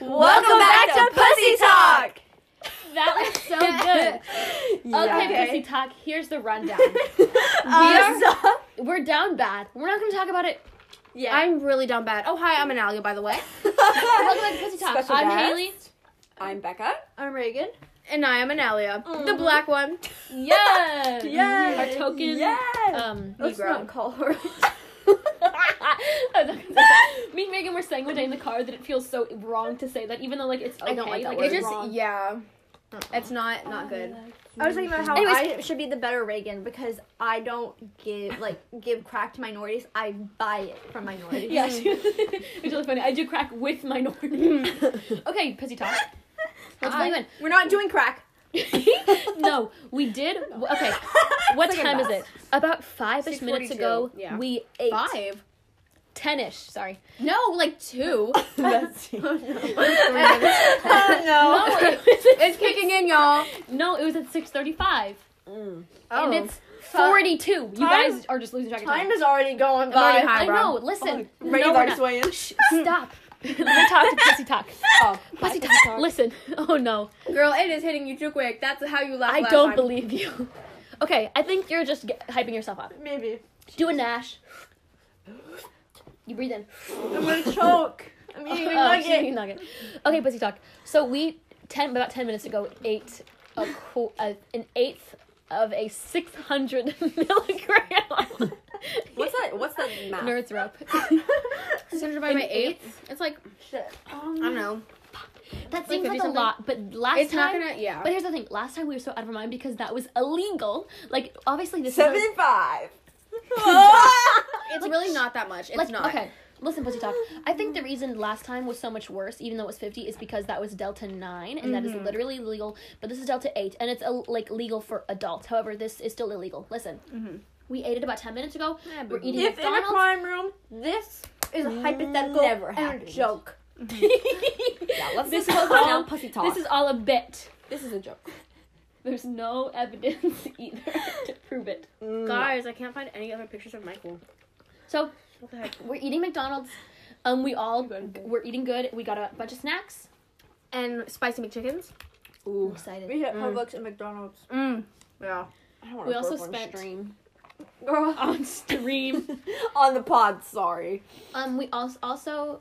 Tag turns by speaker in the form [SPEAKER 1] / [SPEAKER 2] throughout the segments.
[SPEAKER 1] Welcome back to Pussy Talk.
[SPEAKER 2] That was so good. Okay,
[SPEAKER 1] Okay.
[SPEAKER 2] Pussy Talk, here's the rundown.
[SPEAKER 1] Um,
[SPEAKER 2] We're down bad. We're not going to talk about it.
[SPEAKER 1] yeah.
[SPEAKER 3] I'm really down bad. Oh, hi, I'm Analia, by the way.
[SPEAKER 2] Welcome back to Pussy Talk.
[SPEAKER 1] Special
[SPEAKER 2] I'm
[SPEAKER 1] guest.
[SPEAKER 2] Haley.
[SPEAKER 1] I'm Becca. Mm.
[SPEAKER 3] I'm Reagan. And I am Analia. The
[SPEAKER 2] Mhm.
[SPEAKER 3] black one.
[SPEAKER 2] Yes.
[SPEAKER 1] Yes.
[SPEAKER 2] Um, Our token.
[SPEAKER 1] Yes.
[SPEAKER 2] Um,
[SPEAKER 1] Let's
[SPEAKER 3] uh, Negro.
[SPEAKER 1] not call her.
[SPEAKER 2] me and Megan were saying one day in the car that it feels so wrong to say that, even though like it's okay.
[SPEAKER 3] I don't like that word.
[SPEAKER 2] it's
[SPEAKER 3] It just,
[SPEAKER 2] wrong.
[SPEAKER 3] yeah. It's not, not good.
[SPEAKER 1] I was talking about how
[SPEAKER 3] Anyways-
[SPEAKER 1] I should be the better Reagan because I don't give like give crack to minorities. I buy it from minorities.
[SPEAKER 2] Yeah, she, it's really funny. I do crack with minorities. okay, Pussy Talk. Let's play one.
[SPEAKER 1] We're not doing crack.
[SPEAKER 2] no, we did. Okay, what
[SPEAKER 1] Second
[SPEAKER 2] time is
[SPEAKER 1] best.
[SPEAKER 2] it? About five ish minutes
[SPEAKER 3] 6:42,
[SPEAKER 2] ago,
[SPEAKER 3] yeah.
[SPEAKER 2] we ate.
[SPEAKER 3] Five?
[SPEAKER 2] Ten ish, sorry.
[SPEAKER 3] No, like two.
[SPEAKER 1] That's oh,
[SPEAKER 2] No,
[SPEAKER 1] no.
[SPEAKER 2] Oh, it was at,
[SPEAKER 3] it's kicking in, y'all.
[SPEAKER 2] no, it was at 6.35.
[SPEAKER 3] Oh.
[SPEAKER 2] And it's 42. You
[SPEAKER 1] Time-
[SPEAKER 2] guys are just losing track of time.
[SPEAKER 1] Time is already going
[SPEAKER 3] I'm already
[SPEAKER 1] by.
[SPEAKER 3] high,
[SPEAKER 2] I
[SPEAKER 3] bro.
[SPEAKER 2] know, listen.
[SPEAKER 1] Ready
[SPEAKER 2] no, we're
[SPEAKER 1] to
[SPEAKER 2] not.
[SPEAKER 1] sway in.
[SPEAKER 2] Stop. Let me talk to Pussy Talk.
[SPEAKER 1] Oh,
[SPEAKER 2] Pussy Talk, listen. Oh no.
[SPEAKER 3] Girl, it is hitting you too quick. That's how you laugh.
[SPEAKER 2] I
[SPEAKER 3] last
[SPEAKER 2] don't
[SPEAKER 3] time.
[SPEAKER 2] believe you. Okay, I think you're just ge- hyping yourself up.
[SPEAKER 1] maybe.
[SPEAKER 2] Do a Nash. You breathe in.
[SPEAKER 1] I'm gonna choke. I'm eating a
[SPEAKER 2] Oh,
[SPEAKER 1] nugget.
[SPEAKER 2] chicken nugget. Okay, pussy talk. So we ten about ten minutes ago ate a, qu- a an eighth of a six hundred milligram
[SPEAKER 4] What's that? What's that math?
[SPEAKER 2] nerds rope.
[SPEAKER 3] Considered by
[SPEAKER 2] An
[SPEAKER 3] my eighth. It's like,
[SPEAKER 1] Shit. Um,
[SPEAKER 3] I don't know.
[SPEAKER 2] That seems like,
[SPEAKER 3] 50
[SPEAKER 2] a
[SPEAKER 3] something?
[SPEAKER 2] lot, but last
[SPEAKER 3] It's not
[SPEAKER 2] time.
[SPEAKER 3] gonna, yeah.
[SPEAKER 2] but here's the thing. Last time we were so out of our mind because that was illegal. Like obviously this is a-
[SPEAKER 4] Seventy-five.
[SPEAKER 3] it's really not that much. It's
[SPEAKER 2] like,
[SPEAKER 3] not.
[SPEAKER 2] Okay, listen, pussy talk. I think the
[SPEAKER 4] Mm-hmm.
[SPEAKER 2] reason last time was so much worse, even though it was fifty, is because that was Delta nine, and that is
[SPEAKER 4] Mm-hmm.
[SPEAKER 2] literally illegal. But this is Delta eight, and it's uh, like legal for adults. However, this is still illegal. Listen,
[SPEAKER 4] Mm-hmm.
[SPEAKER 2] we ate it about ten minutes ago. We're eating
[SPEAKER 1] If in a
[SPEAKER 2] McDonald's.
[SPEAKER 1] crime room, this is a hypothetical
[SPEAKER 4] Never
[SPEAKER 1] and a
[SPEAKER 4] happened.
[SPEAKER 1] joke.
[SPEAKER 4] Yeah, let's
[SPEAKER 2] This
[SPEAKER 4] this
[SPEAKER 2] is
[SPEAKER 4] is
[SPEAKER 2] all-
[SPEAKER 4] down pussy talk.
[SPEAKER 2] this is all a bit.
[SPEAKER 4] a joke.
[SPEAKER 2] There's no evidence either to prove it.
[SPEAKER 4] Mm.
[SPEAKER 3] Guys, I can't find any other pictures of Michael.
[SPEAKER 2] So
[SPEAKER 3] What the heck?
[SPEAKER 2] we're eating McDonald's. Um, we all we're eating good. We got a bunch of snacks.
[SPEAKER 3] And spicy McChickens.
[SPEAKER 2] I'm
[SPEAKER 4] Ooh,
[SPEAKER 2] excited.
[SPEAKER 1] We hit Publix and McDonald's.
[SPEAKER 3] Mm. Yeah.
[SPEAKER 4] I don't wanna
[SPEAKER 2] We also
[SPEAKER 4] burp on
[SPEAKER 2] spent
[SPEAKER 4] stream.
[SPEAKER 1] Girl,
[SPEAKER 2] on stream.
[SPEAKER 4] on the pod. Sorry,
[SPEAKER 2] Um, we also also.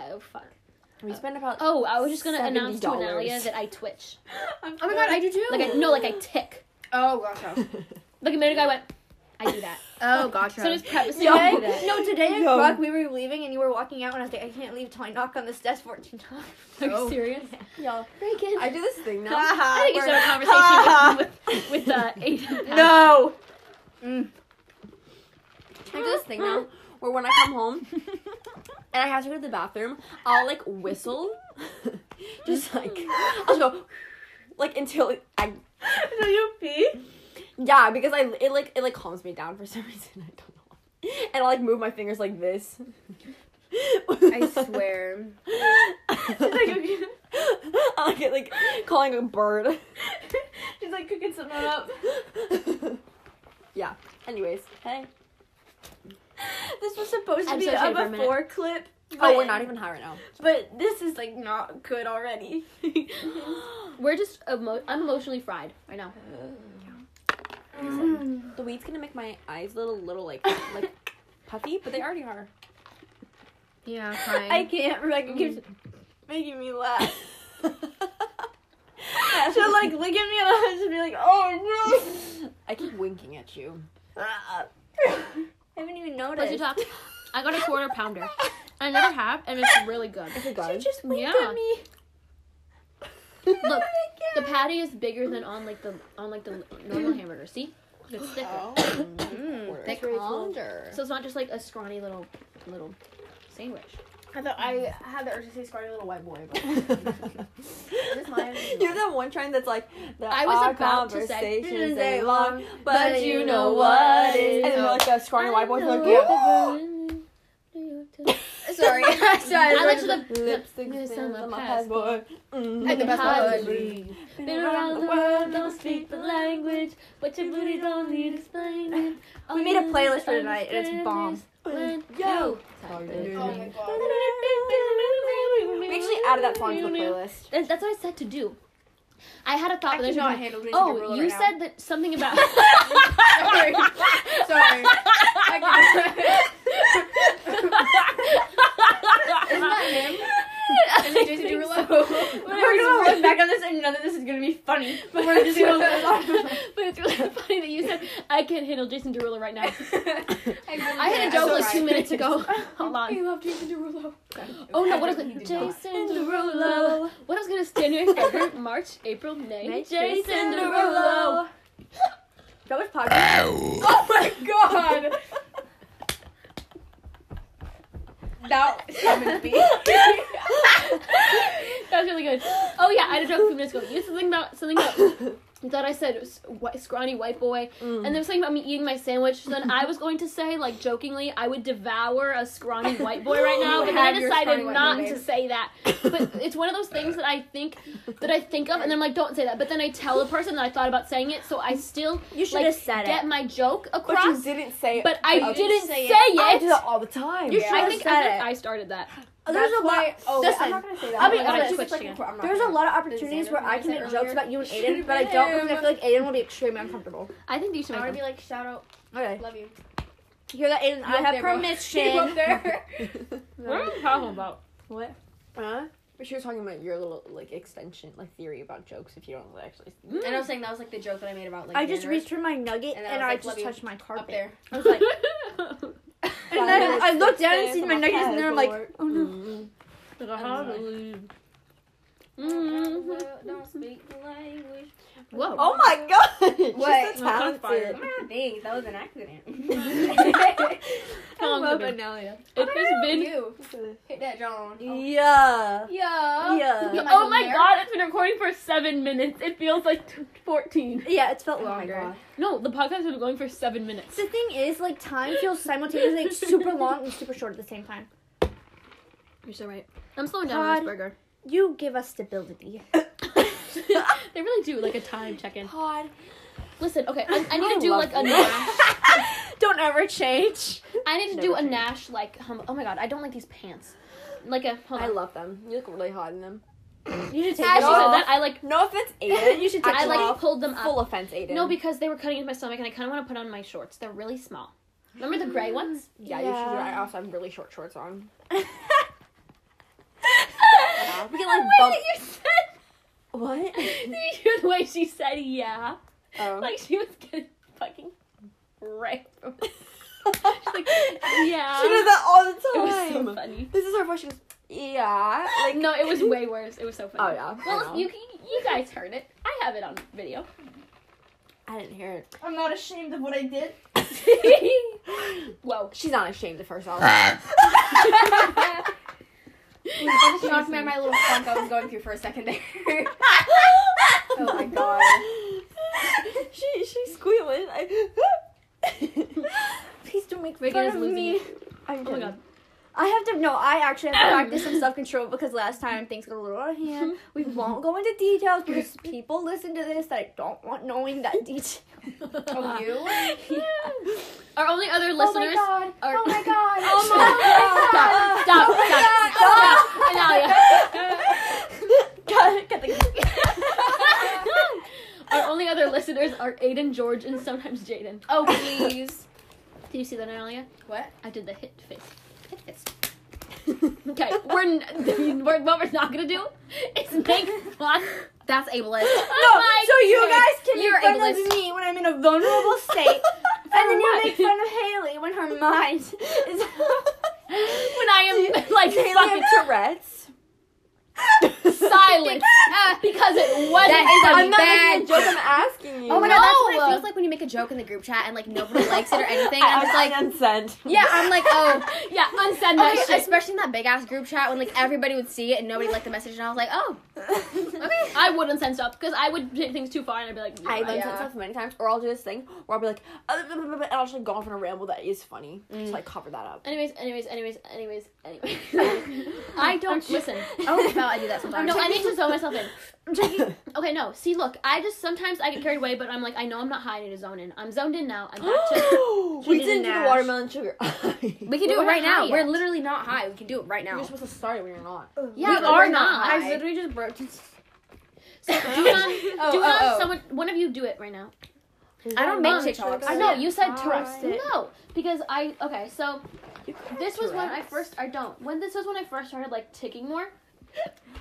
[SPEAKER 2] Oh fuck!
[SPEAKER 4] we spent about
[SPEAKER 2] Oh, I was just gonna announce to
[SPEAKER 4] $70.
[SPEAKER 2] Analia that I twitch.
[SPEAKER 3] Oh my god, I do too.
[SPEAKER 2] Like I no, like I tick.
[SPEAKER 3] oh gotcha.
[SPEAKER 2] Like a minute ago, I went. I do that.
[SPEAKER 3] Oh gotcha.
[SPEAKER 2] So does prep
[SPEAKER 1] Yo,
[SPEAKER 2] I do that.
[SPEAKER 1] no, today in
[SPEAKER 4] Yo.
[SPEAKER 1] Prague we were leaving and you were walking out and I was like, I can't leave till I knock on this desk 14 times.
[SPEAKER 2] Are you
[SPEAKER 3] Oh.
[SPEAKER 2] serious?
[SPEAKER 1] Yo.
[SPEAKER 2] Reagan.
[SPEAKER 4] I
[SPEAKER 2] I,
[SPEAKER 4] do this thing now.
[SPEAKER 1] I
[SPEAKER 2] think you should have a conversation with, with, with uh, Aiden. Pat.
[SPEAKER 1] No!
[SPEAKER 4] I do this thing now where when I come home and I have to go to the bathroom, I'll like whistle, just like I'll just go like until I
[SPEAKER 1] So you pee?
[SPEAKER 4] yeah because I it like it like calms me down for some reason I don't know. why. And I like move my fingers like this.
[SPEAKER 3] I swear.
[SPEAKER 4] I like it like calling a bird.
[SPEAKER 1] She's like cooking something up.
[SPEAKER 4] yeah. Anyways, hey.
[SPEAKER 1] This was supposed to
[SPEAKER 2] I'm
[SPEAKER 1] be
[SPEAKER 2] so sorry
[SPEAKER 1] of
[SPEAKER 2] for a
[SPEAKER 1] a
[SPEAKER 2] minute.
[SPEAKER 1] four clip.
[SPEAKER 4] Oh, we're not even high right now.
[SPEAKER 1] But this is like not good already.
[SPEAKER 2] We're just emo- I'm emotionally fried right now.
[SPEAKER 4] The weed's gonna make my eyes little, little like like puffy, but they already are.
[SPEAKER 3] Yeah,
[SPEAKER 1] I
[SPEAKER 3] fine.
[SPEAKER 1] can't. Like, it keeps making me laugh.
[SPEAKER 4] I
[SPEAKER 1] She'll like look at me and I'll just be like, oh
[SPEAKER 4] I keep winking at you.
[SPEAKER 1] no. I haven't even noticed.
[SPEAKER 2] Pussy talk. I got a quarter pounder.
[SPEAKER 3] I never have, and it's really good.
[SPEAKER 1] She just winked
[SPEAKER 2] Yeah.
[SPEAKER 1] at me.
[SPEAKER 2] Look, the patty is bigger than on like the on like the normal hamburger. See, it's thicker.
[SPEAKER 3] Mm, thick
[SPEAKER 2] Really cool.
[SPEAKER 3] pounder.
[SPEAKER 2] So it's not just like a scrawny little little sandwich.
[SPEAKER 3] I thought I had the urge to say "Scrawny little white boy." But is mine.
[SPEAKER 4] You're that one trend that's like the
[SPEAKER 2] I was
[SPEAKER 4] our
[SPEAKER 2] about to say-
[SPEAKER 4] conversations they long, but you know
[SPEAKER 2] what
[SPEAKER 4] what is.
[SPEAKER 2] is-
[SPEAKER 4] And then like the scrawny white boy's like, yeah.
[SPEAKER 2] Sorry.
[SPEAKER 3] Sorry, sorry.
[SPEAKER 2] I went to the
[SPEAKER 4] Lipstick
[SPEAKER 2] Yes,
[SPEAKER 4] stains
[SPEAKER 2] I'm a
[SPEAKER 4] on my
[SPEAKER 2] passport.
[SPEAKER 4] passport. Mm.
[SPEAKER 3] At the best
[SPEAKER 2] Hardly.
[SPEAKER 3] possible.
[SPEAKER 2] Been around the world, don't speak the language, but your booty don't need explaining.
[SPEAKER 1] We made a playlist for tonight, and it's bomb.
[SPEAKER 2] When
[SPEAKER 4] Yo.
[SPEAKER 2] you
[SPEAKER 4] Sorry.
[SPEAKER 3] Oh my god.
[SPEAKER 1] We
[SPEAKER 4] actually added that song to the playlist.
[SPEAKER 2] That's that's what I said to do. I had a thought,
[SPEAKER 3] I
[SPEAKER 2] but there's
[SPEAKER 3] cannot
[SPEAKER 2] not.
[SPEAKER 3] handle Jason
[SPEAKER 2] Oh,
[SPEAKER 3] Derulo
[SPEAKER 2] you
[SPEAKER 3] right
[SPEAKER 2] said that something about.
[SPEAKER 3] now. Sorry. Sorry. I can't. Isn't that him? Is it Jason Derulo?
[SPEAKER 1] We're gonna look back on this and none of this is gonna be funny.
[SPEAKER 2] but, it's really, but it's really funny that you said I can't handle Jason Derulo right now. I had a joke like two minutes ago. Hold on.
[SPEAKER 3] You love Jason Derulo.
[SPEAKER 2] Oh no, what is
[SPEAKER 3] Actually,
[SPEAKER 2] it?
[SPEAKER 3] he did not.
[SPEAKER 2] Jason Derulo. What I was gonna stand here February, March, April, May. Jason Derulo.
[SPEAKER 1] That was podcast.
[SPEAKER 3] Oh my god! That summoned me.
[SPEAKER 2] That was really good. Oh yeah, I had a joke a few minutes ago. You said something about something about that I said s- wh- scrawny white boy, and there was something about me eating my sandwich. So then I was going to say like jokingly, I would devour a scrawny white boy right now, but then I
[SPEAKER 3] Have your
[SPEAKER 2] decided
[SPEAKER 3] scrawny white
[SPEAKER 2] not
[SPEAKER 3] boy,
[SPEAKER 2] to
[SPEAKER 3] babe.
[SPEAKER 2] say that. But it's one of those things that I think that I think of, and then I'm like, don't say that. But then I tell a person that I thought about saying it, so I still
[SPEAKER 1] You should
[SPEAKER 2] like
[SPEAKER 1] have said
[SPEAKER 2] get
[SPEAKER 1] it.
[SPEAKER 2] my joke
[SPEAKER 4] But you
[SPEAKER 2] across. But,
[SPEAKER 4] didn't say it.
[SPEAKER 2] I
[SPEAKER 4] You
[SPEAKER 2] didn't, say,
[SPEAKER 4] I
[SPEAKER 2] it.
[SPEAKER 4] do that all the time.
[SPEAKER 1] You
[SPEAKER 4] Yeah.
[SPEAKER 1] should-
[SPEAKER 2] I
[SPEAKER 1] should've
[SPEAKER 2] think, I,
[SPEAKER 1] said
[SPEAKER 2] think
[SPEAKER 1] it.
[SPEAKER 2] I started that.
[SPEAKER 1] There's
[SPEAKER 3] That's
[SPEAKER 1] a lot.
[SPEAKER 3] why- Oh, I'm
[SPEAKER 1] listen,
[SPEAKER 3] not gonna say that.
[SPEAKER 1] I'll be
[SPEAKER 3] I'm not
[SPEAKER 1] honest,
[SPEAKER 3] gonna-
[SPEAKER 2] it's like-
[SPEAKER 3] I'm not
[SPEAKER 1] There's a
[SPEAKER 3] gonna-
[SPEAKER 1] lot of opportunities where I can make jokes about you and Aiden, but I don't because I feel like Aiden will be extremely uncomfortable.
[SPEAKER 2] I think you should
[SPEAKER 3] I
[SPEAKER 2] make
[SPEAKER 3] want
[SPEAKER 2] them.
[SPEAKER 3] to be like, shout out,
[SPEAKER 1] Okay.
[SPEAKER 3] love you.
[SPEAKER 1] You hear that, Aiden? I
[SPEAKER 3] You're
[SPEAKER 1] have
[SPEAKER 3] up there, bro. You up
[SPEAKER 1] permission.
[SPEAKER 3] there.
[SPEAKER 2] What are you talking about?
[SPEAKER 4] What? Huh? But she was talking about your little like extension, like theory about jokes. If you don't actually,
[SPEAKER 3] And I was saying that was like the joke that Mm. I made about like.
[SPEAKER 1] I just
[SPEAKER 3] Xander
[SPEAKER 1] reached for my nugget and,
[SPEAKER 3] And I
[SPEAKER 1] I
[SPEAKER 3] was like, love
[SPEAKER 1] just
[SPEAKER 3] you.
[SPEAKER 1] touched my
[SPEAKER 3] up
[SPEAKER 1] carpet.
[SPEAKER 3] there.
[SPEAKER 1] I was like, and then I
[SPEAKER 4] Five
[SPEAKER 1] looked down and
[SPEAKER 4] minutes
[SPEAKER 1] seen my
[SPEAKER 4] on Mm-hmm.
[SPEAKER 1] nuggets, and then I'm like,
[SPEAKER 4] cardboard.
[SPEAKER 1] oh no.
[SPEAKER 2] Mhm.
[SPEAKER 3] Don't speak the language.
[SPEAKER 2] Whoa.
[SPEAKER 4] Oh my god!
[SPEAKER 3] What?
[SPEAKER 4] She's so talented.
[SPEAKER 3] Ah, thanks. That was an accident.
[SPEAKER 1] I
[SPEAKER 2] Come
[SPEAKER 1] love
[SPEAKER 2] on,
[SPEAKER 1] Analia.
[SPEAKER 2] It has been.
[SPEAKER 3] you hit that John.
[SPEAKER 1] Yeah.
[SPEAKER 3] Yeah.
[SPEAKER 1] Yeah.
[SPEAKER 3] my
[SPEAKER 2] Oh my
[SPEAKER 3] hair.
[SPEAKER 2] god, it's been recording for seven minutes. It feels like t- 14.
[SPEAKER 1] Yeah, it's felt
[SPEAKER 3] Oh my
[SPEAKER 1] longer.
[SPEAKER 3] god.
[SPEAKER 2] No, the podcast has been going for seven minutes.
[SPEAKER 1] the thing is, like, time feels simultaneously like, super long and super short at the same time.
[SPEAKER 2] You're so right. I'm slowing
[SPEAKER 1] down on this
[SPEAKER 2] burger.
[SPEAKER 1] You give us stability.
[SPEAKER 2] they really do, like a time check in.
[SPEAKER 4] Pod.
[SPEAKER 2] Listen, okay, I, I need
[SPEAKER 4] I
[SPEAKER 2] to do
[SPEAKER 4] love
[SPEAKER 2] like a
[SPEAKER 4] you.
[SPEAKER 2] Nash.
[SPEAKER 1] Don't ever change.
[SPEAKER 2] I need to
[SPEAKER 4] Never
[SPEAKER 2] do a
[SPEAKER 4] change.
[SPEAKER 2] Nash, like, hum- oh my god, I don't like these pants. Like a. Hold on.
[SPEAKER 4] I love them. You look really hot in them.
[SPEAKER 1] You should take it
[SPEAKER 2] As she
[SPEAKER 4] Ashley
[SPEAKER 1] off.
[SPEAKER 2] said that, I like.
[SPEAKER 4] No offense, Aiden.
[SPEAKER 1] You should take
[SPEAKER 2] I
[SPEAKER 1] it
[SPEAKER 2] like
[SPEAKER 1] off.
[SPEAKER 2] pulled them up.
[SPEAKER 4] Full offense, Aiden.
[SPEAKER 2] No, because they were cutting into my stomach, and I kind of want to put on my shorts. They're really small. Remember the gray ones?
[SPEAKER 4] yeah, you should. Do it. I
[SPEAKER 1] Yeah.
[SPEAKER 4] also have really short shorts on.
[SPEAKER 1] We can, like,
[SPEAKER 2] the way
[SPEAKER 1] bump-
[SPEAKER 2] that you said.
[SPEAKER 4] What?
[SPEAKER 2] Did you hear the way she said yeah?
[SPEAKER 4] Oh.
[SPEAKER 2] Like she was getting fucking raped.
[SPEAKER 4] She's
[SPEAKER 2] like, yeah.
[SPEAKER 4] She does that all the
[SPEAKER 2] It was
[SPEAKER 4] time.
[SPEAKER 2] so funny.
[SPEAKER 4] This is her voice. She goes, yeah. Like,
[SPEAKER 2] No, it was way worse. It was so funny.
[SPEAKER 4] Oh yeah. I
[SPEAKER 2] Well,
[SPEAKER 4] know.
[SPEAKER 2] you you guys heard it. I have it on video.
[SPEAKER 4] I didn't hear it.
[SPEAKER 1] I'm not ashamed of what I did.
[SPEAKER 2] Whoa.
[SPEAKER 4] She's not ashamed of herself.
[SPEAKER 3] I just knocked me out of my little funk I was going through for a second there.
[SPEAKER 4] oh
[SPEAKER 3] my God.
[SPEAKER 4] she she's squealing. I,
[SPEAKER 1] Please don't make
[SPEAKER 2] Reagan
[SPEAKER 1] fun
[SPEAKER 2] is
[SPEAKER 1] of
[SPEAKER 2] losing
[SPEAKER 1] me.
[SPEAKER 2] it.
[SPEAKER 4] I'm
[SPEAKER 2] Oh my
[SPEAKER 4] kidding.
[SPEAKER 2] god.
[SPEAKER 1] I have to no. I actually have to practice some self control because last time things got a little out of hand. We won't go into details because people listen to this that I don't want knowing that detail.
[SPEAKER 3] oh, you?
[SPEAKER 2] Our only other listeners
[SPEAKER 1] god!
[SPEAKER 2] are.
[SPEAKER 1] Oh my god!
[SPEAKER 2] Oh my god. Stop! Stop! Stop! Stop! Analia.
[SPEAKER 4] Cut- cut the-
[SPEAKER 2] Our only other listeners are Aiden, George, and sometimes Jaden.
[SPEAKER 3] Oh, please.
[SPEAKER 2] Did you see that, Analia?
[SPEAKER 3] what?
[SPEAKER 2] I did the hit face.
[SPEAKER 3] Hit this.
[SPEAKER 2] Okay, we're, n- we're what we're not gonna do is make fun. Oh
[SPEAKER 3] That's ableist.
[SPEAKER 1] No, so you
[SPEAKER 2] Okay,
[SPEAKER 1] guys can
[SPEAKER 2] you're
[SPEAKER 1] make fun
[SPEAKER 2] ableist.
[SPEAKER 1] of me when I'm in a vulnerable state, and then you
[SPEAKER 2] what?
[SPEAKER 1] make fun of Haley when her mind is.
[SPEAKER 2] when I am like
[SPEAKER 4] Haley
[SPEAKER 2] fucking
[SPEAKER 4] and Tourette's.
[SPEAKER 2] silent because it wasn't
[SPEAKER 3] That is
[SPEAKER 2] funny.
[SPEAKER 3] a
[SPEAKER 4] I'm not
[SPEAKER 3] Bad
[SPEAKER 4] making a joke. I'm asking you.
[SPEAKER 3] Oh my god, that's what
[SPEAKER 2] No.
[SPEAKER 3] it feels like when you make a joke in the group chat and like nobody likes it or anything.
[SPEAKER 4] I
[SPEAKER 3] I'm just like,
[SPEAKER 4] unsend.
[SPEAKER 3] yeah, I'm like, oh.
[SPEAKER 2] yeah, unsend that
[SPEAKER 3] Okay,
[SPEAKER 2] shit.
[SPEAKER 3] especially in that big ass group chat when like everybody would see it and nobody liked the message, and I was like, oh, okay.
[SPEAKER 2] I would unsend stuff because I would take things too far and I'd be like, you're
[SPEAKER 4] I've
[SPEAKER 2] right.
[SPEAKER 4] done
[SPEAKER 3] Yeah.
[SPEAKER 4] stuff many times, or I'll do this thing where I'll be like, uh, blah, blah, blah, blah, and I'll just like, go off on a ramble that is funny, so I cover that up.
[SPEAKER 2] Anyways, anyways, anyways, anyways, anyways. I don't listen.
[SPEAKER 3] I always felt I do that sometimes.
[SPEAKER 2] no, I need
[SPEAKER 1] taking-
[SPEAKER 2] to zone myself in.
[SPEAKER 1] I'm taking.
[SPEAKER 2] Okay, no. See, look, I just sometimes I get carried away, but I'm like, I know I'm not high. I need to zone in. I'm zoned in now. I got to.
[SPEAKER 4] we
[SPEAKER 1] did
[SPEAKER 4] didn't
[SPEAKER 1] an
[SPEAKER 4] do the
[SPEAKER 1] ash.
[SPEAKER 4] watermelon sugar.
[SPEAKER 3] We can do
[SPEAKER 2] We're
[SPEAKER 3] it right
[SPEAKER 2] not high
[SPEAKER 3] now. We're
[SPEAKER 2] yet.
[SPEAKER 3] literally not high. We can do it right now.
[SPEAKER 4] You're supposed to start it when you're not.
[SPEAKER 2] Yeah,
[SPEAKER 3] We
[SPEAKER 2] but
[SPEAKER 3] are
[SPEAKER 2] we're not.
[SPEAKER 3] not
[SPEAKER 1] I
[SPEAKER 3] high.
[SPEAKER 1] literally just broke.
[SPEAKER 2] So do it on,
[SPEAKER 3] Oh,
[SPEAKER 2] do it on
[SPEAKER 3] oh, oh.
[SPEAKER 2] someone. One of you do it right now.
[SPEAKER 3] I don't make
[SPEAKER 2] Mom,
[SPEAKER 3] TikToks.
[SPEAKER 2] I know you said
[SPEAKER 1] Alright.
[SPEAKER 2] trust. No, because I okay. So
[SPEAKER 4] You can't
[SPEAKER 2] this was when I
[SPEAKER 4] Tourette's.
[SPEAKER 2] first. I don't. When this was when I first started like ticking more.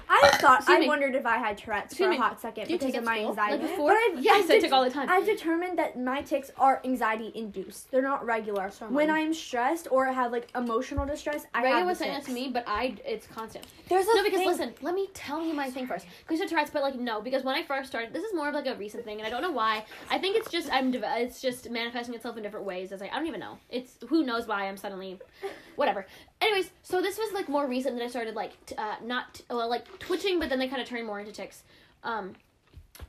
[SPEAKER 1] I thought
[SPEAKER 2] Excuse
[SPEAKER 1] I
[SPEAKER 2] me.
[SPEAKER 1] wondered if I had Tourette's
[SPEAKER 2] Excuse
[SPEAKER 1] for
[SPEAKER 2] me.
[SPEAKER 1] a hot second
[SPEAKER 2] Do you
[SPEAKER 1] because
[SPEAKER 2] take
[SPEAKER 1] of
[SPEAKER 2] it
[SPEAKER 1] my
[SPEAKER 2] school?
[SPEAKER 1] anxiety.
[SPEAKER 2] Like
[SPEAKER 1] But
[SPEAKER 2] before?
[SPEAKER 1] I've,
[SPEAKER 2] Yes, I
[SPEAKER 1] I've,
[SPEAKER 2] tick all the time.
[SPEAKER 1] I've determined that my tics are anxiety induced. They're not regular.
[SPEAKER 4] So am
[SPEAKER 1] when
[SPEAKER 4] I.
[SPEAKER 1] I'm stressed or have like emotional distress, I
[SPEAKER 2] Reagan
[SPEAKER 1] have
[SPEAKER 2] was
[SPEAKER 1] the
[SPEAKER 2] saying that to
[SPEAKER 1] tics.
[SPEAKER 2] me, but I it's constant.
[SPEAKER 4] There's a
[SPEAKER 2] no, because
[SPEAKER 4] thing-
[SPEAKER 2] listen, let me tell you my thing first. Because of Tourette's, but like no, because when I first started, this is more of like a recent thing, and I don't know why. I think it's just I'm deve- it's just manifesting itself in different ways. As I, I don't even know. It's who knows why I'm suddenly, whatever. Anyways, so this was like more recent that I started like t- uh, not t- well like twitching, but then they kind of turned more into ticks. Um,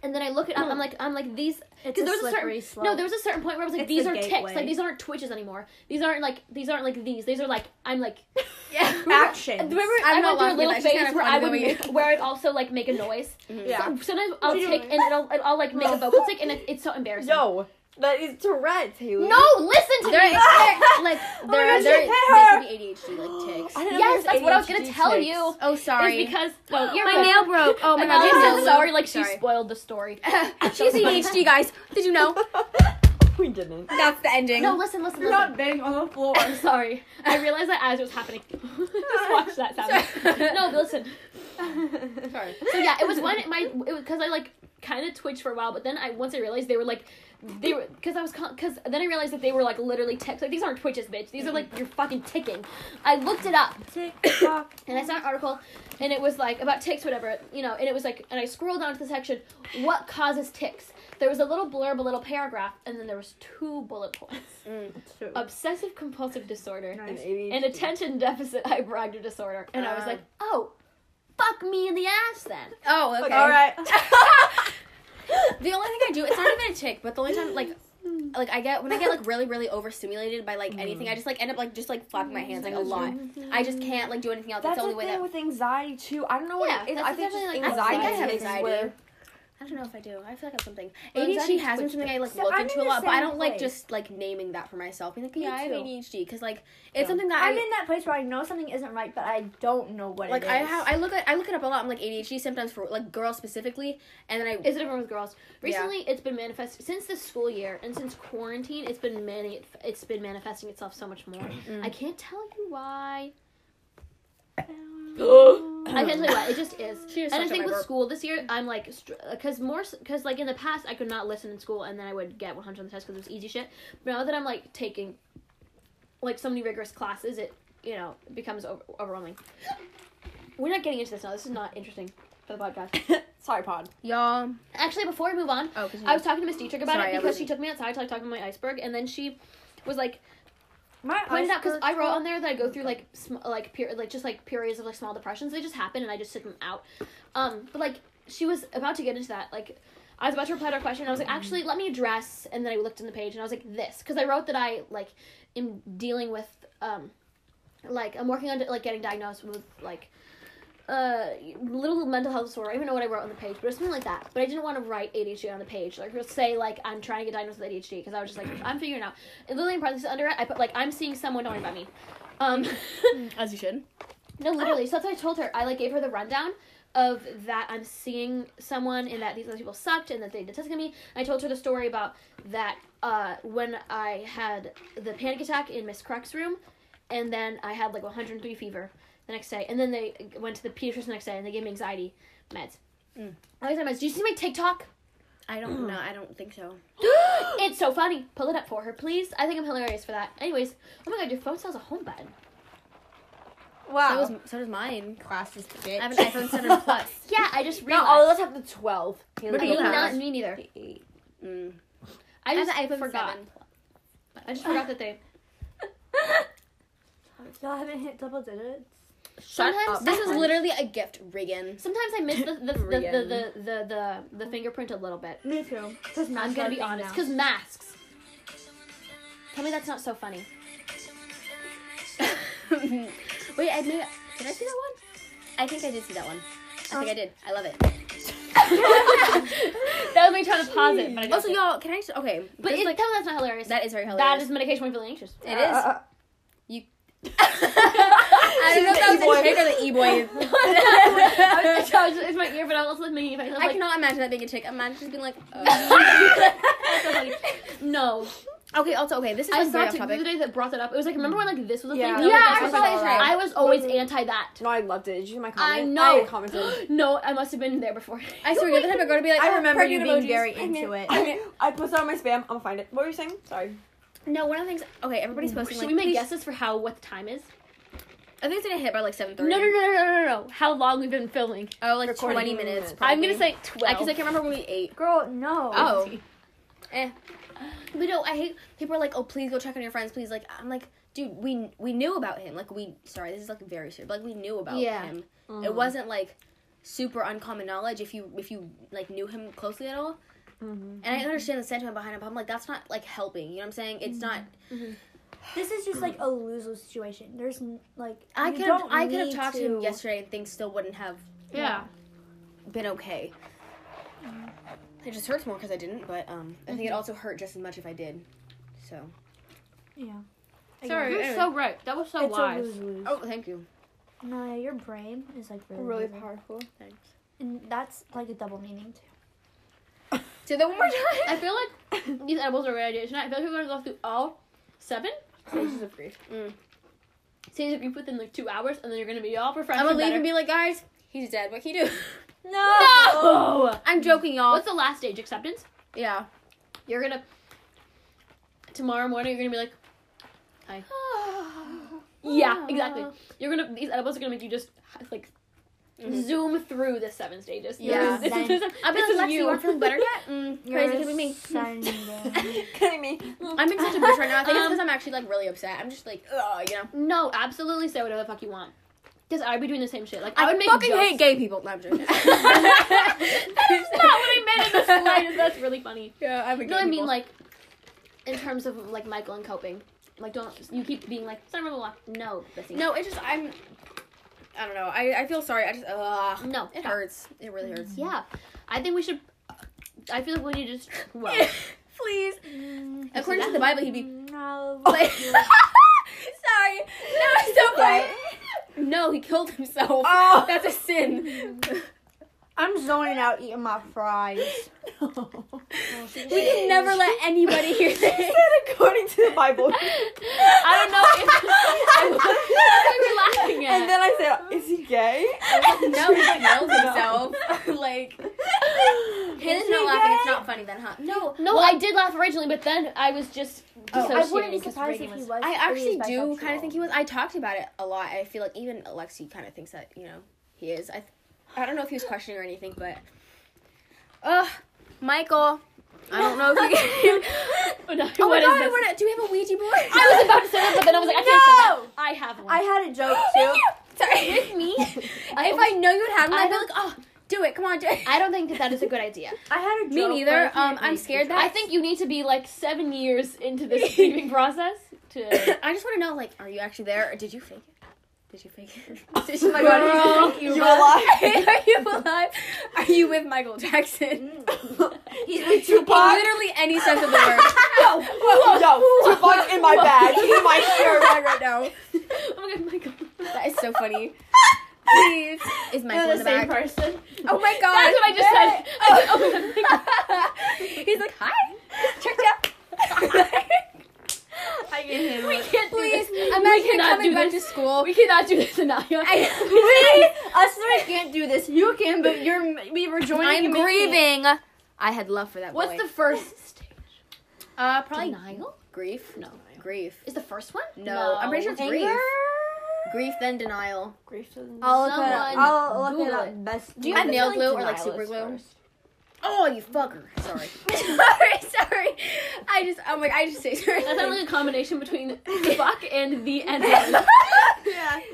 [SPEAKER 2] and then I look at I'm like I'm like these
[SPEAKER 1] It's a
[SPEAKER 2] because there was a
[SPEAKER 1] slippery
[SPEAKER 2] certain
[SPEAKER 1] slope.
[SPEAKER 2] no, there was a certain point where I was like,
[SPEAKER 1] It's
[SPEAKER 2] these
[SPEAKER 1] the
[SPEAKER 2] are ticks,
[SPEAKER 1] gateway.
[SPEAKER 2] like these aren't twitches anymore. These aren't like these aren't like these. These are like I'm like
[SPEAKER 3] Yeah.
[SPEAKER 1] Actions.
[SPEAKER 2] Remember,
[SPEAKER 3] I'm
[SPEAKER 2] I
[SPEAKER 3] not
[SPEAKER 2] went through a
[SPEAKER 3] laughing,
[SPEAKER 2] little
[SPEAKER 3] that's just
[SPEAKER 2] phase
[SPEAKER 3] kinda
[SPEAKER 2] where
[SPEAKER 3] funny
[SPEAKER 2] I would
[SPEAKER 3] the way you-
[SPEAKER 2] make, where I'd also like make a noise.
[SPEAKER 3] Mm-hmm.
[SPEAKER 1] Yeah.
[SPEAKER 2] Sometimes I'll
[SPEAKER 1] you
[SPEAKER 2] tick
[SPEAKER 1] doing?
[SPEAKER 2] and it'll and I'll like make a vocal tick and it, it's so embarrassing.
[SPEAKER 4] No, that is Tourette's, Haley.
[SPEAKER 2] no, listen to
[SPEAKER 3] There
[SPEAKER 2] me.
[SPEAKER 3] is- there-
[SPEAKER 2] like
[SPEAKER 1] Oh my
[SPEAKER 2] there,
[SPEAKER 1] gosh, you
[SPEAKER 2] there, is-
[SPEAKER 1] hit
[SPEAKER 2] there
[SPEAKER 1] her!
[SPEAKER 2] could be ADHD like ticks.
[SPEAKER 4] I
[SPEAKER 2] Yes,
[SPEAKER 4] didn't know there was
[SPEAKER 2] that's what I was gonna
[SPEAKER 4] ADHD
[SPEAKER 2] tell
[SPEAKER 4] ticks.
[SPEAKER 2] you.
[SPEAKER 3] Oh,
[SPEAKER 2] Is
[SPEAKER 3] sorry.
[SPEAKER 2] because well, you're
[SPEAKER 3] my
[SPEAKER 2] good.
[SPEAKER 3] nail broke. Oh my
[SPEAKER 2] And
[SPEAKER 3] god.
[SPEAKER 2] Alex
[SPEAKER 3] your nail
[SPEAKER 2] said
[SPEAKER 3] broke.
[SPEAKER 2] sorry, like she
[SPEAKER 3] Sorry.
[SPEAKER 2] spoiled the story.
[SPEAKER 3] She's ADHD, guys. Did you know?
[SPEAKER 4] we didn't.
[SPEAKER 3] That's the ending.
[SPEAKER 2] No, listen, listen,
[SPEAKER 1] You're
[SPEAKER 2] listen.
[SPEAKER 1] not bang on the floor.
[SPEAKER 2] I'm sorry. I realized that as it was happening. Just watch that sound. no, listen.
[SPEAKER 4] Sorry.
[SPEAKER 2] So yeah, it was one my it was because I like kind of twitched for a while, but then I once I realized they were like they were because I was because then I realized that they were like literally ticks. Like these aren't twitches, bitch. These are like you're fucking ticking. I looked it up
[SPEAKER 1] Tick tock.
[SPEAKER 2] and I saw an article, and it was like about ticks, whatever, you know. And it was like, and I scrolled down to the section, what causes ticks. There was a little blurb, a little paragraph, and then there was two bullet points: obsessive compulsive disorder
[SPEAKER 1] Nice.
[SPEAKER 2] and attention deficit hyperactive disorder. And I was like, oh, fuck me in the ass then.
[SPEAKER 3] Oh, okay.
[SPEAKER 1] All right.
[SPEAKER 3] The only thing I do, it's not even a tick, but the only time, like, like I get when I get like really, really overstimulated by like
[SPEAKER 1] Mm.
[SPEAKER 3] anything, I just like end up like just like flapping my hands like a lot. I just can't like do anything else. That's,
[SPEAKER 4] That's the
[SPEAKER 3] the only way
[SPEAKER 4] thing
[SPEAKER 3] that.
[SPEAKER 4] with anxiety too. I don't know what
[SPEAKER 2] Yeah,
[SPEAKER 4] it is.
[SPEAKER 2] that's
[SPEAKER 4] I think just
[SPEAKER 2] definitely, like,
[SPEAKER 4] anxiety.
[SPEAKER 2] I think I have
[SPEAKER 4] is
[SPEAKER 3] anxiety.
[SPEAKER 4] where-
[SPEAKER 3] I don't know if I do. I feel like I have something.
[SPEAKER 2] Well, anxiety
[SPEAKER 3] ADHD has been
[SPEAKER 2] switched
[SPEAKER 3] something I like
[SPEAKER 1] So
[SPEAKER 3] look
[SPEAKER 1] I'm
[SPEAKER 3] into
[SPEAKER 1] in
[SPEAKER 3] a
[SPEAKER 1] the
[SPEAKER 3] lot, but I
[SPEAKER 1] same
[SPEAKER 3] don't like
[SPEAKER 1] place.
[SPEAKER 3] just like naming that for myself. Being like,
[SPEAKER 1] Me
[SPEAKER 3] yeah, I have
[SPEAKER 1] too.
[SPEAKER 3] ADHD because like it's
[SPEAKER 4] Yeah.
[SPEAKER 3] something that
[SPEAKER 1] I'm
[SPEAKER 3] I-
[SPEAKER 1] in that place where I know something isn't right, but I don't know what
[SPEAKER 3] like
[SPEAKER 1] it is.
[SPEAKER 3] I have I look at I look it up a lot. I'm like ADHD symptoms for like girls specifically, and then I
[SPEAKER 2] It's different with girls.
[SPEAKER 3] Yeah.
[SPEAKER 2] Recently, it's been manifest since this school year and since quarantine. It's been mani- It's been manifesting itself so much more. I can't tell you why. I can't tell you why. It just is.
[SPEAKER 3] Mm. She just
[SPEAKER 2] and I
[SPEAKER 3] sucked up
[SPEAKER 2] think
[SPEAKER 3] my
[SPEAKER 2] with
[SPEAKER 3] burp.
[SPEAKER 2] school this year, I'm like, because more, because like in the past, I could not listen in school, and then I would get 100 on the test because it was easy shit. But now that I'm like taking, like so many rigorous classes, it you know becomes over- overwhelming. We're not getting into this now. This is not interesting for the podcast.
[SPEAKER 4] Sorry, pod.
[SPEAKER 3] y'all.
[SPEAKER 2] Actually, before I move on,
[SPEAKER 3] Oh, because
[SPEAKER 2] I was talking to Miss Dietrich about
[SPEAKER 3] Sorry, I
[SPEAKER 2] it because
[SPEAKER 3] was-
[SPEAKER 2] she took me outside to like talk about my iceberg, and then she was like
[SPEAKER 1] My
[SPEAKER 2] pointed out because
[SPEAKER 1] iceberg
[SPEAKER 2] I wrote
[SPEAKER 1] thought-
[SPEAKER 2] on there that I go through like sm- like per- like just like periods of like small depressions. They just happen, and I just took them out. Um, but like she was about to get into that. Like I was about to reply to her question, and I was like, actually, let me address. And then I looked in the page, and I was like, this because I wrote that I like am dealing with um like I'm working on like getting diagnosed with like uh little mental health disorder. I don't even know what I wrote on the page, but it was something like that. But I didn't want to write ADHD on the page, like just say like I'm trying to get diagnosed with ADHD because I was just like I'm figuring it out. And literally in parentheses under it, I put like I'm seeing someone. Don't worry about me. Um,
[SPEAKER 3] as you should.
[SPEAKER 2] no, literally. So that's what I told her. I like gave her the rundown of that I'm seeing someone and that these other people sucked and that they detested me. I told her the story about that uh, when I had the panic attack in Miss Crux's room, and then I had like 103 fever the next day, and then they went to the pediatrician the next day and they gave me anxiety meds.
[SPEAKER 3] Mm.
[SPEAKER 2] I was on meds. Do you see my TikTok?
[SPEAKER 3] I don't know. I don't think so.
[SPEAKER 2] It's so funny. Pull it up for her, please. I think I'm hilarious for that. Anyways, oh my god, your phone sells a home button.
[SPEAKER 4] Wow.
[SPEAKER 3] So, is, so does mine.
[SPEAKER 4] classes, bitch.
[SPEAKER 3] I have an iPhone 7 Plus.
[SPEAKER 2] Yeah, I just realized.
[SPEAKER 4] Not all of us have the 12. Haley,
[SPEAKER 3] do
[SPEAKER 2] Me
[SPEAKER 3] you have?
[SPEAKER 2] not me neither.
[SPEAKER 4] Eight.
[SPEAKER 3] Mm.
[SPEAKER 2] I
[SPEAKER 3] I have
[SPEAKER 2] just
[SPEAKER 3] an iPhone
[SPEAKER 2] forgot. I
[SPEAKER 3] 7.
[SPEAKER 2] just forgot that they.
[SPEAKER 1] Y'all haven't hit double digits.
[SPEAKER 2] Sometimes
[SPEAKER 4] up.
[SPEAKER 2] this
[SPEAKER 3] This
[SPEAKER 2] is
[SPEAKER 3] is literally a gift, Regan.
[SPEAKER 2] Sometimes I miss the the the
[SPEAKER 4] Brienne.
[SPEAKER 2] the the, the, the, the fingerprint a little bit.
[SPEAKER 1] Me too. Cause
[SPEAKER 2] I'm gonna be honest, because masks. Tell me that's not so funny.
[SPEAKER 3] Wait, I knew. Did I see that one? I think I did see that one. I think I did. I love it.
[SPEAKER 2] That was me trying to pause it, but I
[SPEAKER 3] Also,
[SPEAKER 2] also, y'all,
[SPEAKER 3] y'all, can I just okay?
[SPEAKER 2] but
[SPEAKER 3] just,
[SPEAKER 2] it,
[SPEAKER 3] like,
[SPEAKER 2] tell me that's not hilarious.
[SPEAKER 3] that is very
[SPEAKER 2] that
[SPEAKER 3] hilarious.
[SPEAKER 2] is medication when feeling anxious.
[SPEAKER 3] It is.
[SPEAKER 4] Uh,
[SPEAKER 3] I don't know if that was a chick or the e boy.
[SPEAKER 2] I was, I was, it's my ear, but I was like making it. I was
[SPEAKER 3] I
[SPEAKER 2] like,
[SPEAKER 3] cannot imagine that being a chick. Imagine just being like. oh.
[SPEAKER 2] that's so funny. no.
[SPEAKER 3] okay. Also, okay. This is
[SPEAKER 2] I
[SPEAKER 3] like,
[SPEAKER 2] saw
[SPEAKER 3] very
[SPEAKER 2] a
[SPEAKER 3] off
[SPEAKER 2] TikTok the
[SPEAKER 3] topic.
[SPEAKER 2] other day that brought that up. It was like, remember when like this was a
[SPEAKER 4] Yeah.
[SPEAKER 2] thing? Mm-hmm.
[SPEAKER 4] Yeah,
[SPEAKER 2] Like,
[SPEAKER 3] I
[SPEAKER 2] this
[SPEAKER 3] saw
[SPEAKER 2] was-
[SPEAKER 3] that.
[SPEAKER 2] I was always anti that.
[SPEAKER 4] no, I loved it. Did you see my comment?
[SPEAKER 2] I
[SPEAKER 4] I
[SPEAKER 2] know.
[SPEAKER 4] commented.
[SPEAKER 2] no, I must have been there before.
[SPEAKER 3] I swear, you're the type of girl to be like.
[SPEAKER 4] I
[SPEAKER 3] oh,
[SPEAKER 4] remember you
[SPEAKER 3] pregnant
[SPEAKER 4] being
[SPEAKER 3] emojis.
[SPEAKER 1] very
[SPEAKER 4] I mean,
[SPEAKER 1] into it.
[SPEAKER 4] I mean, I put that on my spam. I'm gonna find it. What were you saying? Sorry.
[SPEAKER 3] No, one of the things. Okay, everybody's posting.
[SPEAKER 2] Should
[SPEAKER 3] like,
[SPEAKER 2] we make
[SPEAKER 3] please-
[SPEAKER 2] guesses for how what the time is?
[SPEAKER 3] I think it's gonna hit by like seven
[SPEAKER 2] No,
[SPEAKER 3] thirty.
[SPEAKER 2] no, no, no, no, no, no. How long we've been filming?
[SPEAKER 3] Oh, like
[SPEAKER 4] Recording
[SPEAKER 3] twenty minutes.
[SPEAKER 4] minutes.
[SPEAKER 2] I'm gonna say twelve.
[SPEAKER 3] Because I can't remember when we ate.
[SPEAKER 1] Girl, no.
[SPEAKER 3] Oh. Eh. But no, I hate people are like, oh, please go check on your friends, please. Like, I'm like, dude, we we knew about him. Like, we sorry, this is like very serious. But, like, we knew about
[SPEAKER 2] Yeah.
[SPEAKER 3] him. It wasn't like super uncommon knowledge if you if you like knew him closely at all.
[SPEAKER 4] Mhm.
[SPEAKER 3] And I understand the sentiment behind it, but I'm like, that's not like helping. You know what I'm saying? It's not.
[SPEAKER 1] This is just like a lose lose situation. There's n- like
[SPEAKER 3] I
[SPEAKER 1] you
[SPEAKER 3] could
[SPEAKER 1] don't
[SPEAKER 3] I could have
[SPEAKER 1] need
[SPEAKER 3] talked to him yesterday, and things still wouldn't have
[SPEAKER 2] yeah.
[SPEAKER 3] been okay. It just hurts more because I didn't, but um, I think it also hurt just as much if I did. So.
[SPEAKER 1] Yeah.
[SPEAKER 2] Sorry,
[SPEAKER 3] Anyway.
[SPEAKER 2] you're so right. That was so
[SPEAKER 1] it's a
[SPEAKER 2] wise.
[SPEAKER 1] lose lose.
[SPEAKER 3] Oh, thank you.
[SPEAKER 1] No, yeah, your brain is like
[SPEAKER 4] Mm.
[SPEAKER 1] really, amazing.
[SPEAKER 4] powerful.
[SPEAKER 1] and that's like a double meaning too.
[SPEAKER 3] Say that one more time.
[SPEAKER 2] I feel like these edibles are a great idea tonight. I feel like we're gonna go through all seven
[SPEAKER 4] Stages of grief.
[SPEAKER 2] stages of grief within like two hours, and then you're gonna be all refreshed.
[SPEAKER 3] I'm gonna
[SPEAKER 2] and
[SPEAKER 3] leave and
[SPEAKER 2] better.
[SPEAKER 3] be like, guys, he's dead. What can you do?
[SPEAKER 2] No.
[SPEAKER 3] I'm joking, y'all.
[SPEAKER 2] Oh! What's the last stage? Acceptance.
[SPEAKER 3] yeah.
[SPEAKER 2] You're gonna tomorrow morning. You're gonna be like, hi. yeah, exactly. You're gonna these edibles are gonna make you just like zoom through the seven stages.
[SPEAKER 3] Mm-hmm. Yeah.
[SPEAKER 2] this, is- this is-
[SPEAKER 3] I'll be
[SPEAKER 2] this is
[SPEAKER 3] like, Lexi, you.
[SPEAKER 2] you.
[SPEAKER 3] aren't feeling better yet? Mm,
[SPEAKER 1] You're
[SPEAKER 3] crazy, could be me.
[SPEAKER 1] sending-
[SPEAKER 4] Kidding me.
[SPEAKER 3] I'm in such a bitch right now. I think it's
[SPEAKER 2] Um,
[SPEAKER 3] because I'm actually like really upset. I'm just like, ugh, you know.
[SPEAKER 2] No, absolutely say whatever the fuck you want. Because I'd be doing the same shit. Like I,
[SPEAKER 3] I,
[SPEAKER 2] would make
[SPEAKER 3] fucking
[SPEAKER 2] jokes.
[SPEAKER 3] hate gay people. No, I'm joking.
[SPEAKER 2] That's not what I meant in the slightest. That's really funny.
[SPEAKER 3] yeah, I'm a gay
[SPEAKER 2] No, I mean
[SPEAKER 3] people.
[SPEAKER 2] like in terms of like Michael and coping. Like don't you keep being like sorry, blah, blah, blah." no, pussy.
[SPEAKER 3] no, it's just I'm. I don't know. I, I feel sorry. I just ugh.
[SPEAKER 2] no,
[SPEAKER 3] It
[SPEAKER 2] stop.
[SPEAKER 3] hurts. It really hurts.
[SPEAKER 2] Yeah, I think we should. I feel like we need to just. Well,
[SPEAKER 3] Please.
[SPEAKER 1] Mm,
[SPEAKER 3] According to the Bible, he'd be
[SPEAKER 1] no.
[SPEAKER 3] like. sorry. That was so funny. No, he killed himself.
[SPEAKER 4] Oh.
[SPEAKER 3] That's a sin.
[SPEAKER 1] I'm zoning out eating my fries.
[SPEAKER 3] we can never let anybody hear this.
[SPEAKER 4] According to the Bible.
[SPEAKER 2] I don't know if I what we were laughing at.
[SPEAKER 4] And then I said, "Is he gay?"
[SPEAKER 3] no, he
[SPEAKER 4] No.
[SPEAKER 3] killed himself. like, Hannah's
[SPEAKER 1] Is
[SPEAKER 3] not
[SPEAKER 1] he
[SPEAKER 3] laughing. It's
[SPEAKER 1] gay?
[SPEAKER 3] not funny then, huh? No.
[SPEAKER 2] no, I did laugh originally, but then I was just
[SPEAKER 1] I
[SPEAKER 3] Oh,
[SPEAKER 2] dissociating
[SPEAKER 1] wouldn't be
[SPEAKER 2] 'cause
[SPEAKER 1] surprised
[SPEAKER 2] Reagan
[SPEAKER 1] if he
[SPEAKER 2] was-
[SPEAKER 1] was.
[SPEAKER 3] I
[SPEAKER 1] he
[SPEAKER 3] actually
[SPEAKER 1] is
[SPEAKER 3] do kind
[SPEAKER 1] bisexual.
[SPEAKER 3] of think he was. I talked about it a lot. I feel like even Alexi kind of thinks that, you know, he is. I th- I don't know if he was questioning or anything, but. Ugh, Michael. I don't know if you can.
[SPEAKER 2] Oh, no,
[SPEAKER 3] oh my
[SPEAKER 2] what is
[SPEAKER 3] god, I
[SPEAKER 2] this?
[SPEAKER 3] wanna, do we have a Ouija board?
[SPEAKER 2] I was about to say that, but then I was like, I can't say that. I have one.
[SPEAKER 1] I had a joke too.
[SPEAKER 3] Sorry. With me? if I know you would have one,
[SPEAKER 2] I
[SPEAKER 3] I'd be
[SPEAKER 2] don't-
[SPEAKER 3] like, oh, do it. Come on, do it.
[SPEAKER 2] I don't think that that is a good idea.
[SPEAKER 1] I had a joke.
[SPEAKER 3] Me
[SPEAKER 1] but
[SPEAKER 3] neither.
[SPEAKER 1] I
[SPEAKER 3] Um,
[SPEAKER 1] can't
[SPEAKER 3] I'm
[SPEAKER 1] make
[SPEAKER 3] scared that
[SPEAKER 2] I think you need to be like seven years into this grieving process to.
[SPEAKER 3] I just want to know, like, are you actually there, or did you fake it? Did you fake it? Did
[SPEAKER 1] my God,
[SPEAKER 3] you,
[SPEAKER 4] you alive?
[SPEAKER 3] are you alive? Are you with Michael Jackson?
[SPEAKER 1] He's with
[SPEAKER 3] In
[SPEAKER 1] Tupac.
[SPEAKER 3] literally any sense of the word.
[SPEAKER 4] Whoa, yo, Tupac's in my bag, in my
[SPEAKER 3] You're
[SPEAKER 4] shirt.
[SPEAKER 3] alive right now.
[SPEAKER 2] Oh my god, Michael.
[SPEAKER 3] That is so funny. Please, is Michael
[SPEAKER 2] You're
[SPEAKER 3] in
[SPEAKER 2] the
[SPEAKER 3] the
[SPEAKER 2] same
[SPEAKER 3] back?
[SPEAKER 2] person.
[SPEAKER 3] Oh my God!
[SPEAKER 2] That's what I just said. I said, oh my god, Michael.
[SPEAKER 3] He's like, hi, check out. I get
[SPEAKER 2] We can't do
[SPEAKER 3] Please,
[SPEAKER 2] this. We
[SPEAKER 3] imagine
[SPEAKER 2] cannot
[SPEAKER 3] coming
[SPEAKER 2] do
[SPEAKER 3] back
[SPEAKER 2] this.
[SPEAKER 3] to school.
[SPEAKER 2] We cannot do this, Anaya.
[SPEAKER 3] I,
[SPEAKER 1] Us three can't do this. You can, but you're we were joining.
[SPEAKER 3] I'm
[SPEAKER 1] him in-
[SPEAKER 3] grieving. I had love for that
[SPEAKER 2] What's
[SPEAKER 3] boy.
[SPEAKER 2] the first stage?
[SPEAKER 3] uh probably
[SPEAKER 2] Denial?
[SPEAKER 3] grief?
[SPEAKER 2] No.
[SPEAKER 3] Grief.
[SPEAKER 2] Is the first one?
[SPEAKER 3] No, I'm pretty sure it's grief. Grief then denial.
[SPEAKER 4] Grief doesn't.
[SPEAKER 1] I'll look it up.
[SPEAKER 2] Someone
[SPEAKER 1] I'll look it
[SPEAKER 2] Google
[SPEAKER 1] up.
[SPEAKER 2] it.
[SPEAKER 1] Best.
[SPEAKER 3] Do you have
[SPEAKER 1] I
[SPEAKER 3] nail
[SPEAKER 1] feel
[SPEAKER 3] glue or, like,
[SPEAKER 1] denial
[SPEAKER 3] super
[SPEAKER 1] is
[SPEAKER 3] glue?
[SPEAKER 1] first.
[SPEAKER 3] Oh, you fucker! Sorry, sorry, sorry. I just, oh my, I just say sorry.
[SPEAKER 2] That sounds like a combination between the fuck and the end.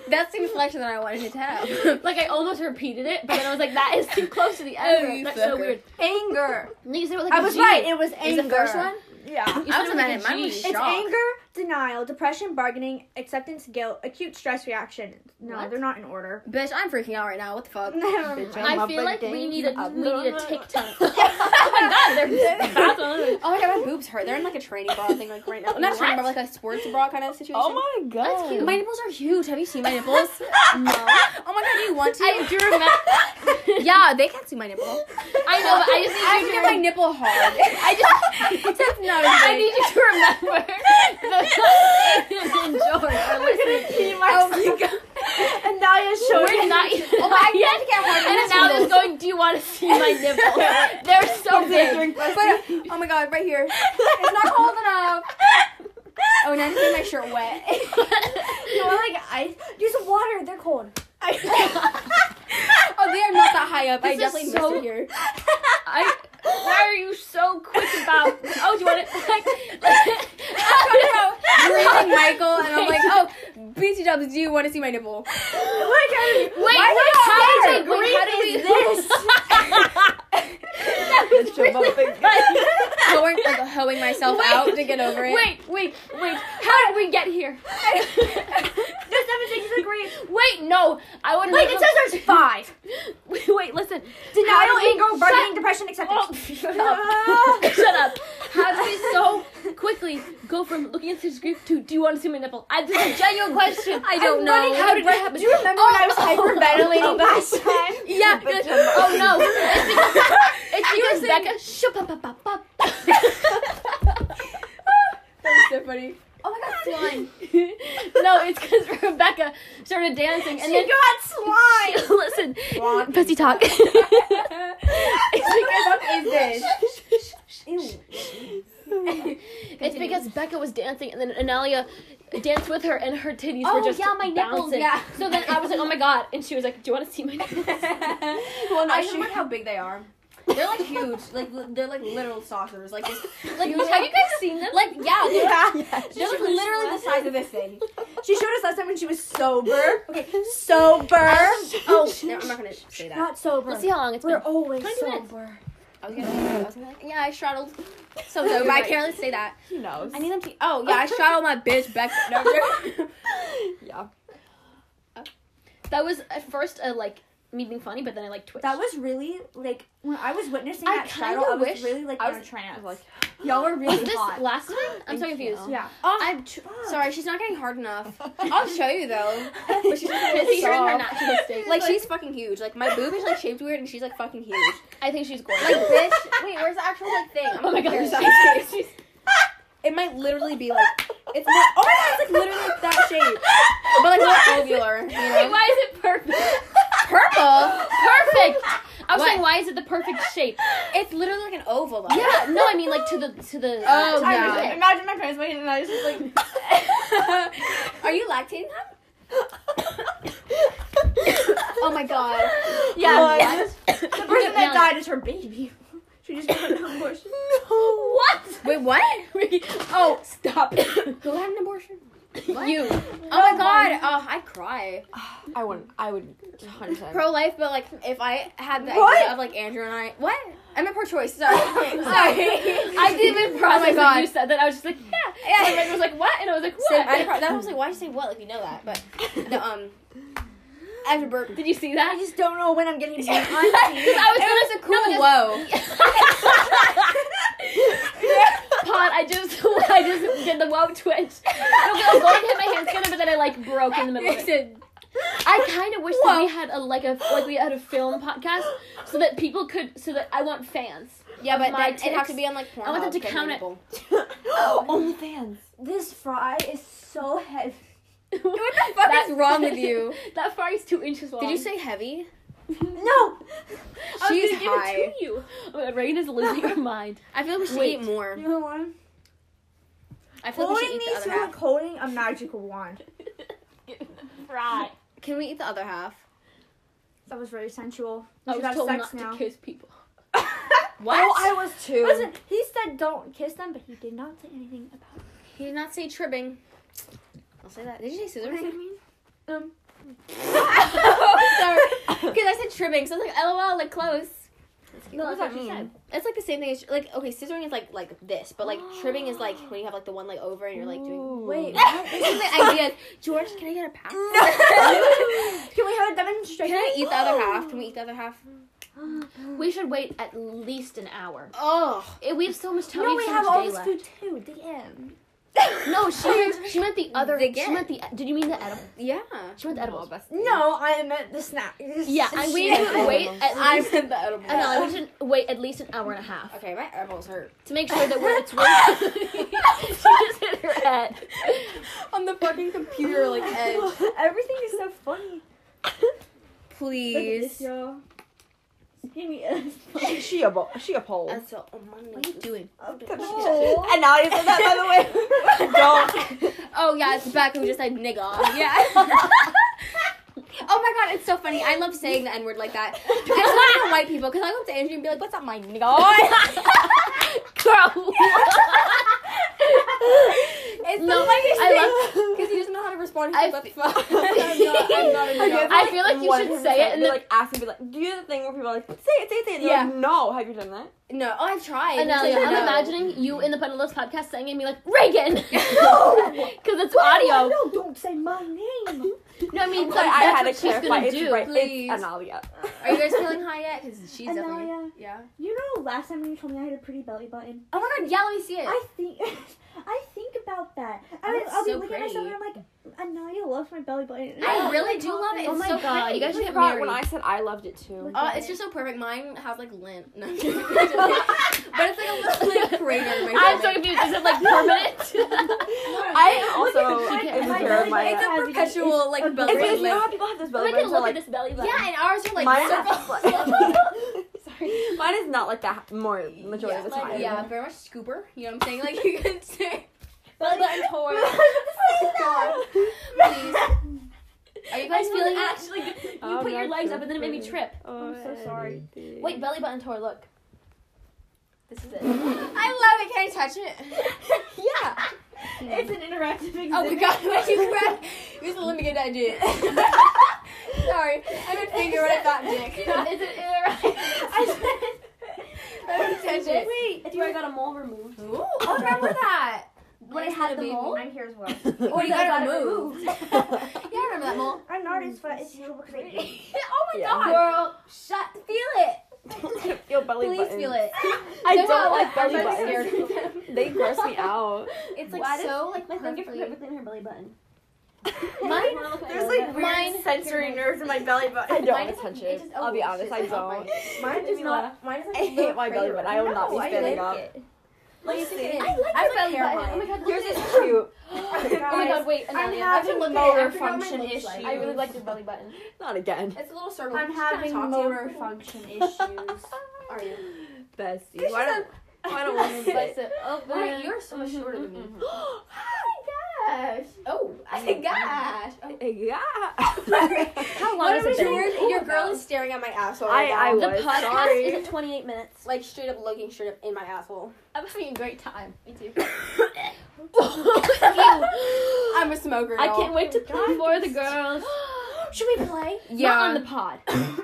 [SPEAKER 3] That's the inflection that I wanted to tell.
[SPEAKER 2] like I almost repeated it, but then I was like, that is too close to the end.
[SPEAKER 3] Oh, you
[SPEAKER 2] That's so
[SPEAKER 3] fucker.
[SPEAKER 2] weird.
[SPEAKER 1] Anger.
[SPEAKER 2] And then you said it with, like
[SPEAKER 1] I
[SPEAKER 2] a
[SPEAKER 1] was
[SPEAKER 2] G.
[SPEAKER 1] right. It was anger.
[SPEAKER 3] Is the first one?
[SPEAKER 1] Yeah.
[SPEAKER 2] You
[SPEAKER 3] I
[SPEAKER 2] said
[SPEAKER 3] was
[SPEAKER 2] it
[SPEAKER 3] mad
[SPEAKER 2] with
[SPEAKER 3] at
[SPEAKER 2] a
[SPEAKER 3] mine
[SPEAKER 2] G.
[SPEAKER 3] was
[SPEAKER 2] It's
[SPEAKER 1] It's
[SPEAKER 3] Shock.
[SPEAKER 1] anger, denial, depression, bargaining, acceptance, guilt, acute stress reaction. No,
[SPEAKER 2] What?
[SPEAKER 1] they're not in order.
[SPEAKER 3] Bitch, I'm freaking out right now. What the fuck?
[SPEAKER 1] Never
[SPEAKER 4] Bitch,
[SPEAKER 1] mind.
[SPEAKER 4] I'm
[SPEAKER 2] I
[SPEAKER 4] my
[SPEAKER 2] feel like we
[SPEAKER 4] birthday.
[SPEAKER 2] need a
[SPEAKER 4] Uh,
[SPEAKER 2] we need a TikTok.
[SPEAKER 3] Oh my god, my boobs hurt. They're in like a training bra thing, like right now. Not a training bra, but like a sports bra kind of situation.
[SPEAKER 4] Oh my god.
[SPEAKER 2] That's cute.
[SPEAKER 3] My nipples are huge. Have you seen my nipples? no. Oh my god, do you want to?
[SPEAKER 2] I do remember.
[SPEAKER 3] yeah, they can't see my nipple.
[SPEAKER 2] I know, but I just need you
[SPEAKER 3] I can
[SPEAKER 2] to
[SPEAKER 3] get
[SPEAKER 2] remember.
[SPEAKER 3] my nipple hard. I just that's not a
[SPEAKER 2] I
[SPEAKER 3] thing.
[SPEAKER 2] need you to remember the and George are listening.
[SPEAKER 3] Oh my god.
[SPEAKER 1] and now you're showing.
[SPEAKER 2] We're not. Oh
[SPEAKER 3] But I have to get hard.
[SPEAKER 2] And now they're going. Do you want to see my nipple? They're so big.
[SPEAKER 3] But, oh my god, right here. It's not cold enough. Oh, now I'm getting my shirt wet.
[SPEAKER 1] You're like ice. Use the water. They're cold.
[SPEAKER 3] oh, they are not that high up. I
[SPEAKER 2] This is
[SPEAKER 3] definitely
[SPEAKER 2] so-
[SPEAKER 3] missed it here.
[SPEAKER 2] I. Why are you so quick about? Oh, do you want to?
[SPEAKER 3] talking about breathing Michael, and I'm like, oh, BT Dubs, do you want to see my nipple?
[SPEAKER 2] wait, wait, how do we? Wait, how do we?
[SPEAKER 1] This.
[SPEAKER 4] That's your mom thing.
[SPEAKER 3] Hoeing, like, hoeing myself
[SPEAKER 2] Wait.
[SPEAKER 3] out to get over it.
[SPEAKER 2] Wait, wait, wait. How did we get here?
[SPEAKER 1] There's seven things is agree.
[SPEAKER 2] Wait, no. I want to.
[SPEAKER 1] Wait, it says there's five.
[SPEAKER 2] Wait, wait, listen.
[SPEAKER 1] Denial,
[SPEAKER 2] How do we-
[SPEAKER 1] anger, bargaining, depression, acceptance.
[SPEAKER 2] Oh, shut up. shut up. How do we so quickly go from looking at this group to do you want to see my nipple? I just a genuine question. I
[SPEAKER 3] don't
[SPEAKER 2] running
[SPEAKER 3] know.
[SPEAKER 2] How did that happen?
[SPEAKER 1] Do you remember when I
[SPEAKER 3] Oh.
[SPEAKER 1] was hyperventilating last time?
[SPEAKER 2] yeah. you're like, oh no. It's because, it's because Becca. Shut up, up, up, up.
[SPEAKER 3] That was so funny. Oh my god, slime.
[SPEAKER 2] no, it's because Rebecca started dancing and then
[SPEAKER 1] got slime.
[SPEAKER 2] listen, pussy talk.
[SPEAKER 3] What the fuck is this?
[SPEAKER 2] It's because Becca was dancing, and then Analia danced with her, and her titties were Oh, just yeah, my nipples, bouncing.
[SPEAKER 3] yeah.
[SPEAKER 2] So then I was like, "Oh my god!" And she was like, "Do you want to see my nipples?"
[SPEAKER 3] well, no, I remember how big they are. They're like huge. Like li- they're like literal saucers. Like this.
[SPEAKER 2] Like, have you guys seen them?
[SPEAKER 3] Like yeah, they're, they're like
[SPEAKER 2] Just
[SPEAKER 3] literally the size of this thing.
[SPEAKER 1] She showed us last time when she was sober. Okay, sober.
[SPEAKER 3] Oh, no, I'm not gonna say that.
[SPEAKER 1] Not sober.
[SPEAKER 2] Let's see how long it's
[SPEAKER 1] We're
[SPEAKER 2] been.
[SPEAKER 1] always
[SPEAKER 2] 20 minutes.
[SPEAKER 1] sober.
[SPEAKER 3] I was gonna. I was gonna yeah, I straddled. So no, but I can't really say that.
[SPEAKER 4] Who knows?
[SPEAKER 3] I need them to. Oh yeah, I straddled my bitch back. No, I'm joking.
[SPEAKER 4] yeah.
[SPEAKER 2] That was at first a like me being funny, but then I like twitched.
[SPEAKER 1] That was really like when I was witnessing
[SPEAKER 2] I
[SPEAKER 1] that
[SPEAKER 2] kinda
[SPEAKER 1] shadow. I was
[SPEAKER 2] wish-
[SPEAKER 1] really like
[SPEAKER 4] I
[SPEAKER 1] in
[SPEAKER 4] was-
[SPEAKER 1] a trance.
[SPEAKER 4] like-
[SPEAKER 1] Y'all were really
[SPEAKER 2] Was this
[SPEAKER 1] hot.
[SPEAKER 2] last time. I'm so
[SPEAKER 4] Thank you.
[SPEAKER 2] confused.
[SPEAKER 1] yeah.
[SPEAKER 3] I'm tr- sorry. She's not getting hard enough. I'll show you though. But she's
[SPEAKER 2] Pissy
[SPEAKER 3] not getting
[SPEAKER 2] her
[SPEAKER 3] soft.
[SPEAKER 2] natural state.
[SPEAKER 3] Like she's fucking huge. Like my boob is like shaped weird, and she's like fucking huge.
[SPEAKER 2] I think she's gorgeous.
[SPEAKER 3] Like bitch. Wait, where's the actual like thing? I'm
[SPEAKER 2] oh my god,
[SPEAKER 3] gonna
[SPEAKER 2] she's,
[SPEAKER 3] compare
[SPEAKER 2] she's,
[SPEAKER 3] It might literally be like it's not. Oh my god, it's like literally like that shape, but like not ovular. You
[SPEAKER 2] Wait,
[SPEAKER 3] know?
[SPEAKER 2] why is it perfect?
[SPEAKER 3] Purple.
[SPEAKER 2] Perfect. I was
[SPEAKER 3] What?
[SPEAKER 2] saying, why is it the perfect shape?
[SPEAKER 3] It's literally like an oval. Though.
[SPEAKER 2] Yeah. No, I mean like to the to the.
[SPEAKER 3] Oh,
[SPEAKER 2] to the
[SPEAKER 3] yeah.
[SPEAKER 2] dick.
[SPEAKER 1] Imagine my parents waiting and I was just like,
[SPEAKER 3] Are you lactating him? Oh my god.
[SPEAKER 2] Yeah.
[SPEAKER 4] What?
[SPEAKER 2] yeah.
[SPEAKER 1] the person that
[SPEAKER 2] Yeah.
[SPEAKER 1] died is her baby. She just got an abortion.
[SPEAKER 2] What?
[SPEAKER 3] Wait, what?
[SPEAKER 2] Oh, stop.
[SPEAKER 3] Who had an abortion?
[SPEAKER 2] You.
[SPEAKER 3] Oh my god. Oh, I'd cry.
[SPEAKER 4] I wouldn't. I would. 100%.
[SPEAKER 3] Pro life, but like if I had the
[SPEAKER 1] What?
[SPEAKER 3] idea of like Andrew and I. What? I meant pro choice. Sorry. Sorry.
[SPEAKER 2] I didn't even process
[SPEAKER 3] Oh my
[SPEAKER 2] that
[SPEAKER 3] God.
[SPEAKER 2] you said that. I was just like, yeah.
[SPEAKER 3] Yeah.
[SPEAKER 2] And my friend was like, what? And I was like, what?
[SPEAKER 3] Same, I, pro- that was like, why you say what? Like you know that, but no, um, I have to burp.
[SPEAKER 2] Did you see that?
[SPEAKER 1] I just don't know when I'm getting born.
[SPEAKER 2] Because I was
[SPEAKER 3] it was a cool whoa.
[SPEAKER 2] Pod, I just, I just did the wow twitch. I was going to hit my hand scanner, but then I like broke in the middle of it. I kind of wish that we had a like a like we had a film podcast so that people could so that I want fans.
[SPEAKER 3] Yeah, but
[SPEAKER 2] My
[SPEAKER 3] then it'd have
[SPEAKER 2] tits.
[SPEAKER 3] to be on like porn.
[SPEAKER 2] I want them to count it.
[SPEAKER 4] OnlyFans.
[SPEAKER 1] This fry is so heavy.
[SPEAKER 2] what
[SPEAKER 3] the fuck is wrong with you?
[SPEAKER 2] that far is two inches long.
[SPEAKER 3] Did you say heavy?
[SPEAKER 1] No,
[SPEAKER 2] I was
[SPEAKER 3] She's
[SPEAKER 2] gonna
[SPEAKER 3] high.
[SPEAKER 2] give it to you. Oh my god, Reagan is losing her mind.
[SPEAKER 3] I feel like we should
[SPEAKER 2] Wait.
[SPEAKER 3] eat more.
[SPEAKER 1] you know what?
[SPEAKER 3] I feel like we
[SPEAKER 1] Holding
[SPEAKER 3] should eat the
[SPEAKER 1] these
[SPEAKER 3] other
[SPEAKER 1] feel like
[SPEAKER 3] half.
[SPEAKER 1] holding a magical wand.
[SPEAKER 2] Right.
[SPEAKER 3] Can we eat the other half?
[SPEAKER 1] That was very sensual.
[SPEAKER 2] I
[SPEAKER 1] You
[SPEAKER 2] was
[SPEAKER 1] got
[SPEAKER 2] told
[SPEAKER 1] sex
[SPEAKER 2] not
[SPEAKER 1] now.
[SPEAKER 2] to kiss people.
[SPEAKER 4] What? Oh, I was too.
[SPEAKER 1] Listen, he said don't kiss them, but he did not say anything about it.
[SPEAKER 3] He did not say tribbing. I'll say that. Did you say scissors?
[SPEAKER 1] Um,
[SPEAKER 3] oh, sorry. Because I said tribbing, so I was like, lol, like close. Let's keep
[SPEAKER 1] No,
[SPEAKER 3] going.
[SPEAKER 1] that's what she said.
[SPEAKER 3] It's like the same thing as like okay, scissoring is like like this, but like trimming is like when you have like the one leg over and you're like doing.
[SPEAKER 1] Wait,
[SPEAKER 3] This is the idea. George, can I get a pass?
[SPEAKER 1] Can we have a demonstration?
[SPEAKER 3] Can I eat the other half? Can we eat the other half?
[SPEAKER 2] We should wait at least an hour.
[SPEAKER 3] Oh,
[SPEAKER 2] Eh, We have so much time.
[SPEAKER 1] No, we
[SPEAKER 2] so
[SPEAKER 1] have
[SPEAKER 2] much
[SPEAKER 1] all
[SPEAKER 2] day
[SPEAKER 1] this
[SPEAKER 2] left.
[SPEAKER 1] food too. DM.
[SPEAKER 2] No, she meant, she meant the other.
[SPEAKER 3] The
[SPEAKER 2] she meant the. Did you mean the edible?
[SPEAKER 3] yeah.
[SPEAKER 2] She meant the edibles.
[SPEAKER 1] No, I meant the snack.
[SPEAKER 2] Yeah, and we
[SPEAKER 1] Shit.
[SPEAKER 2] should wait at
[SPEAKER 3] I
[SPEAKER 2] least.
[SPEAKER 3] said the edible.
[SPEAKER 2] I know, we should wait at least an hour and a half
[SPEAKER 3] Okay, my elbows hurt.
[SPEAKER 2] to make sure that we're. It's worth. she just hit her head.
[SPEAKER 3] On the fucking computer, like edge.
[SPEAKER 1] Everything is so funny. Look at this,
[SPEAKER 3] Please.
[SPEAKER 1] y'all. Give me a-
[SPEAKER 4] she a bo- she a pole.
[SPEAKER 3] That's so. Oh, my
[SPEAKER 2] What are you doing?
[SPEAKER 1] Oh.
[SPEAKER 4] And now you said that by the way. Don't.
[SPEAKER 3] Oh yeah, it's Beck who just said nigga. Yeah. oh my god, it's so funny. I love saying the N word like that. I just want to know white people because I go up to Andrew and be like, "What's up, my nigga?"
[SPEAKER 2] Girl.
[SPEAKER 3] it's
[SPEAKER 2] No,
[SPEAKER 3] the funniest
[SPEAKER 2] I
[SPEAKER 3] thing
[SPEAKER 2] love.
[SPEAKER 3] because he doesn't know how to respond.
[SPEAKER 2] I
[SPEAKER 3] He's like, "What the fuck?" I'm not, I'm not a nigga.
[SPEAKER 2] I feel like you should say it and
[SPEAKER 4] Be
[SPEAKER 2] then-
[SPEAKER 4] like ask and be like, do you do the thing where people are like, say it, say it, say it. Yeah.
[SPEAKER 3] Yeah.
[SPEAKER 4] Like, no, have you done that?
[SPEAKER 3] No, oh, I've tried. He's
[SPEAKER 2] Analia,
[SPEAKER 3] like,
[SPEAKER 2] I'm
[SPEAKER 3] "No."
[SPEAKER 2] imagining you in the Pendulous podcast saying and be like, Reagan! Because it's audio.
[SPEAKER 1] No, don't say my name.
[SPEAKER 2] No, I mean, that's
[SPEAKER 4] But I had to
[SPEAKER 2] what she's
[SPEAKER 4] clarify.
[SPEAKER 2] going to
[SPEAKER 4] It's
[SPEAKER 2] do.
[SPEAKER 4] right.
[SPEAKER 3] please.
[SPEAKER 4] It's Analia.
[SPEAKER 3] Are you guys feeling high yet? Because she's definitely.
[SPEAKER 1] Analia,
[SPEAKER 3] Yeah.
[SPEAKER 1] you know, last time when you told me I had a pretty belly button,
[SPEAKER 3] Oh my god, yeah, let me see it.
[SPEAKER 1] I think, I think about that. I mean,
[SPEAKER 3] That's
[SPEAKER 1] I'll be
[SPEAKER 3] so
[SPEAKER 1] looking at myself and I'm like, Analia loves my belly button.
[SPEAKER 3] I really do love it.
[SPEAKER 2] Oh
[SPEAKER 3] It's
[SPEAKER 2] my
[SPEAKER 3] so
[SPEAKER 2] God,
[SPEAKER 3] pretty.
[SPEAKER 2] you guys should
[SPEAKER 4] I
[SPEAKER 2] get
[SPEAKER 4] forgot when I
[SPEAKER 2] married. Uh,
[SPEAKER 4] said I loved it too.
[SPEAKER 1] Like-
[SPEAKER 3] Oh, it's just so perfect. Mine has like lint. No, I'm kidding. but it's like a little like crater in my
[SPEAKER 2] I'm so
[SPEAKER 3] stomach.
[SPEAKER 2] confused. Is it like permanent?
[SPEAKER 4] I am also
[SPEAKER 2] She can't-
[SPEAKER 1] my
[SPEAKER 4] insecure
[SPEAKER 1] belly
[SPEAKER 4] of my.
[SPEAKER 1] button
[SPEAKER 4] It's
[SPEAKER 1] has-
[SPEAKER 3] perpetual,
[SPEAKER 1] is-
[SPEAKER 3] like,
[SPEAKER 1] okay.
[SPEAKER 3] belly
[SPEAKER 4] because
[SPEAKER 3] button.
[SPEAKER 4] you know how people have this
[SPEAKER 2] I
[SPEAKER 4] belly
[SPEAKER 2] can
[SPEAKER 4] button. so,
[SPEAKER 2] look
[SPEAKER 4] like,
[SPEAKER 2] at this belly button.
[SPEAKER 3] Yeah, and ours are like
[SPEAKER 4] mine
[SPEAKER 3] circles.
[SPEAKER 4] has. Sorry. Mine is not like that more majority
[SPEAKER 3] yeah,
[SPEAKER 4] of the
[SPEAKER 3] like-
[SPEAKER 4] time.
[SPEAKER 3] yeah, very much scooper. You know what I'm saying? Like you can say belly button tour.
[SPEAKER 4] Oh
[SPEAKER 3] Please. Are you guys feeling that?
[SPEAKER 2] actually You
[SPEAKER 4] Oh,
[SPEAKER 2] put your
[SPEAKER 4] that's
[SPEAKER 2] legs
[SPEAKER 4] so
[SPEAKER 2] up and then it made me
[SPEAKER 4] pretty.
[SPEAKER 2] trip.
[SPEAKER 1] I'm so sorry.
[SPEAKER 2] Wait, belly button tour, look. This is it.
[SPEAKER 3] I love it. Can I touch it?
[SPEAKER 1] yeah. It's an interactive exhibit.
[SPEAKER 3] Oh my god, when you grab you just let me get that dick. Sorry, I didn't figure what I thought dick.
[SPEAKER 2] Is it
[SPEAKER 3] I said let me touch it.
[SPEAKER 1] Wait, do
[SPEAKER 2] I
[SPEAKER 1] I,
[SPEAKER 2] got a mole removed.
[SPEAKER 3] Ooh, I Oh, remember that.
[SPEAKER 1] when I
[SPEAKER 3] Is it a
[SPEAKER 1] had the
[SPEAKER 3] baby?
[SPEAKER 1] mole, I'm here as well.
[SPEAKER 3] Oh, you
[SPEAKER 1] I
[SPEAKER 3] got
[SPEAKER 1] got
[SPEAKER 3] it
[SPEAKER 1] it
[SPEAKER 3] removed. yeah, I remember that mole.
[SPEAKER 1] I'm an artist, but it's true because I eat.
[SPEAKER 3] oh my
[SPEAKER 4] Yeah.
[SPEAKER 3] god, girl, shut, feel it.
[SPEAKER 4] Your belly
[SPEAKER 3] Please
[SPEAKER 4] button.
[SPEAKER 3] feel it.
[SPEAKER 4] I
[SPEAKER 3] They're
[SPEAKER 4] don't
[SPEAKER 3] not
[SPEAKER 4] like belly
[SPEAKER 3] I'm
[SPEAKER 4] buttons.
[SPEAKER 3] scared of them.
[SPEAKER 4] They gross me out.
[SPEAKER 3] It's like so like
[SPEAKER 2] My finger
[SPEAKER 3] perfectly.
[SPEAKER 2] fit within her belly button.
[SPEAKER 3] Mine,
[SPEAKER 2] There's
[SPEAKER 3] like, weird Mine- sensory
[SPEAKER 1] nerves in my belly
[SPEAKER 4] I
[SPEAKER 1] button.
[SPEAKER 4] don't
[SPEAKER 3] Mine
[SPEAKER 4] want
[SPEAKER 3] is
[SPEAKER 4] to
[SPEAKER 3] like-
[SPEAKER 4] touch
[SPEAKER 3] it
[SPEAKER 4] it.
[SPEAKER 3] just-
[SPEAKER 4] I'll be
[SPEAKER 3] oh,
[SPEAKER 4] honest,
[SPEAKER 3] shit.
[SPEAKER 4] I
[SPEAKER 3] Oh my-
[SPEAKER 4] don't.
[SPEAKER 1] Mine
[SPEAKER 4] Made
[SPEAKER 1] does
[SPEAKER 4] me
[SPEAKER 1] not. Mine is like a
[SPEAKER 4] I
[SPEAKER 1] little
[SPEAKER 4] hate my belly
[SPEAKER 1] crater.
[SPEAKER 4] button. I will
[SPEAKER 2] Oh,
[SPEAKER 4] not be
[SPEAKER 1] No, I
[SPEAKER 4] standing
[SPEAKER 1] like
[SPEAKER 4] up.
[SPEAKER 1] it.
[SPEAKER 3] Let me see.
[SPEAKER 1] it.
[SPEAKER 3] I like I belly
[SPEAKER 2] Oh my
[SPEAKER 3] button.
[SPEAKER 2] god, look
[SPEAKER 4] Yours
[SPEAKER 2] at
[SPEAKER 4] is
[SPEAKER 2] it.
[SPEAKER 4] cute.
[SPEAKER 2] Oh my
[SPEAKER 1] guys.
[SPEAKER 2] god, wait,
[SPEAKER 1] I'm
[SPEAKER 2] Analia.
[SPEAKER 1] having
[SPEAKER 3] look at it. I
[SPEAKER 1] motor
[SPEAKER 3] forgot what mine
[SPEAKER 1] function
[SPEAKER 3] looks
[SPEAKER 1] issues.
[SPEAKER 3] like.
[SPEAKER 2] I really like your belly button.
[SPEAKER 4] Not again.
[SPEAKER 3] It's a little circle.
[SPEAKER 1] I'm
[SPEAKER 3] Just kinda
[SPEAKER 1] having
[SPEAKER 3] talk to you.
[SPEAKER 1] motor function issues.
[SPEAKER 3] Are you?
[SPEAKER 4] Bestie. Why don't why don't women
[SPEAKER 2] Slice
[SPEAKER 4] bite?
[SPEAKER 2] it open.
[SPEAKER 3] Wait, you're so shorter than me.
[SPEAKER 1] oh my gosh.
[SPEAKER 3] Oh, I gosh. Oh.
[SPEAKER 4] Yeah.
[SPEAKER 2] How long
[SPEAKER 3] What
[SPEAKER 2] has it
[SPEAKER 3] is
[SPEAKER 2] been?
[SPEAKER 3] George, your girl is staring at my asshole.
[SPEAKER 4] I
[SPEAKER 3] right now.
[SPEAKER 4] I
[SPEAKER 2] The
[SPEAKER 4] was
[SPEAKER 2] podcast
[SPEAKER 4] sorry.
[SPEAKER 2] is 28 minutes.
[SPEAKER 3] like straight up looking straight up in my asshole.
[SPEAKER 2] I'm having a great time. Me too.
[SPEAKER 3] I'm a smoker.
[SPEAKER 2] I
[SPEAKER 3] y'all.
[SPEAKER 2] can't wait to play for the girls.
[SPEAKER 1] Should we play?
[SPEAKER 3] Yeah.
[SPEAKER 2] Not on the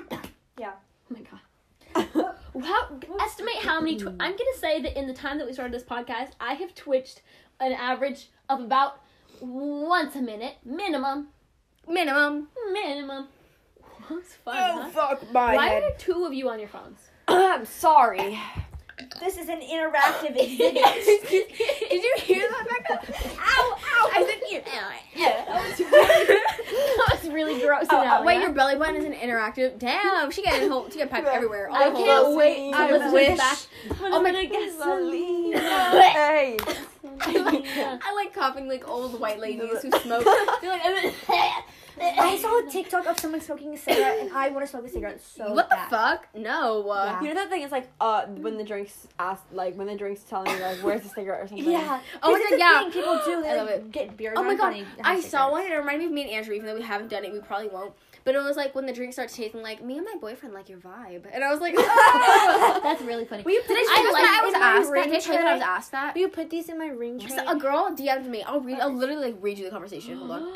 [SPEAKER 2] pod.
[SPEAKER 1] Yeah.
[SPEAKER 2] Oh my god. How, estimate how many. Tw- I'm gonna say that in the time that we started this podcast, I have twitched an average of about once a minute, minimum,
[SPEAKER 3] minimum.
[SPEAKER 2] minimum. That's fun. huh?
[SPEAKER 4] Oh, fuck my
[SPEAKER 2] Why are there two of you on your phones?
[SPEAKER 4] I'm sorry.
[SPEAKER 1] This is an interactive exhibit.
[SPEAKER 3] Did you hear that, Becca? ow, ow! I said you.
[SPEAKER 2] Oh, that was really gross.
[SPEAKER 4] Oh,
[SPEAKER 2] Analia.
[SPEAKER 3] Wait, your belly button isn't interactive. Damn, she got a whole, she got pipes everywhere. Oh, All
[SPEAKER 2] I
[SPEAKER 3] the
[SPEAKER 2] can't
[SPEAKER 3] whole-
[SPEAKER 2] wait to
[SPEAKER 3] I
[SPEAKER 2] listen to this
[SPEAKER 3] wish.
[SPEAKER 2] back.
[SPEAKER 3] Oh my
[SPEAKER 4] Gasoline.
[SPEAKER 3] Hey.
[SPEAKER 4] hey.
[SPEAKER 3] I like coughing like old white ladies who smoke. They're like, I'm
[SPEAKER 1] I saw a TikTok of someone smoking a cigarette, and I want to smoke a cigarette so
[SPEAKER 3] what the
[SPEAKER 1] bad.
[SPEAKER 3] fuck? No. Uh,
[SPEAKER 1] Yeah.
[SPEAKER 4] You know that thing? It's like uh when the drinks ask like when the drinks telling you like where's the cigarette or something.
[SPEAKER 1] Yeah.
[SPEAKER 3] Oh my
[SPEAKER 1] 'Cause it's
[SPEAKER 3] God,
[SPEAKER 1] a
[SPEAKER 3] yeah.
[SPEAKER 1] Thing people do. They
[SPEAKER 3] I love
[SPEAKER 1] like,
[SPEAKER 3] it.
[SPEAKER 1] Get beer.
[SPEAKER 3] Oh my god, I saw one and it reminded me of me and Andrew, even though we haven't done it, we probably won't. But it was like when the drinks start tasting like me and my boyfriend like your vibe, and I was like, oh!
[SPEAKER 2] That's really funny.
[SPEAKER 1] Will you put
[SPEAKER 3] did I
[SPEAKER 1] this
[SPEAKER 3] tell
[SPEAKER 1] in
[SPEAKER 3] you
[SPEAKER 1] my-
[SPEAKER 3] that I was
[SPEAKER 1] in my
[SPEAKER 3] asked that?
[SPEAKER 1] ring
[SPEAKER 3] Did I tell you that I was
[SPEAKER 1] tray?
[SPEAKER 3] asked that?
[SPEAKER 1] Will you put these in my ring tray?
[SPEAKER 3] So a girl DM'd me. I'll read. I'll literally like read you the conversation. Hold on.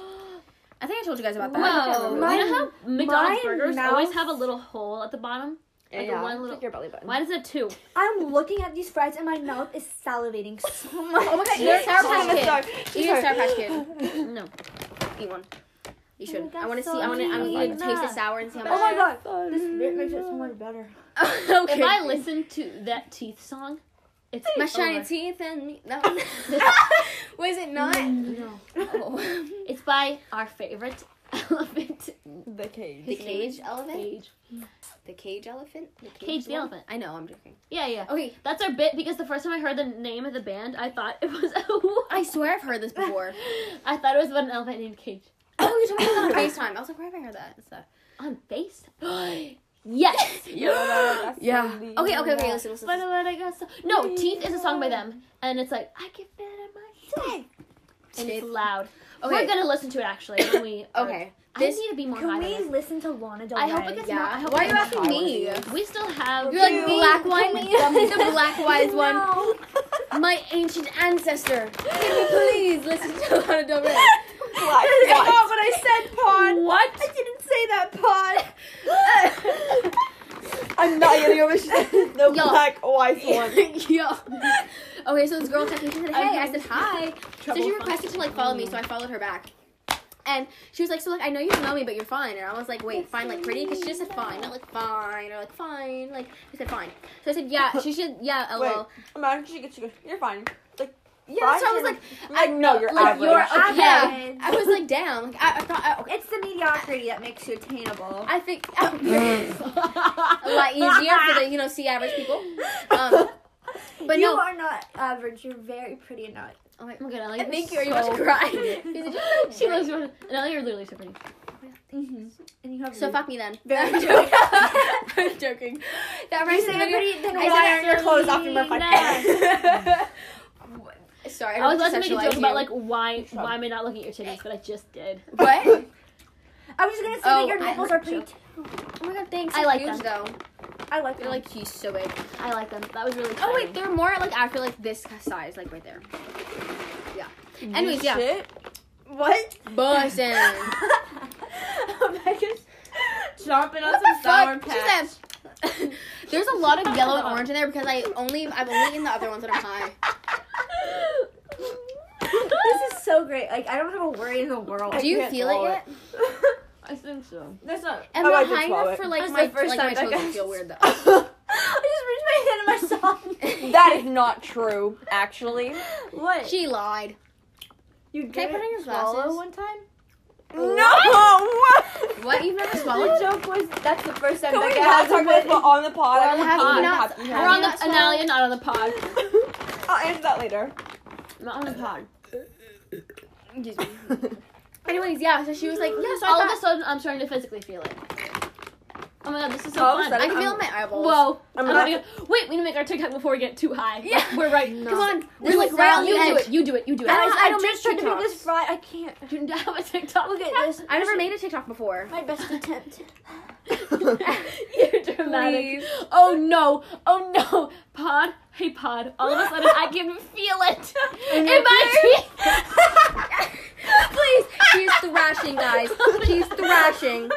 [SPEAKER 3] I think I told you guys about that. I
[SPEAKER 2] Whoa!
[SPEAKER 3] don't
[SPEAKER 2] You
[SPEAKER 3] remember.
[SPEAKER 1] Mine-
[SPEAKER 2] know how McDonald's
[SPEAKER 1] my
[SPEAKER 2] burgers always
[SPEAKER 1] mouth-
[SPEAKER 2] have a little hole at the bottom? Like
[SPEAKER 4] yeah.
[SPEAKER 2] one
[SPEAKER 4] It's
[SPEAKER 2] little.
[SPEAKER 4] like your belly button.
[SPEAKER 2] Why does it have two?
[SPEAKER 1] I'm looking at these fries and my mouth is salivating so much.
[SPEAKER 3] Oh my god, eat
[SPEAKER 4] You're
[SPEAKER 3] a Sour Patch
[SPEAKER 4] so
[SPEAKER 3] Kid.
[SPEAKER 4] sorry.
[SPEAKER 3] Eat a Sour Patch Kid.
[SPEAKER 2] No.
[SPEAKER 3] Eat one. You
[SPEAKER 1] my
[SPEAKER 3] should.
[SPEAKER 1] God,
[SPEAKER 3] I want to
[SPEAKER 1] so
[SPEAKER 3] see. I want to. I'm
[SPEAKER 1] mean.
[SPEAKER 3] gonna taste the sour and see how
[SPEAKER 1] Oh my
[SPEAKER 3] much.
[SPEAKER 1] god, this bit makes it
[SPEAKER 3] Mm.
[SPEAKER 1] so much better.
[SPEAKER 3] Oh
[SPEAKER 2] If I listen to that teeth song, it's
[SPEAKER 3] my shiny
[SPEAKER 2] over.
[SPEAKER 3] teeth and me. No. Was it not?
[SPEAKER 2] No.
[SPEAKER 3] Oh.
[SPEAKER 2] It's by our favorite elephant.
[SPEAKER 4] The cage.
[SPEAKER 3] The
[SPEAKER 2] His name
[SPEAKER 3] cage elephant.
[SPEAKER 2] Cage.
[SPEAKER 3] The cage elephant. The
[SPEAKER 2] Cage the
[SPEAKER 3] one? Oh.
[SPEAKER 2] elephant.
[SPEAKER 3] I know. I'm joking.
[SPEAKER 2] Yeah, yeah.
[SPEAKER 3] Okay.
[SPEAKER 2] That's our bit because the first time I heard the name of the band, I thought it was I
[SPEAKER 3] I swear I've heard this before.
[SPEAKER 2] thought it was about an elephant named Cage.
[SPEAKER 3] oh, you told me that on FaceTime. I was like, where have I heard that and stuff?
[SPEAKER 2] On base? yes!
[SPEAKER 4] Oh Yeah.
[SPEAKER 3] Okay, uh, okay, okay. Listen, listen.
[SPEAKER 2] But
[SPEAKER 3] listen.
[SPEAKER 2] what I got so- No, Teeth is a song by them. And it's like, I get better myself. And
[SPEAKER 3] Teeth.
[SPEAKER 2] it's loud.
[SPEAKER 3] Okay.
[SPEAKER 2] We're gonna listen to it actually when we are-
[SPEAKER 3] Okay.
[SPEAKER 2] I need to be more high
[SPEAKER 1] Can
[SPEAKER 2] on
[SPEAKER 1] we
[SPEAKER 2] this.
[SPEAKER 1] listen to Lana Del Rey?
[SPEAKER 2] I hope it gets
[SPEAKER 3] Yeah.
[SPEAKER 2] more I hope
[SPEAKER 3] Why
[SPEAKER 2] it
[SPEAKER 3] are you
[SPEAKER 2] gets
[SPEAKER 3] asking
[SPEAKER 2] more
[SPEAKER 3] me?
[SPEAKER 2] high. We still have
[SPEAKER 3] You're like black wine. the black wise one.
[SPEAKER 1] No.
[SPEAKER 3] My ancient ancestor. Can you please listen to Lana Del Rey?
[SPEAKER 4] Black
[SPEAKER 1] That's not what I said, Pod.
[SPEAKER 2] What?
[SPEAKER 1] I didn't say that, Pod.
[SPEAKER 4] I'm not getting over she said the
[SPEAKER 3] Yo.
[SPEAKER 4] black white one.
[SPEAKER 3] Yo. Okay, so this girl texted me. She said, "Hey," I
[SPEAKER 2] I'm-
[SPEAKER 3] said, "Hi." So she requested to like follow me, so I followed her back. And she was like, "So like, I know you don't know me, but you're fine." And I was like, "Wait, fine, like pretty?" Because she just said fine, not like fine or like fine. Like she said fine. So I said, "Yeah." She said, "Yeah."
[SPEAKER 4] Wait,
[SPEAKER 3] Lol.
[SPEAKER 4] imagine she gets, she goes, you're fine. Like,
[SPEAKER 3] Yeah. So I
[SPEAKER 4] fine,
[SPEAKER 3] was like,
[SPEAKER 4] I'm like, no, you're
[SPEAKER 3] like,
[SPEAKER 4] average.
[SPEAKER 3] you're okay.
[SPEAKER 1] Average.
[SPEAKER 3] I was like, "Damn." Like I, I thought. I, okay.
[SPEAKER 1] It's the mediocrity that makes you attainable.
[SPEAKER 3] I think Um, a lot easier for the you know see average people. Um, but
[SPEAKER 1] you
[SPEAKER 3] no,
[SPEAKER 1] are not average. You're very pretty and not.
[SPEAKER 3] oh, wait.
[SPEAKER 2] Oh my god, I like
[SPEAKER 3] I think
[SPEAKER 2] this
[SPEAKER 3] you're
[SPEAKER 2] so
[SPEAKER 3] about to cry.
[SPEAKER 2] She loves you. No, you're literally so pretty.
[SPEAKER 1] Mm-hmm. And you have.
[SPEAKER 3] So
[SPEAKER 1] really-
[SPEAKER 3] fuck me then.
[SPEAKER 4] Very
[SPEAKER 3] I'm joking. I'm joking. That
[SPEAKER 1] You
[SPEAKER 3] reminds
[SPEAKER 1] say
[SPEAKER 3] me of
[SPEAKER 1] I'm
[SPEAKER 3] video.
[SPEAKER 1] pretty. Then
[SPEAKER 3] I
[SPEAKER 1] why
[SPEAKER 3] said
[SPEAKER 1] aren't your clothes off your
[SPEAKER 2] really
[SPEAKER 1] podcast?
[SPEAKER 3] Sorry, I,
[SPEAKER 2] I was
[SPEAKER 3] don't
[SPEAKER 2] about to make a
[SPEAKER 3] sexualize
[SPEAKER 2] joke about
[SPEAKER 3] you.
[SPEAKER 2] like why why am I not looking at your titties, but I just did.
[SPEAKER 3] what?
[SPEAKER 1] I was just gonna say that
[SPEAKER 3] Oh,
[SPEAKER 1] your
[SPEAKER 3] I
[SPEAKER 1] nipples
[SPEAKER 3] like
[SPEAKER 1] are pretty.
[SPEAKER 3] Oh my god, thanks.
[SPEAKER 2] I like
[SPEAKER 3] huge,
[SPEAKER 2] them.
[SPEAKER 3] though.
[SPEAKER 1] I like
[SPEAKER 3] They're
[SPEAKER 1] them.
[SPEAKER 3] like he's so big.
[SPEAKER 2] I like them. That was really.
[SPEAKER 3] Oh wait,
[SPEAKER 2] exciting.
[SPEAKER 3] they're more like after like this size, like right there. Yeah. Anyways, yeah.
[SPEAKER 4] Shit.
[SPEAKER 1] what?
[SPEAKER 3] Bussin.
[SPEAKER 1] Megan's jumping on
[SPEAKER 3] Oh
[SPEAKER 1] some
[SPEAKER 3] What the
[SPEAKER 1] sour
[SPEAKER 3] fuck?
[SPEAKER 1] patch.
[SPEAKER 3] She said. There's a lot of yellow and orange in there because I only I've only eaten the other ones that are high.
[SPEAKER 1] this is so great. Like I don't have a worry in the world.
[SPEAKER 4] I
[SPEAKER 3] Do you
[SPEAKER 4] can't
[SPEAKER 3] feel it
[SPEAKER 4] swallow
[SPEAKER 3] yet?
[SPEAKER 2] I think so.
[SPEAKER 1] That's not.
[SPEAKER 3] I'm
[SPEAKER 4] Oh, I
[SPEAKER 3] not
[SPEAKER 4] did
[SPEAKER 3] high
[SPEAKER 4] swallow
[SPEAKER 3] enough
[SPEAKER 4] it.
[SPEAKER 3] for like
[SPEAKER 1] That's
[SPEAKER 3] my
[SPEAKER 1] the first
[SPEAKER 3] like
[SPEAKER 1] time
[SPEAKER 3] my
[SPEAKER 1] that
[SPEAKER 3] toes to
[SPEAKER 1] goes-
[SPEAKER 3] feel weird though.
[SPEAKER 1] I just reached my hand in my sock.
[SPEAKER 4] That is not true, actually.
[SPEAKER 1] What?
[SPEAKER 3] She lied.
[SPEAKER 1] you
[SPEAKER 3] Can I put on your glasses?
[SPEAKER 1] one time?
[SPEAKER 4] No!
[SPEAKER 3] What? You've never
[SPEAKER 1] The
[SPEAKER 3] swallowed?
[SPEAKER 1] joke was that's the first time
[SPEAKER 4] Can we
[SPEAKER 1] that
[SPEAKER 4] not
[SPEAKER 1] has
[SPEAKER 4] talk about this but on the pod?
[SPEAKER 3] We're
[SPEAKER 4] I
[SPEAKER 3] on
[SPEAKER 4] don't
[SPEAKER 3] the
[SPEAKER 4] have
[SPEAKER 2] pod.
[SPEAKER 4] any
[SPEAKER 3] Not-
[SPEAKER 4] happy-
[SPEAKER 2] We're on the
[SPEAKER 3] not
[SPEAKER 2] an
[SPEAKER 3] swallow.
[SPEAKER 2] alien, not on the pod.
[SPEAKER 4] I'll answer that later.
[SPEAKER 2] Not on the pod.
[SPEAKER 3] Excuse me. Anyways, yeah. So she was like, yeah. So I
[SPEAKER 2] All
[SPEAKER 3] thought
[SPEAKER 2] of a sudden, I'm starting to physically feel it. Oh my god, this is so
[SPEAKER 4] All of a
[SPEAKER 2] fun.
[SPEAKER 4] sudden-
[SPEAKER 3] I can feel it Um, in my eyeballs.
[SPEAKER 2] Whoa!
[SPEAKER 4] I'm
[SPEAKER 3] Oh
[SPEAKER 2] I'm
[SPEAKER 4] about
[SPEAKER 2] gonna- wait, we need to make our TikTok before we get too high.
[SPEAKER 3] Yeah.
[SPEAKER 2] we're right.
[SPEAKER 3] Come on,
[SPEAKER 2] We're like right on the
[SPEAKER 3] you
[SPEAKER 2] edge.
[SPEAKER 3] do it.
[SPEAKER 2] You do it. You do it.
[SPEAKER 3] I
[SPEAKER 1] Guys,
[SPEAKER 3] don't-
[SPEAKER 1] I,
[SPEAKER 3] I don't
[SPEAKER 1] just
[SPEAKER 3] make
[SPEAKER 1] tried to make this
[SPEAKER 3] TikToks.
[SPEAKER 1] fry. I can't.
[SPEAKER 2] Do not have a TikTok.
[SPEAKER 1] Look at this.
[SPEAKER 3] I never made a TikTok before.
[SPEAKER 1] My best attempt.
[SPEAKER 2] You're dramatic. Oh no! Oh no! Pod, hey Pod! All of a sudden, I can feel it in, my teeth.
[SPEAKER 3] Please, she's thrashing, guys. She's thrashing.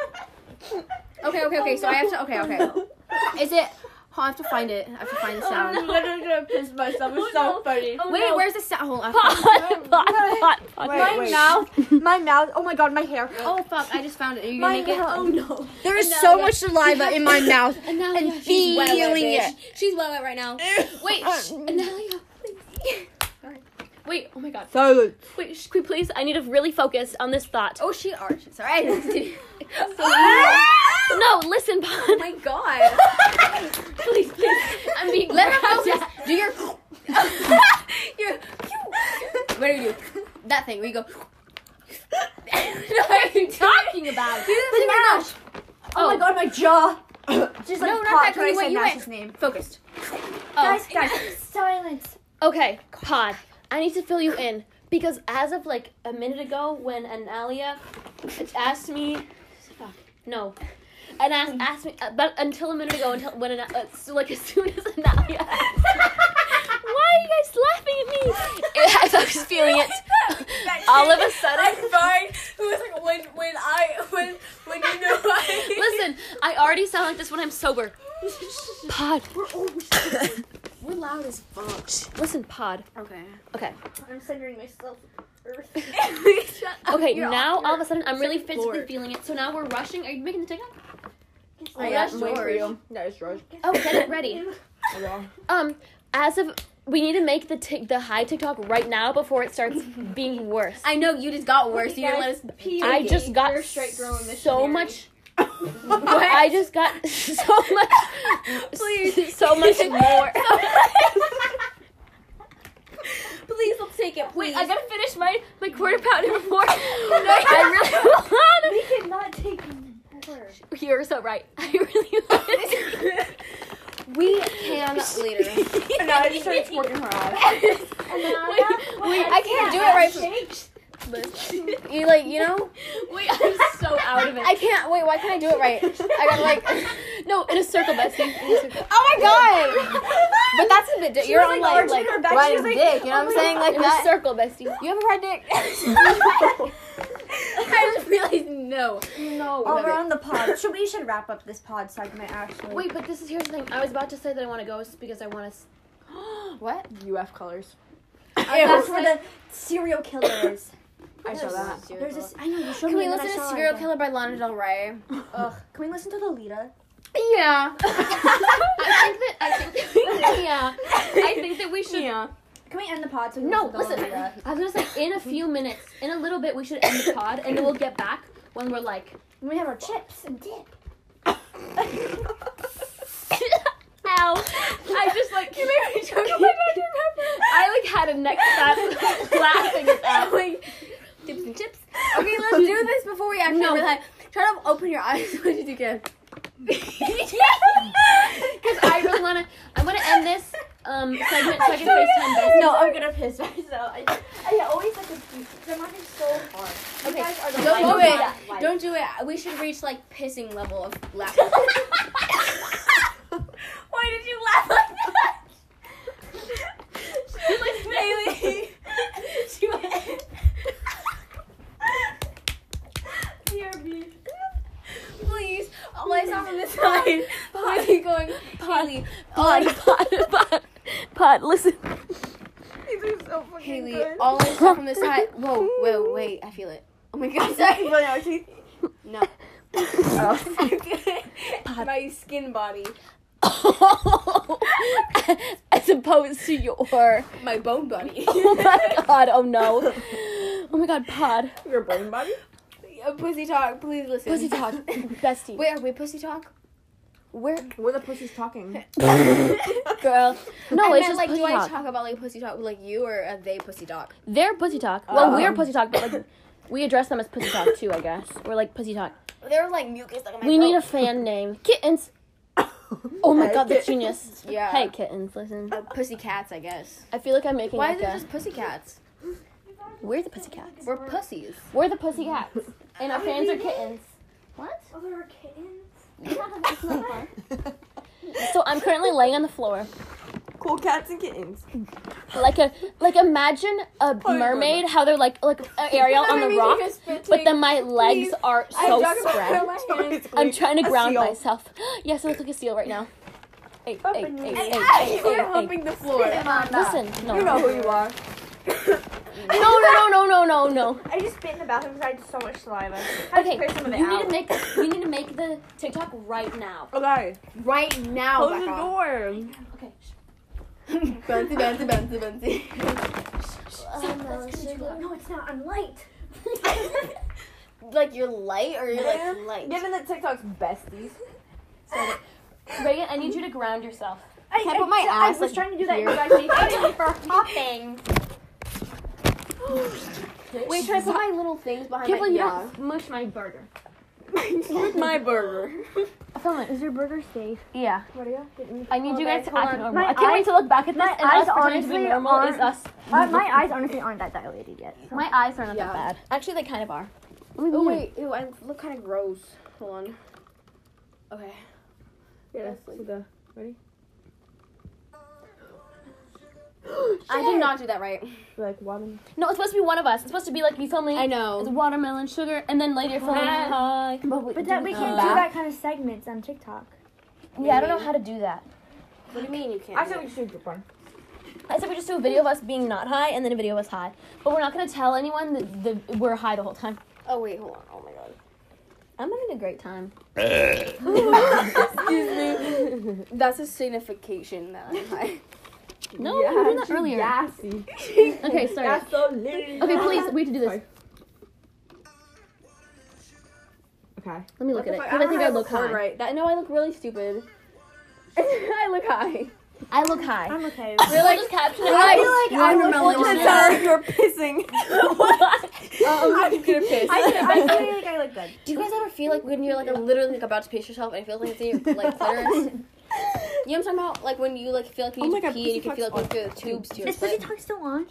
[SPEAKER 3] Okay, okay, okay. So I have to. Okay, okay. Is it? Oh, I have to find it. I have to find the sound.
[SPEAKER 1] I'm literally gonna piss myself. It's
[SPEAKER 2] Oh,
[SPEAKER 1] so
[SPEAKER 2] no.
[SPEAKER 1] funny.
[SPEAKER 2] Oh,
[SPEAKER 3] Wait,
[SPEAKER 2] no.
[SPEAKER 3] where's the sound? Hold on.
[SPEAKER 2] Pod, pod, pod, pod.
[SPEAKER 4] Wait,
[SPEAKER 1] my
[SPEAKER 4] wait.
[SPEAKER 1] mouth, my mouth. Oh my god, my hair.
[SPEAKER 3] Oh fuck! I just found it. Are you gonna
[SPEAKER 1] my
[SPEAKER 3] make it?
[SPEAKER 1] mouth. Oh no.
[SPEAKER 3] There
[SPEAKER 2] is so much
[SPEAKER 3] saliva in my mouth.
[SPEAKER 2] Analia, she's
[SPEAKER 3] feeling it. She's well wet right now.
[SPEAKER 2] Wait, shh, Analia, please. Wait, oh my god.
[SPEAKER 4] Silence.
[SPEAKER 2] Wait, shh, can we please? I need to really focus on this thought.
[SPEAKER 3] Oh, she arched. Sorry. oh
[SPEAKER 2] No, listen, Pod.
[SPEAKER 3] my god.
[SPEAKER 2] Please, please. I'm being.
[SPEAKER 3] Let her
[SPEAKER 2] grabbed
[SPEAKER 3] focus.
[SPEAKER 2] at.
[SPEAKER 3] Do your. your. What do you do? That thing where you go. what are you talking about? Do the
[SPEAKER 1] The
[SPEAKER 3] thing where you
[SPEAKER 1] Nash. Oh my god, my jaw. Just like
[SPEAKER 3] No, not
[SPEAKER 1] popped when I
[SPEAKER 3] that. You went-
[SPEAKER 1] said
[SPEAKER 3] you went-
[SPEAKER 1] Nash's name.
[SPEAKER 3] go- Focused.
[SPEAKER 2] oh.
[SPEAKER 1] Guys, guys, silence.
[SPEAKER 2] Okay, Pod, I need to fill you in because as of like a minute ago, when Analia asked me, fuck, no, and asked, asked me, uh, but until a minute ago, until when Ana- uh, so, like as soon as Analia, asked, why are you guys laughing at me? As I was feeling it, all of a sudden.
[SPEAKER 3] Sorry. It was like when when I when when you know I.
[SPEAKER 2] Listen, I already sound like this when I'm sober. Pod.
[SPEAKER 3] We're oh, shit. We're loud as fuck.
[SPEAKER 2] Listen, pod.
[SPEAKER 3] Okay.
[SPEAKER 2] Okay.
[SPEAKER 1] I'm centering myself. Earth.
[SPEAKER 3] Shut up.
[SPEAKER 2] Okay,
[SPEAKER 3] You're
[SPEAKER 2] now
[SPEAKER 3] off
[SPEAKER 2] all
[SPEAKER 3] your-
[SPEAKER 2] of a sudden I'm really
[SPEAKER 3] second
[SPEAKER 2] physically
[SPEAKER 3] floor.
[SPEAKER 2] feeling it. So now we're rushing. Are you making the TikTok?
[SPEAKER 1] Oh,
[SPEAKER 3] yeah,
[SPEAKER 1] that's
[SPEAKER 3] I'm waiting for
[SPEAKER 1] George.
[SPEAKER 3] you.
[SPEAKER 4] That is George.
[SPEAKER 2] Oh, get it ready.
[SPEAKER 1] Oh,
[SPEAKER 2] Um, as of we need to make the tick the high TikTok right now before it starts being worse.
[SPEAKER 3] I know you just got worse.
[SPEAKER 1] Okay,
[SPEAKER 3] you didn't let
[SPEAKER 1] guys.
[SPEAKER 3] us.
[SPEAKER 1] P-
[SPEAKER 2] I just got
[SPEAKER 1] You're a straight girl and missionary.
[SPEAKER 2] so much.
[SPEAKER 4] What?
[SPEAKER 2] I just got so much. Please, so much more.
[SPEAKER 3] Please, let's take it. Please.
[SPEAKER 2] Wait, I gotta finish my my quarter pounder before. I really want.
[SPEAKER 1] We cannot take more.
[SPEAKER 2] You're so right. I really want.
[SPEAKER 3] we can later.
[SPEAKER 4] And now I just started twerking her ass.
[SPEAKER 2] wait,
[SPEAKER 1] I
[SPEAKER 2] I
[SPEAKER 1] can't
[SPEAKER 2] can't
[SPEAKER 1] do it right.
[SPEAKER 3] You like you know?
[SPEAKER 2] Wait, I'm so out of it.
[SPEAKER 3] I can't. Wait, why can't I do it right? I gotta like.
[SPEAKER 2] No, in a circle, Bessie. In a circle.
[SPEAKER 3] Oh my god! But that's a bit. Di- you're on like like oh
[SPEAKER 1] her back.
[SPEAKER 3] riding
[SPEAKER 1] She was like,
[SPEAKER 3] dick. You know what I'm saying? Like
[SPEAKER 2] In a
[SPEAKER 3] that.
[SPEAKER 2] circle, Bessie.
[SPEAKER 3] You ever tried dick? I just realized no.
[SPEAKER 2] No.
[SPEAKER 1] All around the pod. Should we should wrap up this pod segment actually?
[SPEAKER 2] Wait, but this is here's the thing. I was about to say that I want to go because I want to.
[SPEAKER 3] What?
[SPEAKER 4] UF colors.
[SPEAKER 1] Uh, that's where the serial killer is.
[SPEAKER 4] I saw that.
[SPEAKER 1] There's this. I know you showed
[SPEAKER 3] Can
[SPEAKER 1] me.
[SPEAKER 3] we
[SPEAKER 1] and then I
[SPEAKER 3] listen to
[SPEAKER 1] saw it
[SPEAKER 3] Serial
[SPEAKER 1] again.
[SPEAKER 3] Killer by Lana Del Rey?
[SPEAKER 1] Ugh. Can we listen to Lolita?
[SPEAKER 3] Yeah.
[SPEAKER 2] I think that I think that, yeah. I think that we should.
[SPEAKER 4] Yeah.
[SPEAKER 1] Can we end the pod? So we
[SPEAKER 2] No,
[SPEAKER 1] listen. to
[SPEAKER 2] listen.
[SPEAKER 1] Lolita?
[SPEAKER 2] I was gonna say in a few minutes, in a little bit, we should end the pod, and then we'll get back when we're like.
[SPEAKER 1] We have our chips and dip.
[SPEAKER 2] Ow! I just like you made
[SPEAKER 3] Oh
[SPEAKER 2] me choke. I like had a neck slap, laughing at that.
[SPEAKER 3] Like, chips and chips. Okay, let's do this before we actually
[SPEAKER 2] No.
[SPEAKER 3] realize. Try to open your eyes as much as you can.
[SPEAKER 2] Because I really wanna, I wanna end this um segment so I can Facetime Beth.
[SPEAKER 1] No, I'm gonna piss myself. I, I always like to do I'm laughing so hard. You
[SPEAKER 3] Okay,
[SPEAKER 1] guys are the
[SPEAKER 3] Don't
[SPEAKER 1] light
[SPEAKER 3] do
[SPEAKER 1] of my
[SPEAKER 3] it.
[SPEAKER 1] life.
[SPEAKER 3] Don't do it. We should reach like pissing level of laughter. Why did you laugh like that? She was like Bailey. she was.
[SPEAKER 1] TRB.
[SPEAKER 3] Please, lights off on the side. Why are you going? Haley,
[SPEAKER 2] Pod, pod, pod, pod. Listen.
[SPEAKER 3] Haley, all lights off on the side. Whoa, whoa, wait, I feel it. Oh my god, sorry. No.
[SPEAKER 2] Oh.
[SPEAKER 3] I feel it. Oh. My skin body.
[SPEAKER 2] As opposed to your.
[SPEAKER 3] My bone body.
[SPEAKER 2] Oh my god! Oh no! Oh my god! Pod,
[SPEAKER 4] Your brain body?
[SPEAKER 3] Pussy talk, please listen.
[SPEAKER 2] pussy talk, bestie.
[SPEAKER 3] Wait, are we pussy talk?
[SPEAKER 2] where,
[SPEAKER 4] Where the pussy's talking.
[SPEAKER 2] girl? No,
[SPEAKER 3] I
[SPEAKER 2] it's
[SPEAKER 3] meant,
[SPEAKER 2] just
[SPEAKER 3] like,
[SPEAKER 2] pussy
[SPEAKER 3] do
[SPEAKER 2] talk.
[SPEAKER 3] I talk about like pussy talk with like you or are they pussy talk?
[SPEAKER 2] They're pussy talk. well,
[SPEAKER 4] Oh.
[SPEAKER 2] we're pussy talk, but like we address them as pussy talk too. I guess we're like pussy talk.
[SPEAKER 3] They're like mucus like on my
[SPEAKER 2] We need a
[SPEAKER 3] throat.
[SPEAKER 2] fan name. Kittens. Oh my god, that's genius.
[SPEAKER 3] yeah.
[SPEAKER 2] Hey, kittens, listen.
[SPEAKER 3] Uh, pussy cats, I guess.
[SPEAKER 2] I feel like I'm making
[SPEAKER 3] Why
[SPEAKER 2] like
[SPEAKER 3] is it
[SPEAKER 2] a.
[SPEAKER 3] just pussy cats?
[SPEAKER 2] We're the pussy cats.
[SPEAKER 3] We're pussies.
[SPEAKER 2] We're the pussy cats, and our fans are kittens. What?
[SPEAKER 1] Oh, there are kittens.
[SPEAKER 2] So I'm currently laying on the floor,
[SPEAKER 4] cool cats and kittens.
[SPEAKER 2] like a like imagine
[SPEAKER 1] Oh
[SPEAKER 2] a mermaid. How they're like like uh, Ariel on the rock, but then my legs are so spread. I'm trying to
[SPEAKER 4] A
[SPEAKER 2] ground
[SPEAKER 4] seal.
[SPEAKER 2] myself. Yes, I look like a seal right now. Hey, hey,
[SPEAKER 1] Open
[SPEAKER 2] hey,
[SPEAKER 1] me.
[SPEAKER 2] hey, hey,
[SPEAKER 3] You
[SPEAKER 2] hey,
[SPEAKER 3] were
[SPEAKER 2] hey.
[SPEAKER 3] humping the floor.
[SPEAKER 2] Listen, no.
[SPEAKER 4] You know who you are.
[SPEAKER 2] No, no, no, no, no, no, no.
[SPEAKER 1] I just spit in the bathroom because I had so much saliva. I
[SPEAKER 2] Okay,
[SPEAKER 1] just spit some of it
[SPEAKER 2] you
[SPEAKER 1] out.
[SPEAKER 2] need to make we need to make the TikTok right now.
[SPEAKER 4] Okay.
[SPEAKER 3] Right now,
[SPEAKER 4] Close
[SPEAKER 3] back
[SPEAKER 4] the
[SPEAKER 3] off.
[SPEAKER 4] door.
[SPEAKER 2] Okay.
[SPEAKER 3] Bouncy, bouncy, bouncy, bouncy.
[SPEAKER 1] no, it's not. I'm light.
[SPEAKER 3] like you're light or you're like light.
[SPEAKER 4] Given that TikTok's besties.
[SPEAKER 2] Reagan, I need you to ground yourself.
[SPEAKER 1] I,
[SPEAKER 3] Can't put my
[SPEAKER 1] I,
[SPEAKER 3] ass,
[SPEAKER 1] I was
[SPEAKER 3] like,
[SPEAKER 1] trying to do that. You
[SPEAKER 3] here.
[SPEAKER 1] guys made fun of me for hopping.
[SPEAKER 3] Wait, should I put my little things behind
[SPEAKER 2] Give
[SPEAKER 3] my
[SPEAKER 2] you
[SPEAKER 3] yeah.
[SPEAKER 2] don't mush my burger.
[SPEAKER 4] With my burger.
[SPEAKER 2] Someone, is your burger safe? Yeah.
[SPEAKER 1] What are you? Didn't you-
[SPEAKER 2] I need you guys to
[SPEAKER 1] hold
[SPEAKER 2] act
[SPEAKER 1] on.
[SPEAKER 2] normal.
[SPEAKER 1] My
[SPEAKER 2] I can't wait
[SPEAKER 1] eyes-
[SPEAKER 2] to look back at this
[SPEAKER 1] my
[SPEAKER 2] and us
[SPEAKER 1] eyes
[SPEAKER 2] pretending to be
[SPEAKER 1] honestly
[SPEAKER 2] normal is
[SPEAKER 1] aren't-
[SPEAKER 2] us.
[SPEAKER 1] My, my eyes honestly aren't that dilated yet.
[SPEAKER 2] My eyes are not
[SPEAKER 3] Yeah.
[SPEAKER 2] that bad.
[SPEAKER 3] Actually, they kind of are.
[SPEAKER 2] Oh
[SPEAKER 3] Oh wait, ew, I look kind of gross. Hold on. Okay.
[SPEAKER 4] Yes. Ready?
[SPEAKER 3] I did not do that right.
[SPEAKER 4] Like one.
[SPEAKER 2] No, it's supposed to be one of us. It's supposed to be like you filming.
[SPEAKER 3] I
[SPEAKER 2] It's
[SPEAKER 3] know.
[SPEAKER 2] watermelon sugar, and then later filming. Hi.
[SPEAKER 1] But that we can't
[SPEAKER 2] Uh,
[SPEAKER 1] do that kind of segments on TikTok.
[SPEAKER 2] Yeah, I don't know how to do that.
[SPEAKER 3] What do you mean you can't?
[SPEAKER 1] I said we should do group one.
[SPEAKER 2] I said we just do a video of us being not high and then a video of us high. But we're not gonna tell anyone that the, we're high the whole time.
[SPEAKER 3] oh wait, hold on. Oh my god.
[SPEAKER 2] I'm having a great time.
[SPEAKER 3] That's a signification that I'm high.
[SPEAKER 2] No, we were doing that earlier.
[SPEAKER 1] Gassy.
[SPEAKER 2] Okay, sorry.
[SPEAKER 1] That's so literally.
[SPEAKER 2] okay, please, we have to do this.
[SPEAKER 1] Sorry. Okay.
[SPEAKER 2] Let me look at it.
[SPEAKER 4] Fuck,
[SPEAKER 2] Because I
[SPEAKER 4] don't
[SPEAKER 2] think I
[SPEAKER 4] know how
[SPEAKER 2] look high.
[SPEAKER 4] record Right. That, no, I look really stupid.
[SPEAKER 3] I look high.
[SPEAKER 2] I look high.
[SPEAKER 1] I'm okay.
[SPEAKER 2] We're like, just caption it.
[SPEAKER 4] I feel
[SPEAKER 1] I'm
[SPEAKER 4] like I'm
[SPEAKER 1] looking
[SPEAKER 4] looking
[SPEAKER 1] at
[SPEAKER 4] at You're pissing.
[SPEAKER 3] I'm just gonna piss.
[SPEAKER 1] I, I feel like I look good.
[SPEAKER 3] Do you guys ever feel like when you're like literally like about to piss yourself and it feels like it's in your like clitoris? you know what I'm talking about? Like when you like feel like you
[SPEAKER 4] Oh
[SPEAKER 3] need
[SPEAKER 4] my
[SPEAKER 3] to
[SPEAKER 4] God,
[SPEAKER 3] pee and you
[SPEAKER 4] pussy
[SPEAKER 3] can feel it
[SPEAKER 4] talks
[SPEAKER 3] going through the tubes to your
[SPEAKER 1] Is Pussy
[SPEAKER 3] clit.
[SPEAKER 1] Talk still on?
[SPEAKER 3] I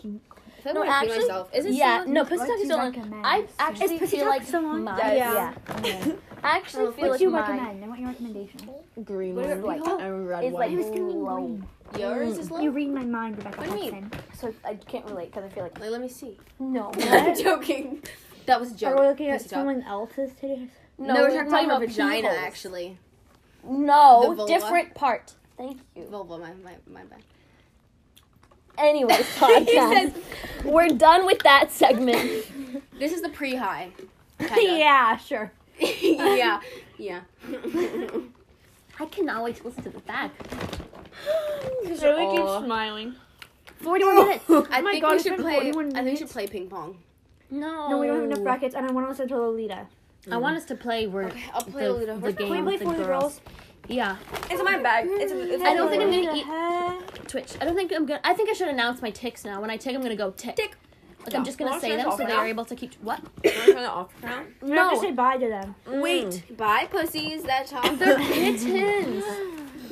[SPEAKER 3] feel
[SPEAKER 2] No,
[SPEAKER 3] like I'm gonna pee
[SPEAKER 2] actually-
[SPEAKER 3] myself. Is it
[SPEAKER 2] Yeah,
[SPEAKER 3] still-
[SPEAKER 2] no, pussy
[SPEAKER 1] What
[SPEAKER 2] talk
[SPEAKER 1] do
[SPEAKER 2] is
[SPEAKER 1] you
[SPEAKER 2] still on.
[SPEAKER 1] recommend?
[SPEAKER 2] I actually
[SPEAKER 1] Is pussy
[SPEAKER 2] feel
[SPEAKER 1] talk
[SPEAKER 2] like
[SPEAKER 1] still on?
[SPEAKER 2] my,
[SPEAKER 4] Yes.
[SPEAKER 2] yeah. I actually
[SPEAKER 1] What
[SPEAKER 2] feel
[SPEAKER 1] do
[SPEAKER 2] like
[SPEAKER 1] you
[SPEAKER 2] my
[SPEAKER 1] recommend? I want your recommendation.
[SPEAKER 4] Green
[SPEAKER 2] What
[SPEAKER 4] one.
[SPEAKER 2] is it like?
[SPEAKER 4] and red
[SPEAKER 2] is
[SPEAKER 4] one.
[SPEAKER 2] like
[SPEAKER 1] I was thinking
[SPEAKER 2] low.
[SPEAKER 1] green.
[SPEAKER 3] Yours is
[SPEAKER 1] You
[SPEAKER 3] low?
[SPEAKER 1] read my mind, Rebecca.
[SPEAKER 3] What do you mean?
[SPEAKER 1] Hudson.
[SPEAKER 2] So I can't relate because I feel like
[SPEAKER 3] Wait, let me see.
[SPEAKER 2] no.
[SPEAKER 3] I'm joking. That was a joke.
[SPEAKER 1] Are we looking at
[SPEAKER 3] Pussy talk.
[SPEAKER 1] someone else's titties?
[SPEAKER 3] No, we're talking about, her vagina,
[SPEAKER 2] people's.
[SPEAKER 3] actually. The
[SPEAKER 2] No,
[SPEAKER 3] vulva.
[SPEAKER 2] different part. Thank you.
[SPEAKER 3] Vulva, my, my, my bad.
[SPEAKER 2] Anyways, podcast. We're done with that segment.
[SPEAKER 3] This is the pre-high.
[SPEAKER 1] yeah, sure.
[SPEAKER 3] yeah. Yeah.
[SPEAKER 2] I cannot wait to listen to the back.
[SPEAKER 4] Really keep Aw.
[SPEAKER 1] smiling.
[SPEAKER 2] 41 minutes.
[SPEAKER 3] I
[SPEAKER 1] my
[SPEAKER 3] think
[SPEAKER 1] God,
[SPEAKER 3] we
[SPEAKER 1] it's
[SPEAKER 3] should
[SPEAKER 1] been
[SPEAKER 3] play.
[SPEAKER 1] 41
[SPEAKER 3] I think we should play ping pong.
[SPEAKER 2] No.
[SPEAKER 1] No, we don't have enough brackets, and I want to listen to Lolita.
[SPEAKER 2] I want us to play where
[SPEAKER 3] Okay, I'll play
[SPEAKER 2] the,
[SPEAKER 3] a little.
[SPEAKER 2] the
[SPEAKER 3] Where's my
[SPEAKER 2] game
[SPEAKER 1] Can we
[SPEAKER 2] with
[SPEAKER 1] play
[SPEAKER 2] the
[SPEAKER 1] for
[SPEAKER 2] girls.
[SPEAKER 1] the girls?
[SPEAKER 2] Yeah,
[SPEAKER 4] It's in my bag. It's, it's
[SPEAKER 2] I don't think I'm
[SPEAKER 4] everywhere.
[SPEAKER 2] gonna eat Twitch. I don't think I'm gonna. I think I should announce my ticks now. When I tick, I'm gonna go tick. Tick. Like I'm
[SPEAKER 4] Yeah.
[SPEAKER 2] just gonna
[SPEAKER 4] Well,
[SPEAKER 2] say
[SPEAKER 4] sure,
[SPEAKER 2] them so
[SPEAKER 4] it's
[SPEAKER 2] they
[SPEAKER 4] all
[SPEAKER 2] are
[SPEAKER 4] right.
[SPEAKER 2] able to keep. What?
[SPEAKER 4] Wanna turn it off now?
[SPEAKER 1] You have
[SPEAKER 2] No.
[SPEAKER 1] to say bye to them.
[SPEAKER 4] Wait.
[SPEAKER 3] Bye, pussies. That's all.
[SPEAKER 2] They're kittens.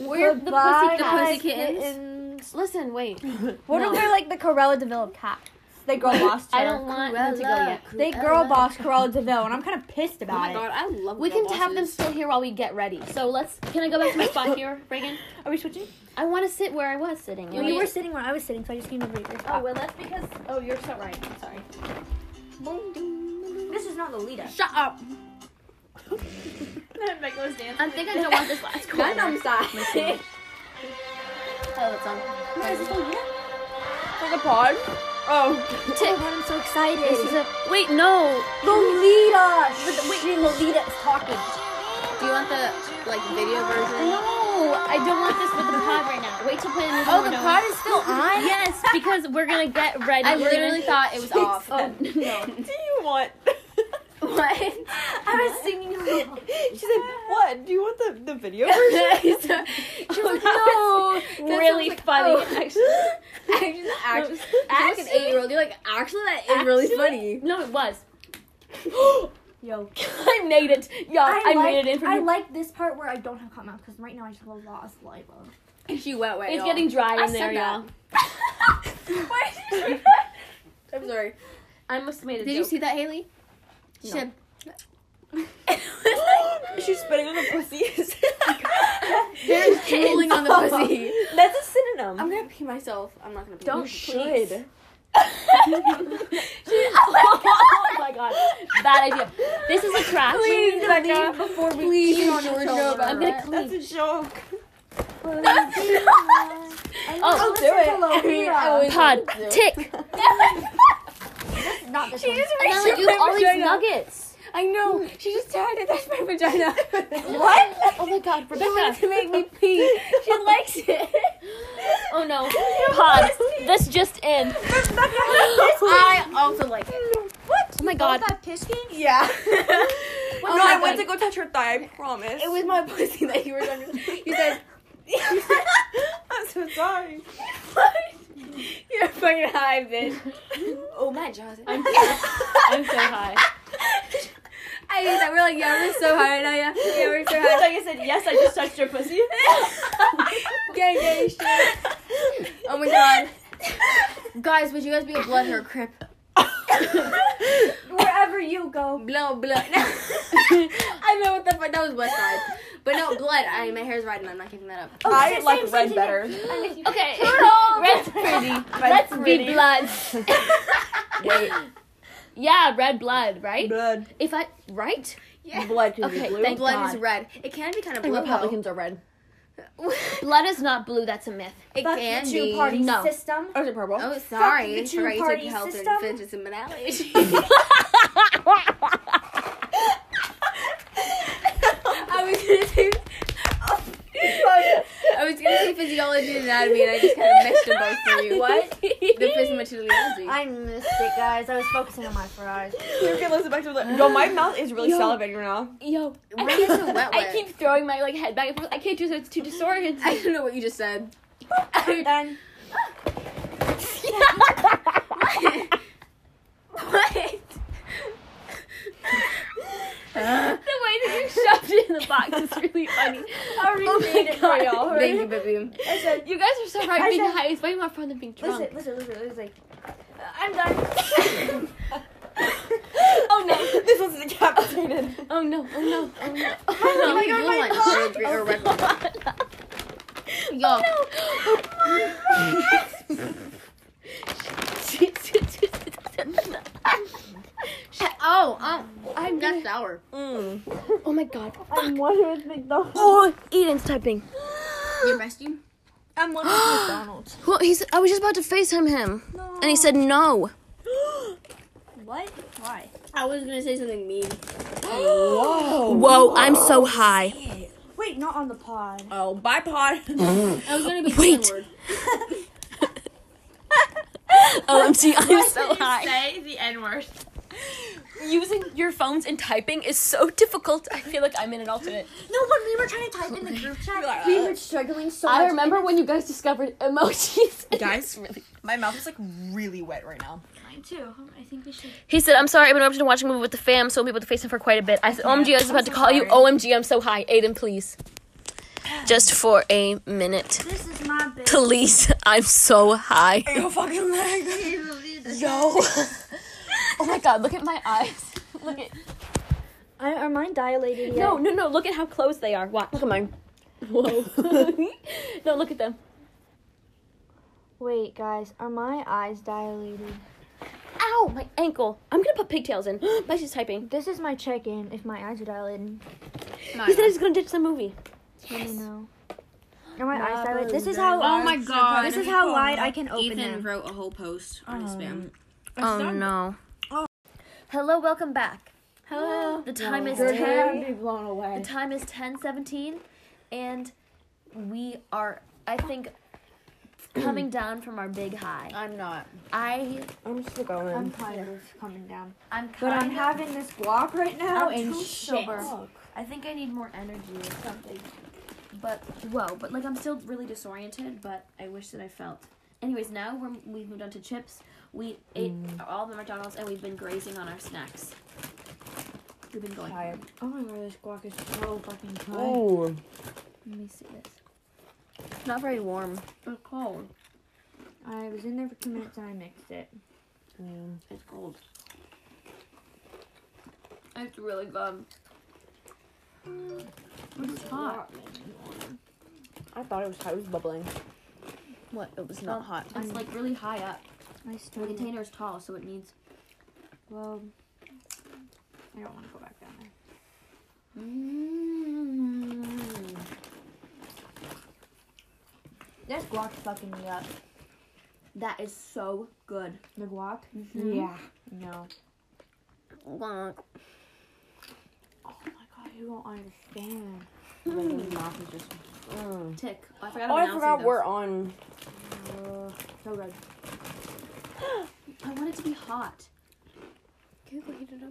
[SPEAKER 2] We're the
[SPEAKER 1] Bye,
[SPEAKER 2] pussy
[SPEAKER 1] guys,
[SPEAKER 2] kittens. kittens.
[SPEAKER 1] kittens.
[SPEAKER 2] Listen, wait.
[SPEAKER 1] What
[SPEAKER 2] No.
[SPEAKER 1] if they're like the Corella Deville cats? They girl bossed her.
[SPEAKER 2] I don't want them to go yet.
[SPEAKER 1] They girl bossed Corella Deville, and I'm kind of pissed
[SPEAKER 3] uh, Oh
[SPEAKER 1] about
[SPEAKER 3] my god, I love.
[SPEAKER 2] We
[SPEAKER 3] girl
[SPEAKER 2] can have them
[SPEAKER 3] bosses.
[SPEAKER 2] still here while we get ready. So let's. Can I go back to my spot here, Reagan?
[SPEAKER 1] it. Are we switching?
[SPEAKER 2] I want to sit where I was sitting.
[SPEAKER 1] Well, you were sitting where I was sitting, so I just came over here.
[SPEAKER 2] Oh well, that's because. Oh, you're so right. I'm sorry.
[SPEAKER 1] This is not Lolita.
[SPEAKER 3] Shut up.
[SPEAKER 2] I think I don't want this last corner.
[SPEAKER 4] I'm sad.
[SPEAKER 2] Oh, that's on.
[SPEAKER 4] For the pod. Oh.
[SPEAKER 1] Oh my god, I'm so excited.
[SPEAKER 2] This is a. Wait, no.
[SPEAKER 1] Lolita! Wait, Lolita is talking.
[SPEAKER 3] Do you want the like video version?
[SPEAKER 2] No, I don't want this with the pod right now. Wait till play the music.
[SPEAKER 3] Oh,
[SPEAKER 2] we're
[SPEAKER 3] the
[SPEAKER 2] done.
[SPEAKER 3] pod is still on.
[SPEAKER 2] Yes, because we're gonna get ready.
[SPEAKER 3] I
[SPEAKER 2] We're
[SPEAKER 3] literally
[SPEAKER 2] gonna-
[SPEAKER 3] thought it was off.
[SPEAKER 2] Oh no.
[SPEAKER 4] Do you want?
[SPEAKER 3] What?
[SPEAKER 1] I was singing along.
[SPEAKER 4] She's like, what? Do you want the, the video
[SPEAKER 3] She was like, no. That
[SPEAKER 2] really
[SPEAKER 3] sounds like-
[SPEAKER 2] funny.
[SPEAKER 3] oh. I just actually, I'm like an eight year old. You're like, actually, that is really funny.
[SPEAKER 2] No, it was.
[SPEAKER 1] Yo.
[SPEAKER 2] I made it, y'all. I,
[SPEAKER 1] like,
[SPEAKER 2] made it in from
[SPEAKER 1] I
[SPEAKER 2] here.
[SPEAKER 1] like this part where I don't have cotton mouth because right now I just have a lot of saliva.
[SPEAKER 3] She wet wet.
[SPEAKER 2] It's
[SPEAKER 3] y'all.
[SPEAKER 2] getting dry in
[SPEAKER 3] I
[SPEAKER 2] there, y'all.
[SPEAKER 3] said that. I'm sorry.
[SPEAKER 2] I must have made a
[SPEAKER 3] Did
[SPEAKER 2] joke.
[SPEAKER 3] you see that, Haley? She
[SPEAKER 2] No.
[SPEAKER 3] said.
[SPEAKER 4] She's spitting on the pussies.
[SPEAKER 3] They're drooling on the pussy.
[SPEAKER 4] That's a synonym.
[SPEAKER 3] I'm gonna pee myself. I'm not gonna pee.
[SPEAKER 4] you should.
[SPEAKER 2] oh my god, bad idea. This is a trap.
[SPEAKER 4] Please, Becca.
[SPEAKER 3] before we please,
[SPEAKER 4] don't need to know about
[SPEAKER 2] I'm gonna
[SPEAKER 4] That's
[SPEAKER 2] clean.
[SPEAKER 4] a joke.
[SPEAKER 2] Oh,
[SPEAKER 4] do it.
[SPEAKER 1] Lolita.
[SPEAKER 4] I mean, I would-
[SPEAKER 2] pod tick.
[SPEAKER 1] Not this one.
[SPEAKER 2] And I like, you all these
[SPEAKER 4] Vagina.
[SPEAKER 2] nuggets.
[SPEAKER 3] I know. She just tagged it. That's my vagina.
[SPEAKER 4] What?
[SPEAKER 2] Oh my god, Rebecca.
[SPEAKER 3] to make me pee. She likes it.
[SPEAKER 2] Oh no, pod. This just in.
[SPEAKER 3] I also like it.
[SPEAKER 2] Oh my god.
[SPEAKER 4] Yeah. no,
[SPEAKER 2] my
[SPEAKER 4] I went
[SPEAKER 2] God.
[SPEAKER 4] to go touch her thigh. I promise.
[SPEAKER 3] Oh It was my pussy that you were under. You said,
[SPEAKER 4] I'm so sorry.
[SPEAKER 3] "You're fucking high, bitch." Oh my jaws.
[SPEAKER 2] I'm
[SPEAKER 3] I
[SPEAKER 2] I'm so high.
[SPEAKER 3] hate that. We're like, yeah, we're so high right now. Yeah, yeah, we're so high.
[SPEAKER 4] like I said, yes, I just touched your pussy.
[SPEAKER 3] Gang, gang, shit. Oh my god. Guys, would you guys be a blood or a crip?
[SPEAKER 1] Wherever you go.
[SPEAKER 3] Blow, blood. I know what the fuck. That was West Side. But no, blood. I my hair's riding. I'm not giving that up.
[SPEAKER 1] Oh,
[SPEAKER 4] I
[SPEAKER 1] same,
[SPEAKER 4] like
[SPEAKER 1] same,
[SPEAKER 4] red
[SPEAKER 1] same,
[SPEAKER 4] better.
[SPEAKER 2] Okay.
[SPEAKER 1] Turtle.
[SPEAKER 2] Red's pretty.
[SPEAKER 4] Red's
[SPEAKER 2] Be
[SPEAKER 4] pretty.
[SPEAKER 2] blood.
[SPEAKER 4] Wait,
[SPEAKER 2] Yeah, red blood, right?
[SPEAKER 4] blood.
[SPEAKER 2] If I right?
[SPEAKER 3] Yeah.
[SPEAKER 4] Blood can
[SPEAKER 2] Okay,
[SPEAKER 4] be blue.
[SPEAKER 2] thank
[SPEAKER 3] Oh blood
[SPEAKER 2] God.
[SPEAKER 3] is red. It can be kind of
[SPEAKER 4] And
[SPEAKER 3] blue. though.
[SPEAKER 4] Republicans are red.
[SPEAKER 1] Blood is not blue. That's a myth.
[SPEAKER 3] It
[SPEAKER 5] Fuck
[SPEAKER 3] can
[SPEAKER 5] the
[SPEAKER 3] be.
[SPEAKER 5] two-party
[SPEAKER 1] No.
[SPEAKER 5] system.
[SPEAKER 4] Oh, is it purple?
[SPEAKER 3] Oh, sorry.
[SPEAKER 5] the
[SPEAKER 3] Fuck you
[SPEAKER 5] two-party
[SPEAKER 3] took health
[SPEAKER 5] system.
[SPEAKER 3] and fitness and mileage. I was gonna say. I was gonna say physiology and anatomy, and I just kind of mixed them both for you.
[SPEAKER 5] What?
[SPEAKER 3] The physiology.
[SPEAKER 5] I missed it, guys. I was focusing on my fries.
[SPEAKER 4] okay, listen back to the. Yo, my mouth is really
[SPEAKER 1] Yo.
[SPEAKER 4] salivating right now.
[SPEAKER 1] Yo,
[SPEAKER 3] Why
[SPEAKER 1] I
[SPEAKER 3] is
[SPEAKER 1] keep,
[SPEAKER 3] it wet
[SPEAKER 1] I
[SPEAKER 3] wet?
[SPEAKER 1] keep throwing my like head back and forth. I can't do that. It's too disoriented.
[SPEAKER 3] I don't know what you just said.
[SPEAKER 5] Done.
[SPEAKER 3] what? What?
[SPEAKER 1] the way that you shoved it in the box is really funny.
[SPEAKER 5] I remade it for
[SPEAKER 1] Oh God.
[SPEAKER 5] y'all.
[SPEAKER 3] Thank you, baby.
[SPEAKER 5] I said,
[SPEAKER 1] You guys are so right.
[SPEAKER 5] I
[SPEAKER 1] being
[SPEAKER 5] said-
[SPEAKER 1] high is way more fun than being drunk.
[SPEAKER 5] listen, listen, listen, listen. Like, I'm done.
[SPEAKER 4] Oh no, this one's decapitated.
[SPEAKER 1] Oh no! Oh no! Oh no!
[SPEAKER 3] Oh
[SPEAKER 1] Oh
[SPEAKER 3] my God, my God. Or, or red
[SPEAKER 1] no!
[SPEAKER 3] one. Yo, Oh, oh,
[SPEAKER 1] I'm
[SPEAKER 3] that's
[SPEAKER 1] gonna,
[SPEAKER 3] sour.
[SPEAKER 4] Mm.
[SPEAKER 1] Oh my god!
[SPEAKER 5] I'm one with McDonald's.
[SPEAKER 1] Oh, Eden's typing.
[SPEAKER 3] Your bestie?
[SPEAKER 5] I'm one with McDonald's.
[SPEAKER 1] Well, he's. I was just about to Facetime him, and he said no.
[SPEAKER 5] What? Why?
[SPEAKER 3] I was gonna say something mean.
[SPEAKER 4] Whoa.
[SPEAKER 1] Whoa! I'm so high.
[SPEAKER 5] Wait, not on the pod.
[SPEAKER 4] Oh, bye, pod.
[SPEAKER 3] I was gonna be
[SPEAKER 1] Wait.
[SPEAKER 3] N-word.
[SPEAKER 1] OMG! I'm so high.
[SPEAKER 2] Say the N word.
[SPEAKER 1] Using your phones and typing is so difficult. I feel like I'm in an alternate.
[SPEAKER 5] No, when we were trying to type in the group chat, we were struggling so much.
[SPEAKER 1] I remember when you guys discovered emojis.
[SPEAKER 4] Guys, my mouth is like really wet right now.
[SPEAKER 2] Mine too. I think we should.
[SPEAKER 1] He said, I'm sorry, I've been interrupted to watch a movie with the fam, so we'll be able to face him for quite a bit. I said, OMG, I was about to call you OMG, I'm so high. Aiden, please. Just for a minute.
[SPEAKER 5] This is my bit.
[SPEAKER 1] Please, I'm so high.
[SPEAKER 4] Yo, fucking leg.
[SPEAKER 1] Yo. oh my god, look at my eyes. Look at.
[SPEAKER 5] I, are mine dilated yet?
[SPEAKER 1] No, no, no, look at how close they are. Watch. Look at mine. Whoa. no, look at them.
[SPEAKER 5] Wait, guys, are my eyes dilated?
[SPEAKER 1] Ow, my ankle. I'm gonna put pigtails in. but she's typing.
[SPEAKER 5] This is my check-in. If my eyes are dilated,
[SPEAKER 1] He said he's gonna ditch the movie.
[SPEAKER 5] let me know. Are my eyes dilated? This is how.
[SPEAKER 2] Oh my god.
[SPEAKER 5] This is how wide I can open
[SPEAKER 3] Ethan
[SPEAKER 5] them.
[SPEAKER 3] wrote a whole post on his spam.
[SPEAKER 1] Oh no.
[SPEAKER 2] Hello, welcome back. Hello. The time is 10.
[SPEAKER 5] be blown
[SPEAKER 2] The
[SPEAKER 5] away.
[SPEAKER 2] time is 10:17 and we are I think coming down from our big high.
[SPEAKER 3] I'm not.
[SPEAKER 2] I
[SPEAKER 4] I'm still going.
[SPEAKER 5] kind of coming down,
[SPEAKER 2] I'm
[SPEAKER 5] but I'm
[SPEAKER 2] kind of
[SPEAKER 5] having this guac right now.
[SPEAKER 4] Oh,
[SPEAKER 2] I'm
[SPEAKER 5] and
[SPEAKER 2] too
[SPEAKER 5] shit.
[SPEAKER 2] sober. I think I need more energy or something. But whoa, but like I'm still really disoriented, but I wish that I felt. Anyways, now we're, we've moved on to chips. We ate all the McDonald's and we've been grazing on our snacks. We've been going.
[SPEAKER 4] Tired.
[SPEAKER 5] Oh my god, this guac is so fucking high.
[SPEAKER 4] Ooh.
[SPEAKER 2] Let me see this.
[SPEAKER 1] It's not very warm.
[SPEAKER 2] It's cold.
[SPEAKER 5] I was in there for two minutes and I mixed it.
[SPEAKER 2] It's cold. It's really good. But It's hot.
[SPEAKER 4] I thought it was hot. It was bubbling.
[SPEAKER 1] What? It was
[SPEAKER 4] Oh.
[SPEAKER 1] not hot.
[SPEAKER 2] It's like really high up.
[SPEAKER 5] I
[SPEAKER 2] The
[SPEAKER 5] started.
[SPEAKER 2] container is tall, so it needs.
[SPEAKER 5] Well, I don't want to go back down there.
[SPEAKER 2] Mm.
[SPEAKER 5] This guac fucking me up.
[SPEAKER 2] That is so good. Mm-hmm.
[SPEAKER 5] The guac? Yeah. Hmm? No.
[SPEAKER 2] Hmm.
[SPEAKER 5] Oh my god, you don't understand.
[SPEAKER 4] Mm.
[SPEAKER 2] Tick. Oh, I forgot.
[SPEAKER 4] Oh,
[SPEAKER 2] I'm
[SPEAKER 4] I
[SPEAKER 2] announcing
[SPEAKER 4] forgot
[SPEAKER 2] those.
[SPEAKER 4] we're on.
[SPEAKER 5] Uh, so good.
[SPEAKER 2] I want it to be hot.
[SPEAKER 1] Can you go heat it up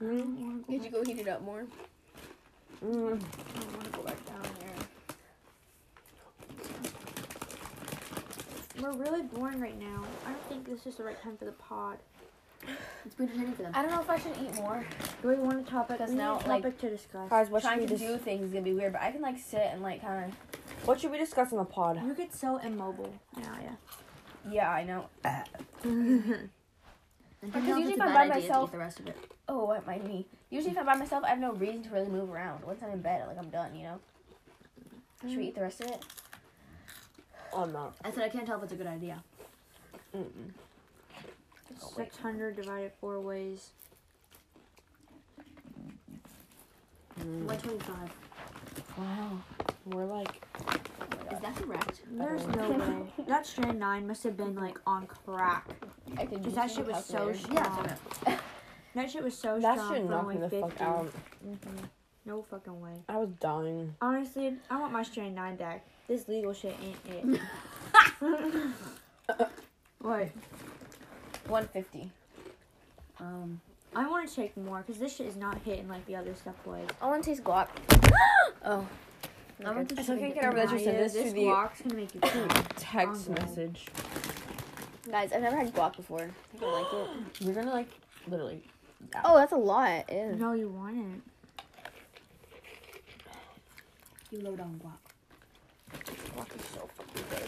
[SPEAKER 1] more?
[SPEAKER 4] Mm.
[SPEAKER 1] Could you go heat it up more? I
[SPEAKER 4] Mm.
[SPEAKER 1] don't want to go back down there.
[SPEAKER 5] We're really boring right now. I don't think this is the right time for the pod.
[SPEAKER 2] It's entertaining for them.
[SPEAKER 1] I don't know if I should eat more.
[SPEAKER 5] Do we want a topic?
[SPEAKER 1] Because
[SPEAKER 5] we
[SPEAKER 1] now,
[SPEAKER 5] need
[SPEAKER 2] Mm,
[SPEAKER 5] a
[SPEAKER 1] like-
[SPEAKER 5] topic to discuss.
[SPEAKER 4] Guys, what should,
[SPEAKER 1] Trying
[SPEAKER 4] we
[SPEAKER 1] to
[SPEAKER 4] dis-
[SPEAKER 1] do things is gonna be weird, but I can like sit and like kind
[SPEAKER 4] what should we discuss on the pod?
[SPEAKER 5] You get so immobile now, yeah.
[SPEAKER 1] of. Yeah, I know.
[SPEAKER 2] Uh. I
[SPEAKER 1] Because
[SPEAKER 2] don't know
[SPEAKER 1] usually
[SPEAKER 2] it's
[SPEAKER 1] if
[SPEAKER 2] a
[SPEAKER 1] I'm
[SPEAKER 2] bad
[SPEAKER 1] by
[SPEAKER 2] idea to eat
[SPEAKER 1] myself-
[SPEAKER 2] the rest of it.
[SPEAKER 1] Oh, at my knee. Usually, if I'm by myself, I have no reason to really move around. Once I'm in bed, like I'm done. You know. Should we eat the rest of it?
[SPEAKER 4] Oh, I'm not.
[SPEAKER 2] I said I can't tell if it's a good idea.
[SPEAKER 4] Mm-mm.
[SPEAKER 5] Oh, 600 divided four ways.
[SPEAKER 2] 125.
[SPEAKER 4] Mm. Wow. We're like.
[SPEAKER 2] Is that correct?
[SPEAKER 4] There's
[SPEAKER 5] no way. That strand nine must have been like on crack.
[SPEAKER 4] I think
[SPEAKER 5] Cause that shit was so strong. That shit was so
[SPEAKER 4] That
[SPEAKER 5] strong.
[SPEAKER 4] should
[SPEAKER 5] for
[SPEAKER 4] knock
[SPEAKER 5] only
[SPEAKER 4] me the
[SPEAKER 5] 50.
[SPEAKER 4] fuck out.
[SPEAKER 5] No fucking way.
[SPEAKER 4] I was dying.
[SPEAKER 5] Honestly, I want my strand nine back. This legal shit ain't it. what?
[SPEAKER 3] 150.
[SPEAKER 5] Um, I want to check more because this shit is not hitting like the other stuff was.
[SPEAKER 3] I want to taste guac. oh.
[SPEAKER 5] I want
[SPEAKER 3] Okay.
[SPEAKER 5] to
[SPEAKER 4] I still can't get over that you said this to the
[SPEAKER 5] walk's gonna make you. cry.
[SPEAKER 4] text
[SPEAKER 5] Oh, God.
[SPEAKER 4] message.
[SPEAKER 3] Guys, I've never had guac before. I don't like it.
[SPEAKER 4] We're gonna like literally.
[SPEAKER 3] Oh, that's a lot. Ew.
[SPEAKER 5] no, you want it.
[SPEAKER 2] You low down guac.
[SPEAKER 3] Guac is so fucking good.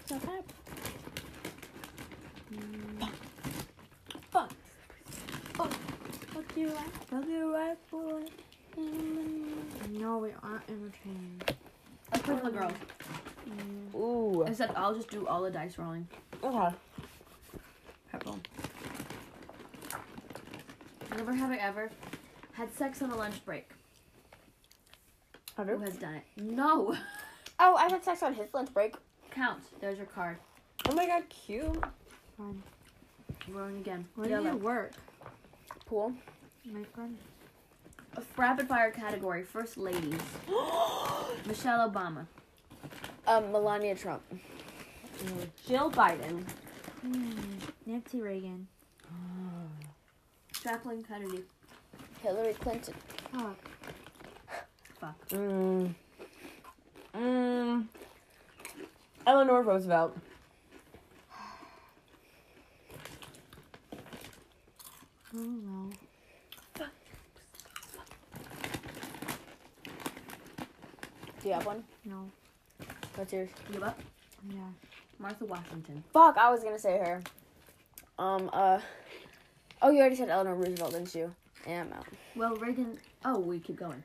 [SPEAKER 3] It's not bad.
[SPEAKER 5] No, we aren't entertaining.
[SPEAKER 2] Let's play the girls.
[SPEAKER 4] Ooh.
[SPEAKER 2] Except I'll just do all the dice rolling.
[SPEAKER 4] Okay.
[SPEAKER 2] Purple. Never have I ever had sex on a lunch break.
[SPEAKER 4] Have
[SPEAKER 2] Who
[SPEAKER 4] you?
[SPEAKER 2] has done it? No.
[SPEAKER 3] Oh, I had sex on his lunch break.
[SPEAKER 2] Count. There's your card.
[SPEAKER 4] Oh my god, cute.
[SPEAKER 2] Rolling again.
[SPEAKER 5] Where do
[SPEAKER 2] Yellow.
[SPEAKER 5] you work?
[SPEAKER 3] Pool.
[SPEAKER 5] My friend.
[SPEAKER 2] A rapid fire category. First ladies. Michelle Obama.
[SPEAKER 3] Um, Melania Trump.
[SPEAKER 4] Jill Biden.
[SPEAKER 5] Nancy Reagan.
[SPEAKER 2] Jacqueline Kennedy.
[SPEAKER 3] Hillary Clinton.
[SPEAKER 5] Fuck.
[SPEAKER 4] Mm. Mm. Eleanor Roosevelt.
[SPEAKER 5] I don't know.
[SPEAKER 3] Do you have one?
[SPEAKER 5] No.
[SPEAKER 3] What's yours?
[SPEAKER 2] You up?
[SPEAKER 5] Yeah.
[SPEAKER 2] Martha Washington.
[SPEAKER 3] Fuck, I was gonna say her. Um, uh. Oh, you already said Eleanor Roosevelt, didn't you? Yeah, I'm out.
[SPEAKER 2] Well, Reagan. Oh, we keep going.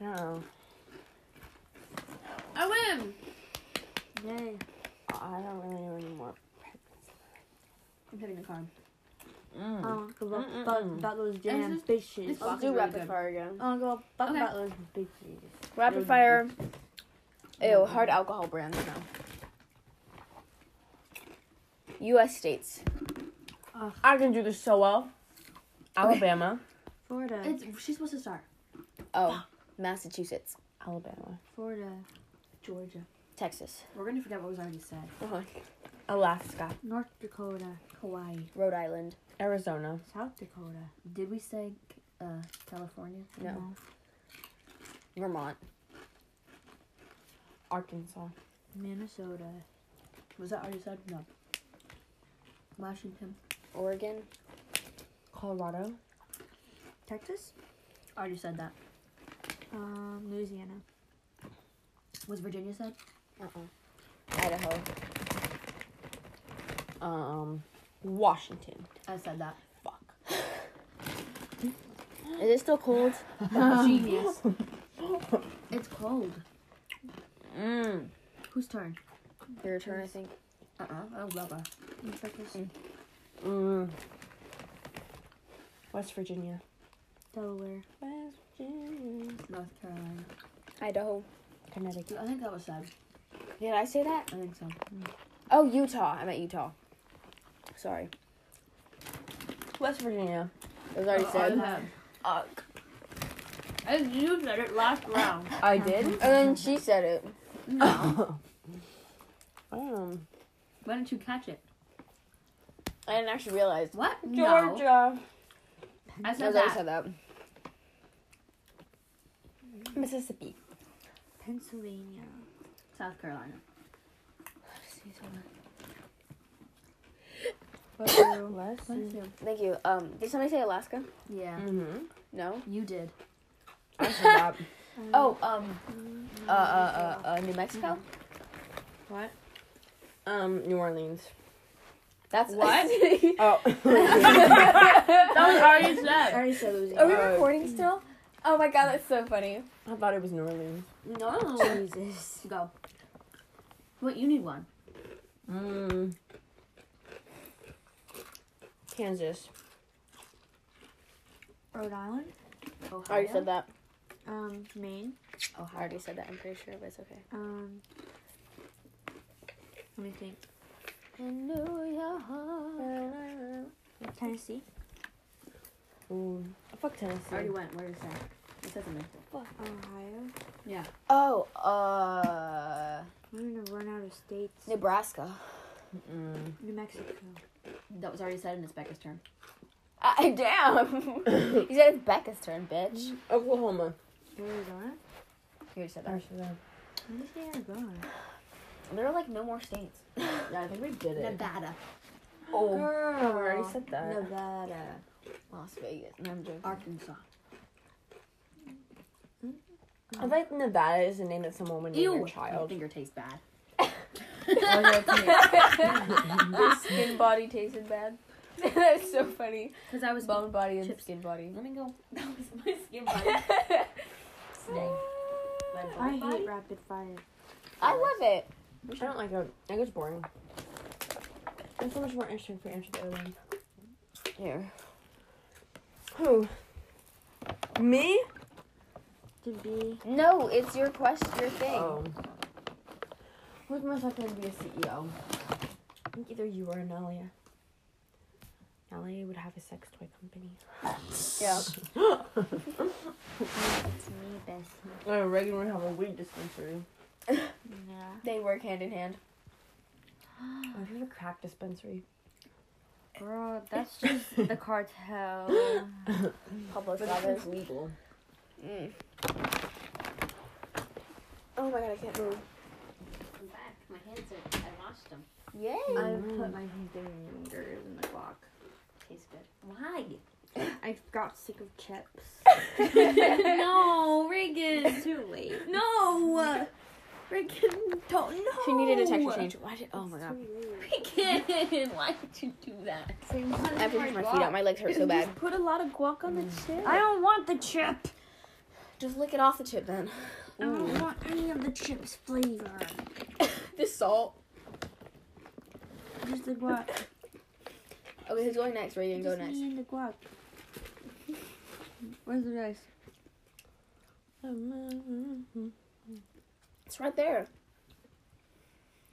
[SPEAKER 4] I don't know.
[SPEAKER 1] I win.
[SPEAKER 5] Yay.
[SPEAKER 4] I don't really know anymore.
[SPEAKER 2] I'm hitting the card.
[SPEAKER 5] I
[SPEAKER 4] Mm.
[SPEAKER 5] don't give a
[SPEAKER 4] Mm, mm,
[SPEAKER 5] fuck
[SPEAKER 4] mm.
[SPEAKER 5] about those
[SPEAKER 2] Is
[SPEAKER 5] damn
[SPEAKER 2] this-
[SPEAKER 5] bitches.
[SPEAKER 2] this-
[SPEAKER 3] Let's
[SPEAKER 2] Fuck,
[SPEAKER 3] do
[SPEAKER 2] really
[SPEAKER 3] rapid
[SPEAKER 2] good.
[SPEAKER 3] fire again. Mm.
[SPEAKER 5] I don't give a fuck
[SPEAKER 2] Okay.
[SPEAKER 5] about those bitches.
[SPEAKER 3] Rapid
[SPEAKER 4] Really
[SPEAKER 3] fire. Ew, hard alcohol brands now. U.S. states.
[SPEAKER 4] I can do this so well. Alabama.
[SPEAKER 5] Florida.
[SPEAKER 2] It's she's supposed to start.
[SPEAKER 3] Oh, Massachusetts.
[SPEAKER 4] Alabama.
[SPEAKER 5] Florida.
[SPEAKER 2] Georgia.
[SPEAKER 3] Texas.
[SPEAKER 2] We're gonna forget what was already said.
[SPEAKER 4] Alaska.
[SPEAKER 5] North Dakota.
[SPEAKER 2] Hawaii.
[SPEAKER 3] Rhode Island.
[SPEAKER 4] Arizona.
[SPEAKER 5] South Dakota.
[SPEAKER 2] Did we say uh, California?
[SPEAKER 3] No. Vermont.
[SPEAKER 4] Arkansas.
[SPEAKER 5] Minnesota.
[SPEAKER 2] Was that already said? No. Washington.
[SPEAKER 3] Oregon.
[SPEAKER 4] Colorado.
[SPEAKER 5] Texas?
[SPEAKER 2] Already said that.
[SPEAKER 5] Um, Louisiana.
[SPEAKER 2] Was Virginia said?
[SPEAKER 3] Uh-uh. Idaho.
[SPEAKER 4] Um. Washington.
[SPEAKER 2] I said that.
[SPEAKER 4] Fuck.
[SPEAKER 3] Is it still cold?
[SPEAKER 2] Genius. it's cold.
[SPEAKER 4] Mm.
[SPEAKER 2] Whose turn?
[SPEAKER 3] Your turn, I think.
[SPEAKER 2] Uh uh Oh, Bubba.
[SPEAKER 4] Mm. West Virginia.
[SPEAKER 5] Delaware.
[SPEAKER 4] West Virginia.
[SPEAKER 2] North Carolina.
[SPEAKER 3] Idaho.
[SPEAKER 4] Connecticut.
[SPEAKER 2] I think that was said.
[SPEAKER 3] Did I say that?
[SPEAKER 2] I think so.
[SPEAKER 3] Oh, Utah. I'm at Utah. Sorry.
[SPEAKER 4] West Virginia.
[SPEAKER 3] It was already
[SPEAKER 2] Oh,
[SPEAKER 3] said.
[SPEAKER 4] Fuck.
[SPEAKER 2] I think you said it last round.
[SPEAKER 4] I did.
[SPEAKER 3] And then she said it.
[SPEAKER 4] um.
[SPEAKER 2] Why didn't you catch it?
[SPEAKER 3] I didn't actually realize.
[SPEAKER 2] What? No.
[SPEAKER 4] Georgia.
[SPEAKER 2] I
[SPEAKER 3] I
[SPEAKER 2] said
[SPEAKER 3] was already
[SPEAKER 2] that.
[SPEAKER 3] said that.
[SPEAKER 4] Mississippi.
[SPEAKER 5] Pennsylvania.
[SPEAKER 2] South Carolina.
[SPEAKER 4] West.
[SPEAKER 3] Thank you. Um, did somebody say Alaska?
[SPEAKER 2] Yeah.
[SPEAKER 4] Mm-hmm.
[SPEAKER 3] No.
[SPEAKER 5] Mm.
[SPEAKER 2] You did.
[SPEAKER 4] I said that.
[SPEAKER 2] Mm.
[SPEAKER 3] Oh, um, uh, uh, uh, uh New Mexico.
[SPEAKER 4] Um, New Orleans.
[SPEAKER 3] That's what? Are
[SPEAKER 4] Oh.
[SPEAKER 2] That was already said.
[SPEAKER 5] already said Louisiana.
[SPEAKER 3] we recording still? Oh my god, that's so funny.
[SPEAKER 4] I thought it was New Orleans.
[SPEAKER 2] No.
[SPEAKER 5] Jesus.
[SPEAKER 2] Go. What? You need one.
[SPEAKER 4] Mm. Kansas.
[SPEAKER 5] Rhode Island,
[SPEAKER 3] I already said that.
[SPEAKER 5] um, Maine,
[SPEAKER 3] Oh, I already said that. I'm pretty sure, but it's okay.
[SPEAKER 5] um. Let me think.
[SPEAKER 2] Oh.
[SPEAKER 5] Tennessee.
[SPEAKER 3] Ooh, fuck Tennessee.
[SPEAKER 2] already went. Where is that? It says in there.
[SPEAKER 5] Ohio.
[SPEAKER 3] Oh, uh,
[SPEAKER 5] I'm gonna run out of states.
[SPEAKER 3] Nebraska.
[SPEAKER 5] New Mexico.
[SPEAKER 2] That was already said in Becca's turn.
[SPEAKER 3] I, damn. you said it's Becca's turn, bitch. You
[SPEAKER 4] Oklahoma.
[SPEAKER 5] Arizona.
[SPEAKER 3] already said that.
[SPEAKER 5] Let me say Arizona.
[SPEAKER 3] There are like no more states.
[SPEAKER 4] Yeah, I think we did it.
[SPEAKER 2] Nevada.
[SPEAKER 3] Oh,
[SPEAKER 4] Girl, we already said that.
[SPEAKER 5] Nevada.
[SPEAKER 3] Las Vegas. No, I'm joking.
[SPEAKER 2] Arkansas.
[SPEAKER 4] I like Nevada is the name that someone would name
[SPEAKER 2] Ew.
[SPEAKER 4] their
[SPEAKER 2] Your
[SPEAKER 4] child.
[SPEAKER 2] finger tastes bad.
[SPEAKER 3] skin body tasted bad. That's so funny.
[SPEAKER 2] Because I was
[SPEAKER 3] Bone body and
[SPEAKER 2] Chips.
[SPEAKER 3] skin body.
[SPEAKER 2] Let me go. That was my skin body. Snag. My
[SPEAKER 5] I
[SPEAKER 2] bone body.
[SPEAKER 5] hate rapid fire.
[SPEAKER 3] I love it.
[SPEAKER 4] I don't like it. I think it's boring. It's so much more interesting for answer the other one.
[SPEAKER 3] Here.
[SPEAKER 4] Who? Me?
[SPEAKER 5] To be
[SPEAKER 3] No, it's your quest, your thing.
[SPEAKER 4] Oh. Who's most likely to be a CEO? I think either you or Analia. Analia would have a sex toy company.
[SPEAKER 3] Yeah.
[SPEAKER 5] it's me, Bessie.
[SPEAKER 4] Oh, Reagan would have a weed dispensary.
[SPEAKER 5] Yeah.
[SPEAKER 3] They work hand in hand.
[SPEAKER 4] I have a crack dispensary.
[SPEAKER 5] Bro, that's just the cartel.
[SPEAKER 3] Pablo Chavez.
[SPEAKER 4] legal.
[SPEAKER 3] Mm. Oh my god, I can't move.
[SPEAKER 2] I'm back. My hands are. I washed them.
[SPEAKER 3] Yay.
[SPEAKER 5] I put my fingers in the clock.
[SPEAKER 2] Tastes good. Why?
[SPEAKER 5] I got sick of chips.
[SPEAKER 2] no, Reagan.
[SPEAKER 5] It's too late.
[SPEAKER 2] No. Reagan, don't know.
[SPEAKER 3] She needed a texture change. Why did? Oh my god.
[SPEAKER 2] Reagan, why did you do that?
[SPEAKER 3] I have to push my feet out. My legs hurt so bad.
[SPEAKER 6] Put a lot of guac on the chip.
[SPEAKER 5] I don't want the chip.
[SPEAKER 3] Just lick it off the chip then.
[SPEAKER 5] I don't want any of the chips flavor.
[SPEAKER 3] This salt.
[SPEAKER 5] Just the guac.
[SPEAKER 3] Okay, who's going next? Reagan, go
[SPEAKER 5] Just
[SPEAKER 3] next.
[SPEAKER 5] me and the guac. Where's the rice?
[SPEAKER 3] It's right there.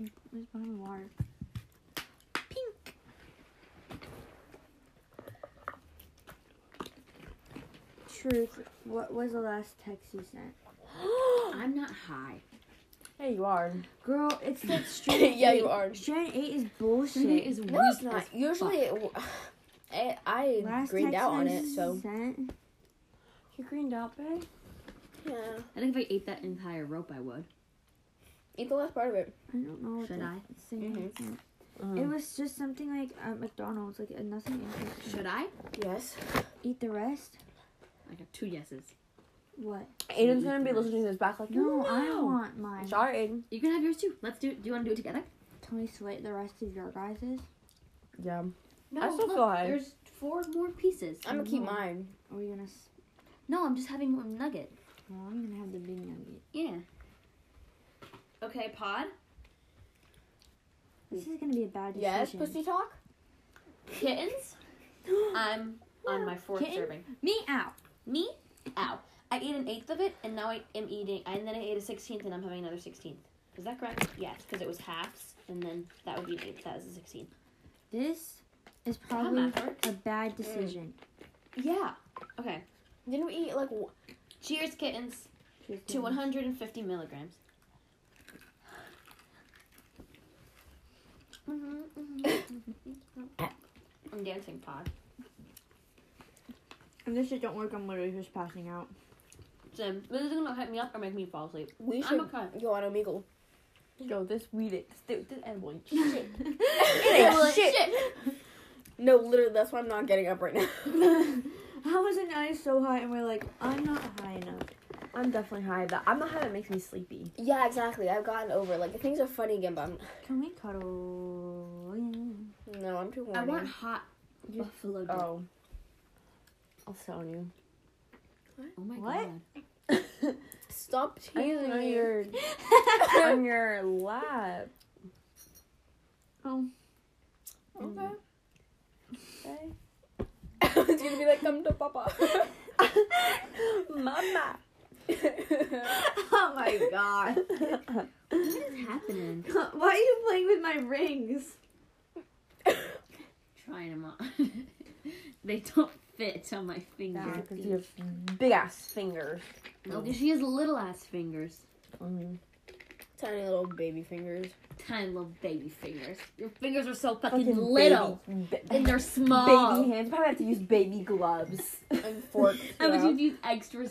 [SPEAKER 5] It's behind the water. Pink. Truth. What was the last text you sent?
[SPEAKER 2] I'm not high.
[SPEAKER 4] Yeah, you are.
[SPEAKER 5] Girl, it's that straight.
[SPEAKER 3] yeah, you are.
[SPEAKER 5] Gen 8 is bullshit.
[SPEAKER 3] No, it's not. Usually, it w- I, I
[SPEAKER 5] Last
[SPEAKER 3] greened
[SPEAKER 5] text
[SPEAKER 3] out on
[SPEAKER 5] I
[SPEAKER 3] it, so.
[SPEAKER 5] sent-
[SPEAKER 4] You greened out, babe?
[SPEAKER 3] Yeah.
[SPEAKER 2] I think if I ate that entire rope, I would.
[SPEAKER 3] Eat the last part of it.
[SPEAKER 5] I don't know. what
[SPEAKER 2] Should
[SPEAKER 5] the
[SPEAKER 2] I?
[SPEAKER 5] thing
[SPEAKER 3] Mhm.
[SPEAKER 5] is. It was just something like at McDonald's, like uh, nothing interesting.
[SPEAKER 2] Should I?
[SPEAKER 3] Yes.
[SPEAKER 5] Eat the rest?
[SPEAKER 2] I got two yeses.
[SPEAKER 5] What?
[SPEAKER 4] Aiden's gonna be listening to this back like,
[SPEAKER 5] No, I
[SPEAKER 2] No.
[SPEAKER 5] want mine.
[SPEAKER 4] Sorry, Aiden.
[SPEAKER 2] You can have yours too. Let's do. Do you want to do it together?
[SPEAKER 5] Can we split the rest of your guys's?
[SPEAKER 4] Yeah. I still feel high.
[SPEAKER 2] There's four more pieces.
[SPEAKER 3] I'm gonna keep mine.
[SPEAKER 5] Are we gonna? s-
[SPEAKER 2] No, I'm just having one nugget.
[SPEAKER 5] Well, I'm gonna have the big nugget.
[SPEAKER 2] Yeah. Okay, pod.
[SPEAKER 5] This is gonna be a bad decision.
[SPEAKER 3] Yes, pussy talk?
[SPEAKER 2] Kittens. I'm on my fourth
[SPEAKER 5] Kitten?
[SPEAKER 2] serving.
[SPEAKER 5] Me out.
[SPEAKER 2] Me? Ow. I ate an eighth of it, and now I am eating. And then I ate a sixteenth, and I'm having another sixteenth. Is that correct? Yes, because it was halves, and then that would be an eighth. That was a sixteenth.
[SPEAKER 5] This is
[SPEAKER 2] How
[SPEAKER 5] probably
[SPEAKER 2] math works?
[SPEAKER 5] a bad decision.
[SPEAKER 2] Yeah. Okay.
[SPEAKER 3] Didn't we eat like. w-
[SPEAKER 2] Cheers, kittens,
[SPEAKER 5] Mm.
[SPEAKER 2] to 150 milligrams. I'm dancing pod.
[SPEAKER 5] If this shit don't work, I'm literally just passing out.
[SPEAKER 2] Jim, this is gonna hit me up or make me fall asleep.
[SPEAKER 3] We
[SPEAKER 2] I'm
[SPEAKER 3] should
[SPEAKER 2] okay.
[SPEAKER 3] go on Omegle.
[SPEAKER 4] Yo, this weed it. This, dude- this edible.
[SPEAKER 3] shit. No, literally, that's why I'm not getting up right now.
[SPEAKER 5] How is it now it's so high and we're like, I'm not high enough.
[SPEAKER 4] I'm definitely high. That I'm not high. That makes me sleepy.
[SPEAKER 3] yeah, exactly. I've gotten over. it. Like, things are funny again, but I'm.
[SPEAKER 5] Can we cuddle?
[SPEAKER 3] No, I'm too horny.
[SPEAKER 2] I want hot buffalo. dip.
[SPEAKER 4] Oh. I'll sell you.
[SPEAKER 2] Oh my
[SPEAKER 5] What?
[SPEAKER 2] god.
[SPEAKER 3] Stop teasing me.
[SPEAKER 4] on your lap.
[SPEAKER 5] Oh.
[SPEAKER 3] Okay.
[SPEAKER 7] it's gonna be like, come to Papa.
[SPEAKER 4] Mama.
[SPEAKER 5] Oh my god.
[SPEAKER 2] What is happening?
[SPEAKER 5] Why are you playing with my rings?
[SPEAKER 2] Trying them on. they don't fit on my finger.
[SPEAKER 4] Big ass fingers.
[SPEAKER 2] Look, she has little ass fingers.
[SPEAKER 4] Mm-hmm.
[SPEAKER 1] Tiny little baby fingers.
[SPEAKER 2] Tiny little baby fingers. Your fingers are so fucking, little. And they're small.
[SPEAKER 4] Baby hands. Probably have to use baby gloves.
[SPEAKER 1] And fork.
[SPEAKER 2] I would you use extra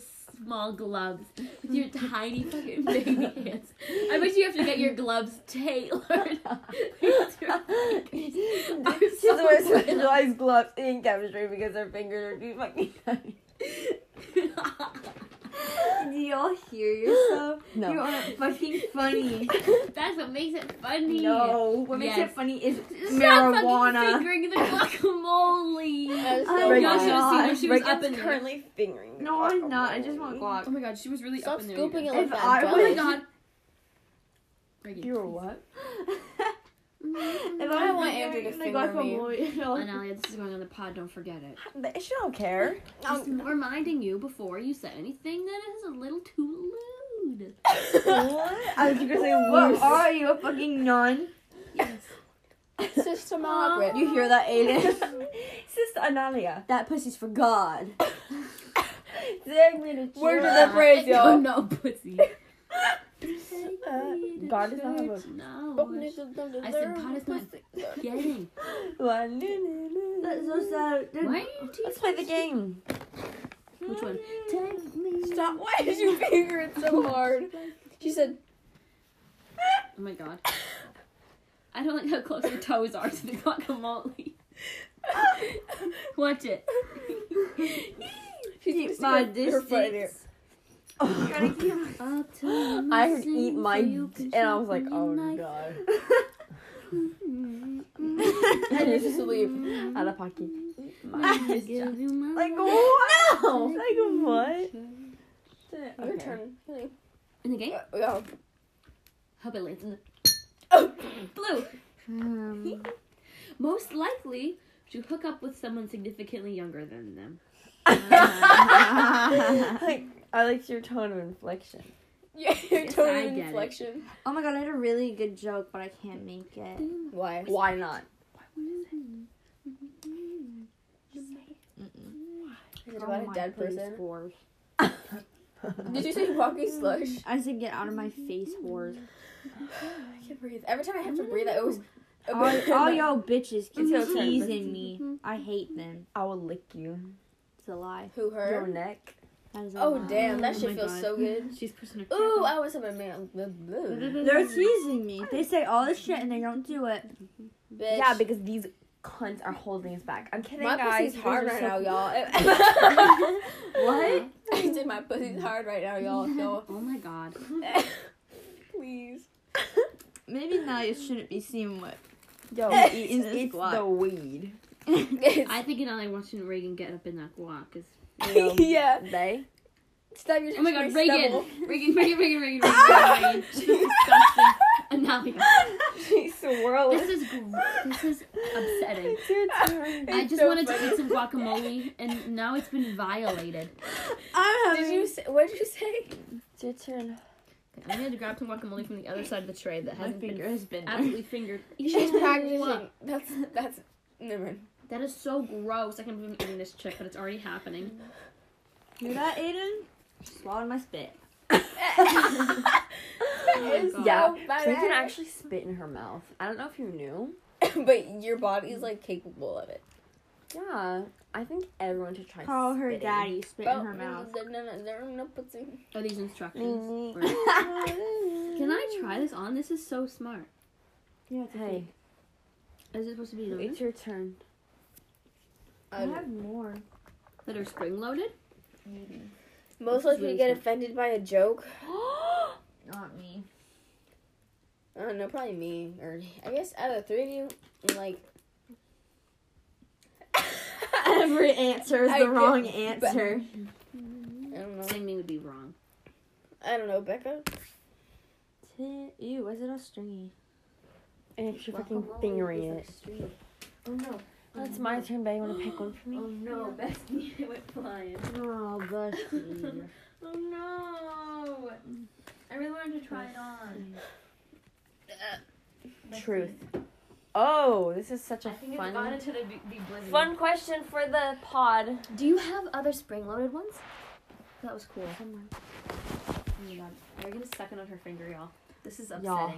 [SPEAKER 2] small gloves with your tiny fucking baby hands. I bet you have to get your gloves tailored.
[SPEAKER 4] She's wearing specialized gloves in chemistry because her fingers are too fucking tiny.
[SPEAKER 5] Do y'all hear yourself?
[SPEAKER 4] No.
[SPEAKER 5] You are fucking funny.
[SPEAKER 2] That's what makes it funny.
[SPEAKER 5] No. What makes
[SPEAKER 2] Yes.
[SPEAKER 5] it funny is
[SPEAKER 2] Stop fucking
[SPEAKER 5] marijuana.
[SPEAKER 2] fingering the guacamole.
[SPEAKER 5] Oh
[SPEAKER 4] Right
[SPEAKER 2] Y'all
[SPEAKER 4] now.
[SPEAKER 2] should have seen her. She was up
[SPEAKER 4] Reagan's
[SPEAKER 2] in there.
[SPEAKER 4] currently fingering.
[SPEAKER 5] No, I'm not. I just want guac.
[SPEAKER 2] Oh my god, she was really
[SPEAKER 1] Stop
[SPEAKER 2] up in there.
[SPEAKER 1] scooping it
[SPEAKER 2] you
[SPEAKER 1] like
[SPEAKER 5] If
[SPEAKER 1] that.
[SPEAKER 5] I
[SPEAKER 2] guys.
[SPEAKER 1] dumb.
[SPEAKER 2] Oh my
[SPEAKER 5] Wait.
[SPEAKER 2] god. Reagan,
[SPEAKER 4] You were what?
[SPEAKER 5] If
[SPEAKER 1] I
[SPEAKER 5] I'm
[SPEAKER 1] want
[SPEAKER 5] fingering
[SPEAKER 1] Andrew to
[SPEAKER 5] the
[SPEAKER 1] finger me.
[SPEAKER 5] guacamole, you know.
[SPEAKER 2] Mm-hmm. Analia, this is going on the pod. Don't forget it.
[SPEAKER 4] But She don't care.
[SPEAKER 2] Just reminding you before you say anything that it is a little too lewd.
[SPEAKER 4] what? I was gonna say
[SPEAKER 5] What
[SPEAKER 4] loose.
[SPEAKER 5] are you, a fucking nun?
[SPEAKER 1] Sister Margaret.
[SPEAKER 5] You hear that, Aiden?
[SPEAKER 4] Sister Analia.
[SPEAKER 5] that pussy's for God.
[SPEAKER 1] Word of the phrase,
[SPEAKER 2] Oh
[SPEAKER 1] y'all.
[SPEAKER 2] no, pussy.
[SPEAKER 4] God does not have a-
[SPEAKER 2] No, I said God is not getting.
[SPEAKER 5] That's so sad. They're-
[SPEAKER 2] Why are you
[SPEAKER 4] Let's play the game.
[SPEAKER 2] teaching? Which one?
[SPEAKER 1] Stop. Why did you finger it so hard? She said,
[SPEAKER 2] Oh my god. I don't like how close your toes are to the guacamole. Watch it.
[SPEAKER 1] she's
[SPEAKER 5] my
[SPEAKER 1] her foot in here.
[SPEAKER 4] I heard eat my d- and I was like, oh god.
[SPEAKER 1] I need to sleep.
[SPEAKER 4] Out of pocket. Eat my d- Like
[SPEAKER 2] In
[SPEAKER 4] what? Like what?
[SPEAKER 1] Your turn.
[SPEAKER 2] the game?
[SPEAKER 1] Yeah.
[SPEAKER 2] Hope it lands in the.
[SPEAKER 1] Oh.
[SPEAKER 2] Blue! Most likely to hook up with someone significantly younger than them.
[SPEAKER 4] like I liked your tone of inflection.
[SPEAKER 1] Yeah, your
[SPEAKER 2] Yes, I
[SPEAKER 1] tone
[SPEAKER 2] get it.
[SPEAKER 1] inflection.
[SPEAKER 5] Oh my god, I had a really good joke, but I can't make it.
[SPEAKER 1] Why?
[SPEAKER 4] Why not?
[SPEAKER 1] Is
[SPEAKER 2] Oh
[SPEAKER 1] it about a dead person?
[SPEAKER 5] Oh whores.
[SPEAKER 1] Did you say walking slush?
[SPEAKER 5] I said, get out of my face, whores.
[SPEAKER 1] I can't breathe. Every time I
[SPEAKER 2] Oh
[SPEAKER 1] have to breathe, I always.
[SPEAKER 5] All, all y'all bitches keep
[SPEAKER 4] your turn,
[SPEAKER 5] teasing me. I hate them.
[SPEAKER 4] I will lick you.
[SPEAKER 5] It's a lie.
[SPEAKER 1] Who
[SPEAKER 4] Your
[SPEAKER 1] her?
[SPEAKER 4] neck.
[SPEAKER 5] That is a
[SPEAKER 1] Oh
[SPEAKER 5] lie.
[SPEAKER 1] damn, that
[SPEAKER 2] Oh my
[SPEAKER 1] shit feels
[SPEAKER 2] God.
[SPEAKER 1] so good.
[SPEAKER 2] She's pushing her.
[SPEAKER 1] Ooh, I was up in man. blah, blah, blah.
[SPEAKER 5] They're teasing me. They say all this shit and they don't do it.
[SPEAKER 1] Bitch.
[SPEAKER 4] Yeah, because these cunts are holding us back. I'm kidding,
[SPEAKER 1] my
[SPEAKER 4] guys.
[SPEAKER 1] pussy's hard right
[SPEAKER 4] Yours
[SPEAKER 1] now,
[SPEAKER 4] are so-
[SPEAKER 1] y'all.
[SPEAKER 4] What?
[SPEAKER 1] I said my pussy's hard right now, y'all. So
[SPEAKER 2] Oh my god.
[SPEAKER 1] please.
[SPEAKER 5] Maybe now you shouldn't be seen with.
[SPEAKER 4] Yo,
[SPEAKER 5] It's-
[SPEAKER 4] it's,
[SPEAKER 5] it's
[SPEAKER 4] it's
[SPEAKER 5] guac.
[SPEAKER 4] the weed.
[SPEAKER 1] It's-
[SPEAKER 2] I think Anali watching Reagan get up in that guac is.
[SPEAKER 4] know,
[SPEAKER 1] yeah.
[SPEAKER 4] They?
[SPEAKER 1] Stop your.
[SPEAKER 2] Oh my god,
[SPEAKER 1] touching
[SPEAKER 2] Reagan!
[SPEAKER 1] stubble.
[SPEAKER 2] Reagan, Reagan, Reagan, Reagan, Reagan, Reagan. This is disgusting. Analia.
[SPEAKER 4] She's swirling.
[SPEAKER 2] This is gr- this is upsetting.
[SPEAKER 4] It's your turn.
[SPEAKER 2] I just
[SPEAKER 1] so
[SPEAKER 2] wanted to eat some guacamole, and now it's been violated.
[SPEAKER 5] I'm
[SPEAKER 1] Did you say? What did you say?
[SPEAKER 4] It's your turn.
[SPEAKER 2] I need to grab some guacamole from the other side of the tray that hasn't
[SPEAKER 5] finger
[SPEAKER 2] been
[SPEAKER 5] has been there.
[SPEAKER 2] absolutely fingered.
[SPEAKER 1] She's practicing.
[SPEAKER 2] Wow.
[SPEAKER 1] That's that's. Never mind.
[SPEAKER 2] That is so gross. I can't believe I'm eating this chip, but it's already happening.
[SPEAKER 5] Hear that, Aiden? Swallowed my spit.
[SPEAKER 2] Oh my God.
[SPEAKER 4] Yeah,
[SPEAKER 1] Oh, bad.
[SPEAKER 4] so you can actually spit in her mouth. I don't know if you knew.
[SPEAKER 1] but your body is like capable of it.
[SPEAKER 4] Yeah, I think everyone should try.
[SPEAKER 5] Call her
[SPEAKER 4] spitting.
[SPEAKER 5] daddy, spit in her
[SPEAKER 1] Oh,
[SPEAKER 5] mouth.
[SPEAKER 1] no, no, no, no, no, pussy.
[SPEAKER 2] Are these
[SPEAKER 4] Mm-hmm.
[SPEAKER 2] instructions? Or- Can I try this on? This is so smart.
[SPEAKER 4] Hey,
[SPEAKER 2] Is it supposed to be
[SPEAKER 4] it's
[SPEAKER 2] those
[SPEAKER 4] your turn.
[SPEAKER 5] I
[SPEAKER 1] Um,
[SPEAKER 5] have more.
[SPEAKER 2] that are spring loaded?
[SPEAKER 1] Most likely to get offended by a joke.
[SPEAKER 5] Not me.
[SPEAKER 1] I don't know, probably me. Or I guess out of the three of you, like
[SPEAKER 5] Every answer is
[SPEAKER 1] I
[SPEAKER 5] the
[SPEAKER 1] get-
[SPEAKER 5] wrong answer.
[SPEAKER 1] I don't know.
[SPEAKER 2] Saying me would be wrong.
[SPEAKER 1] I don't know, Becca.
[SPEAKER 5] Ew, why is it all stringy?
[SPEAKER 4] And she's fucking fingering it.
[SPEAKER 5] Oh no.
[SPEAKER 4] It's my turn, but you want to pick one for me?
[SPEAKER 2] Oh, no, Bestie, it went flying.
[SPEAKER 4] Oh, but
[SPEAKER 2] Oh no! I really wanted to try it on.
[SPEAKER 4] truth. Oh, this is such a
[SPEAKER 2] I think it's gone
[SPEAKER 4] fun
[SPEAKER 2] into the, the blizzard.
[SPEAKER 4] fun question for the pod.
[SPEAKER 1] Do you have other spring-loaded ones? That was cool.
[SPEAKER 2] Oh my god. We're gonna suck it on her finger, y'all. This is upsetting.
[SPEAKER 4] Y'all.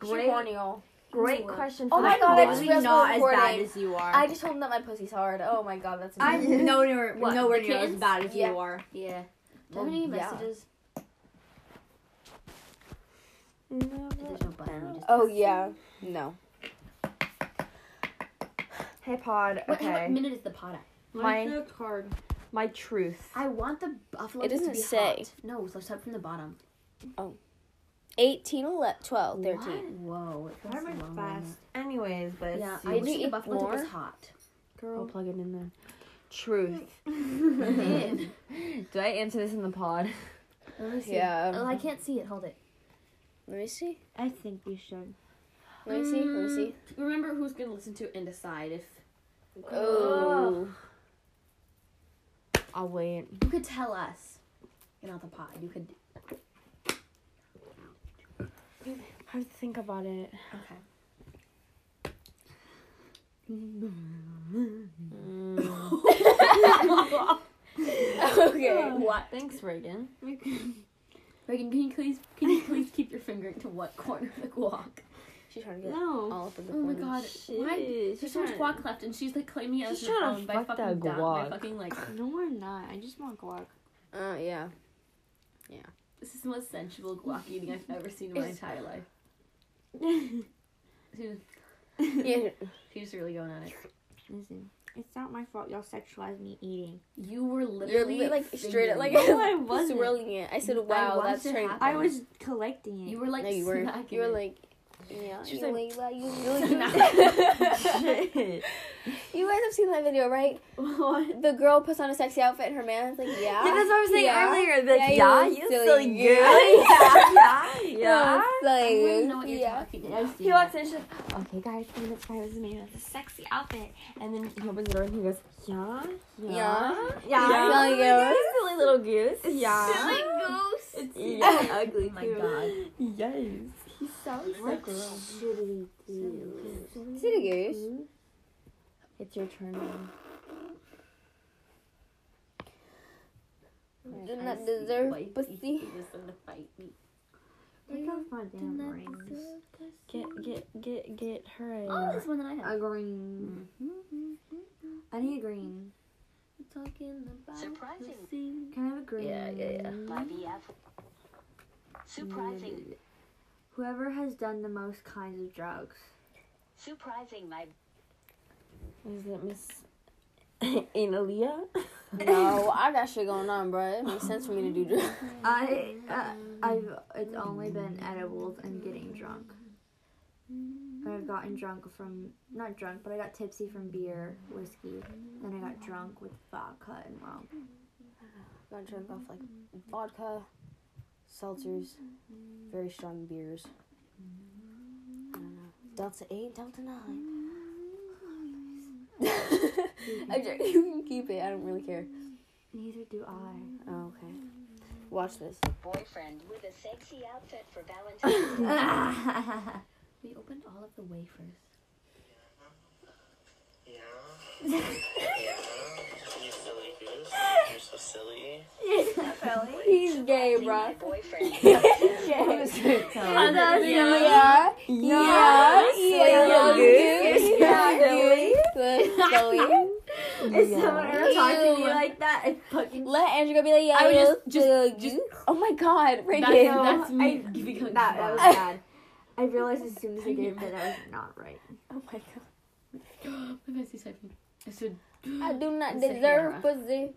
[SPEAKER 4] Great, great
[SPEAKER 1] Lord.
[SPEAKER 4] question.
[SPEAKER 3] Oh
[SPEAKER 4] for
[SPEAKER 3] my
[SPEAKER 4] the
[SPEAKER 3] god,
[SPEAKER 4] pod.
[SPEAKER 3] I just realized
[SPEAKER 5] not
[SPEAKER 3] we're
[SPEAKER 5] as bad
[SPEAKER 3] recording.
[SPEAKER 5] as you are.
[SPEAKER 3] I just told him that my pussy's hard. Oh my god, that's
[SPEAKER 5] I'm nowhere,
[SPEAKER 1] What,
[SPEAKER 5] nowhere
[SPEAKER 1] the
[SPEAKER 5] near as
[SPEAKER 1] kids?
[SPEAKER 5] bad as
[SPEAKER 3] Yeah.
[SPEAKER 5] you are.
[SPEAKER 1] Yeah. Mm, Do
[SPEAKER 3] Well,
[SPEAKER 1] you have any
[SPEAKER 3] yeah.
[SPEAKER 1] messages? There's no button. we just
[SPEAKER 3] Oh yeah. No. Hey pod.
[SPEAKER 1] What, how- what
[SPEAKER 3] Okay.
[SPEAKER 1] minute is the pot at?
[SPEAKER 4] my my truth.
[SPEAKER 1] I want the buffalo
[SPEAKER 3] It
[SPEAKER 1] to
[SPEAKER 3] doesn't
[SPEAKER 1] be
[SPEAKER 3] say.
[SPEAKER 1] hot. No, let's start from the bottom.
[SPEAKER 3] 18, 11, 12, 13.
[SPEAKER 1] What? Whoa. it feels long.
[SPEAKER 4] Anyways, but
[SPEAKER 1] Yeah,
[SPEAKER 4] see.
[SPEAKER 1] I wish
[SPEAKER 3] you
[SPEAKER 1] the
[SPEAKER 3] eat
[SPEAKER 1] buffalo dip was
[SPEAKER 3] more?
[SPEAKER 1] hot.
[SPEAKER 4] I'll plug it in then. Truth.
[SPEAKER 1] Man.
[SPEAKER 4] Do I answer this in the pod?
[SPEAKER 1] Let me see.
[SPEAKER 3] Yeah.
[SPEAKER 1] Oh, I can't see it. Hold it.
[SPEAKER 3] Let me see.
[SPEAKER 1] I think you should.
[SPEAKER 3] Let me see. Let me see.
[SPEAKER 1] Mm.
[SPEAKER 2] Remember who's gonna listen to it and decide if.
[SPEAKER 3] Oh.
[SPEAKER 4] I'll wait.
[SPEAKER 1] You could tell us.
[SPEAKER 2] Get out the pot. You could.
[SPEAKER 4] I have to think about it.
[SPEAKER 2] Okay.
[SPEAKER 4] Mm.
[SPEAKER 3] okay.
[SPEAKER 2] What?
[SPEAKER 4] Thanks, Reagan.
[SPEAKER 2] Reagan, can you please, can you please keep your finger into what corner of the guac?
[SPEAKER 3] She's trying to get
[SPEAKER 4] No.
[SPEAKER 3] all up in the
[SPEAKER 2] Oh my
[SPEAKER 3] corner.
[SPEAKER 2] god. Why?
[SPEAKER 4] Shit.
[SPEAKER 2] There's so much guac left, and she's like claiming it as
[SPEAKER 4] She's
[SPEAKER 2] her
[SPEAKER 4] trying to
[SPEAKER 2] own by
[SPEAKER 4] fuck
[SPEAKER 2] fucking
[SPEAKER 4] that
[SPEAKER 2] down, by
[SPEAKER 4] guac.
[SPEAKER 2] fucking like
[SPEAKER 4] No, we're not. I just want guac.
[SPEAKER 3] Oh yeah.
[SPEAKER 2] This is the most sensual guac eating I've ever seen in my entire life. she, was,
[SPEAKER 3] yeah.
[SPEAKER 2] she was really going on it.
[SPEAKER 1] Listen.
[SPEAKER 5] It's not my fault y'all sexualized me eating.
[SPEAKER 2] You were
[SPEAKER 3] You're
[SPEAKER 2] literally
[SPEAKER 3] like straight up like
[SPEAKER 2] fingering
[SPEAKER 4] No, I wasn't.
[SPEAKER 3] swirling it. I said,
[SPEAKER 2] I
[SPEAKER 3] "Wow,
[SPEAKER 2] watched
[SPEAKER 3] that's
[SPEAKER 2] it
[SPEAKER 3] turning."
[SPEAKER 2] happen. I was
[SPEAKER 5] collecting
[SPEAKER 2] it. You were like
[SPEAKER 3] no, you were.
[SPEAKER 2] smacking
[SPEAKER 3] You were
[SPEAKER 2] it.
[SPEAKER 3] like, yeah.
[SPEAKER 4] She's
[SPEAKER 3] you
[SPEAKER 4] like-
[SPEAKER 3] like, wow, you really do.
[SPEAKER 4] Shit.
[SPEAKER 3] you guys have seen that video, right?
[SPEAKER 4] what?
[SPEAKER 3] The girl puts on a sexy outfit, and her man's like, yeah.
[SPEAKER 4] Yeah, that's what I was saying
[SPEAKER 3] yeah.
[SPEAKER 4] earlier. Like, yeah,
[SPEAKER 3] Yeah, you
[SPEAKER 4] you
[SPEAKER 3] silly
[SPEAKER 4] silly
[SPEAKER 3] girl.
[SPEAKER 4] good. Yeah, yeah. yeah.
[SPEAKER 3] It's
[SPEAKER 2] I wouldn't know
[SPEAKER 3] Like,
[SPEAKER 2] what you're
[SPEAKER 3] yeah.
[SPEAKER 2] talking about.
[SPEAKER 4] He walks in, she's like, okay, guys, I'm gonna try this man with a sexy outfit. And then he opens the door and he goes, yeah, yeah,
[SPEAKER 3] Yeah.
[SPEAKER 4] yeah. yeah.
[SPEAKER 3] Silly
[SPEAKER 4] Silly goose. Silly little goose. Yeah.
[SPEAKER 3] Silly
[SPEAKER 4] goose. It's yeah, ugly.
[SPEAKER 2] my
[SPEAKER 4] too.
[SPEAKER 2] God.
[SPEAKER 4] Yes.
[SPEAKER 2] He sounds like
[SPEAKER 3] Silly goose.
[SPEAKER 4] It's your turn now.
[SPEAKER 3] Do not deserve pussy.
[SPEAKER 2] He was gonna fight me.
[SPEAKER 4] Get, get, get, get her a,
[SPEAKER 1] Oh, this one that I have.
[SPEAKER 5] A green. I need a green.
[SPEAKER 1] talking about
[SPEAKER 8] Surprising.
[SPEAKER 5] Can I have a green?
[SPEAKER 4] Yeah, yeah, yeah.
[SPEAKER 8] YBF. Surprising.
[SPEAKER 5] Whoever has done the most kinds of drugs.
[SPEAKER 8] Surprising my
[SPEAKER 4] is it Miss Analia?
[SPEAKER 3] No, I got shit going on, bro. It makes sense for me to do drugs.
[SPEAKER 5] I, uh, I've, it's only been edibles and getting drunk. But I've gotten drunk from, not drunk, but I got tipsy from beer, whiskey. Then I got drunk with vodka and rum.
[SPEAKER 3] Got drunk off like vodka, seltzers, very strong beers. I don't know. Delta 8, Delta 9. I ju- you can keep it. I don't really care.
[SPEAKER 5] Neither do I.
[SPEAKER 3] Oh, okay. Watch this.
[SPEAKER 8] boyfriend with a sexy outfit for Valentine's Day.
[SPEAKER 1] We opened all of the wafers.
[SPEAKER 9] Yeah. yeah. You silly goose. You're so silly.
[SPEAKER 3] He's gay,
[SPEAKER 8] Surprising my
[SPEAKER 3] bruh.
[SPEAKER 8] boyfriend.
[SPEAKER 3] Yeah. Yeah. Yeah. Yeah.
[SPEAKER 4] Silly
[SPEAKER 3] Yeah.
[SPEAKER 5] Is someone ever talking to
[SPEAKER 3] Ew.
[SPEAKER 5] you like that? It's fucking
[SPEAKER 3] Let Andrew go be like, yeah,
[SPEAKER 2] I would
[SPEAKER 3] yeah,
[SPEAKER 2] just- just-
[SPEAKER 3] silly goose. Oh my god, Reagan.
[SPEAKER 5] No,
[SPEAKER 2] That's me
[SPEAKER 5] I-
[SPEAKER 2] giving
[SPEAKER 5] that,
[SPEAKER 2] hugs
[SPEAKER 5] that was
[SPEAKER 2] back.
[SPEAKER 5] bad. I realized as soon as I did that that was not right.
[SPEAKER 3] Oh my god.
[SPEAKER 2] My fancy typing. I said.
[SPEAKER 3] I do not
[SPEAKER 2] It's a
[SPEAKER 3] deserve
[SPEAKER 2] Hera.
[SPEAKER 3] pussy.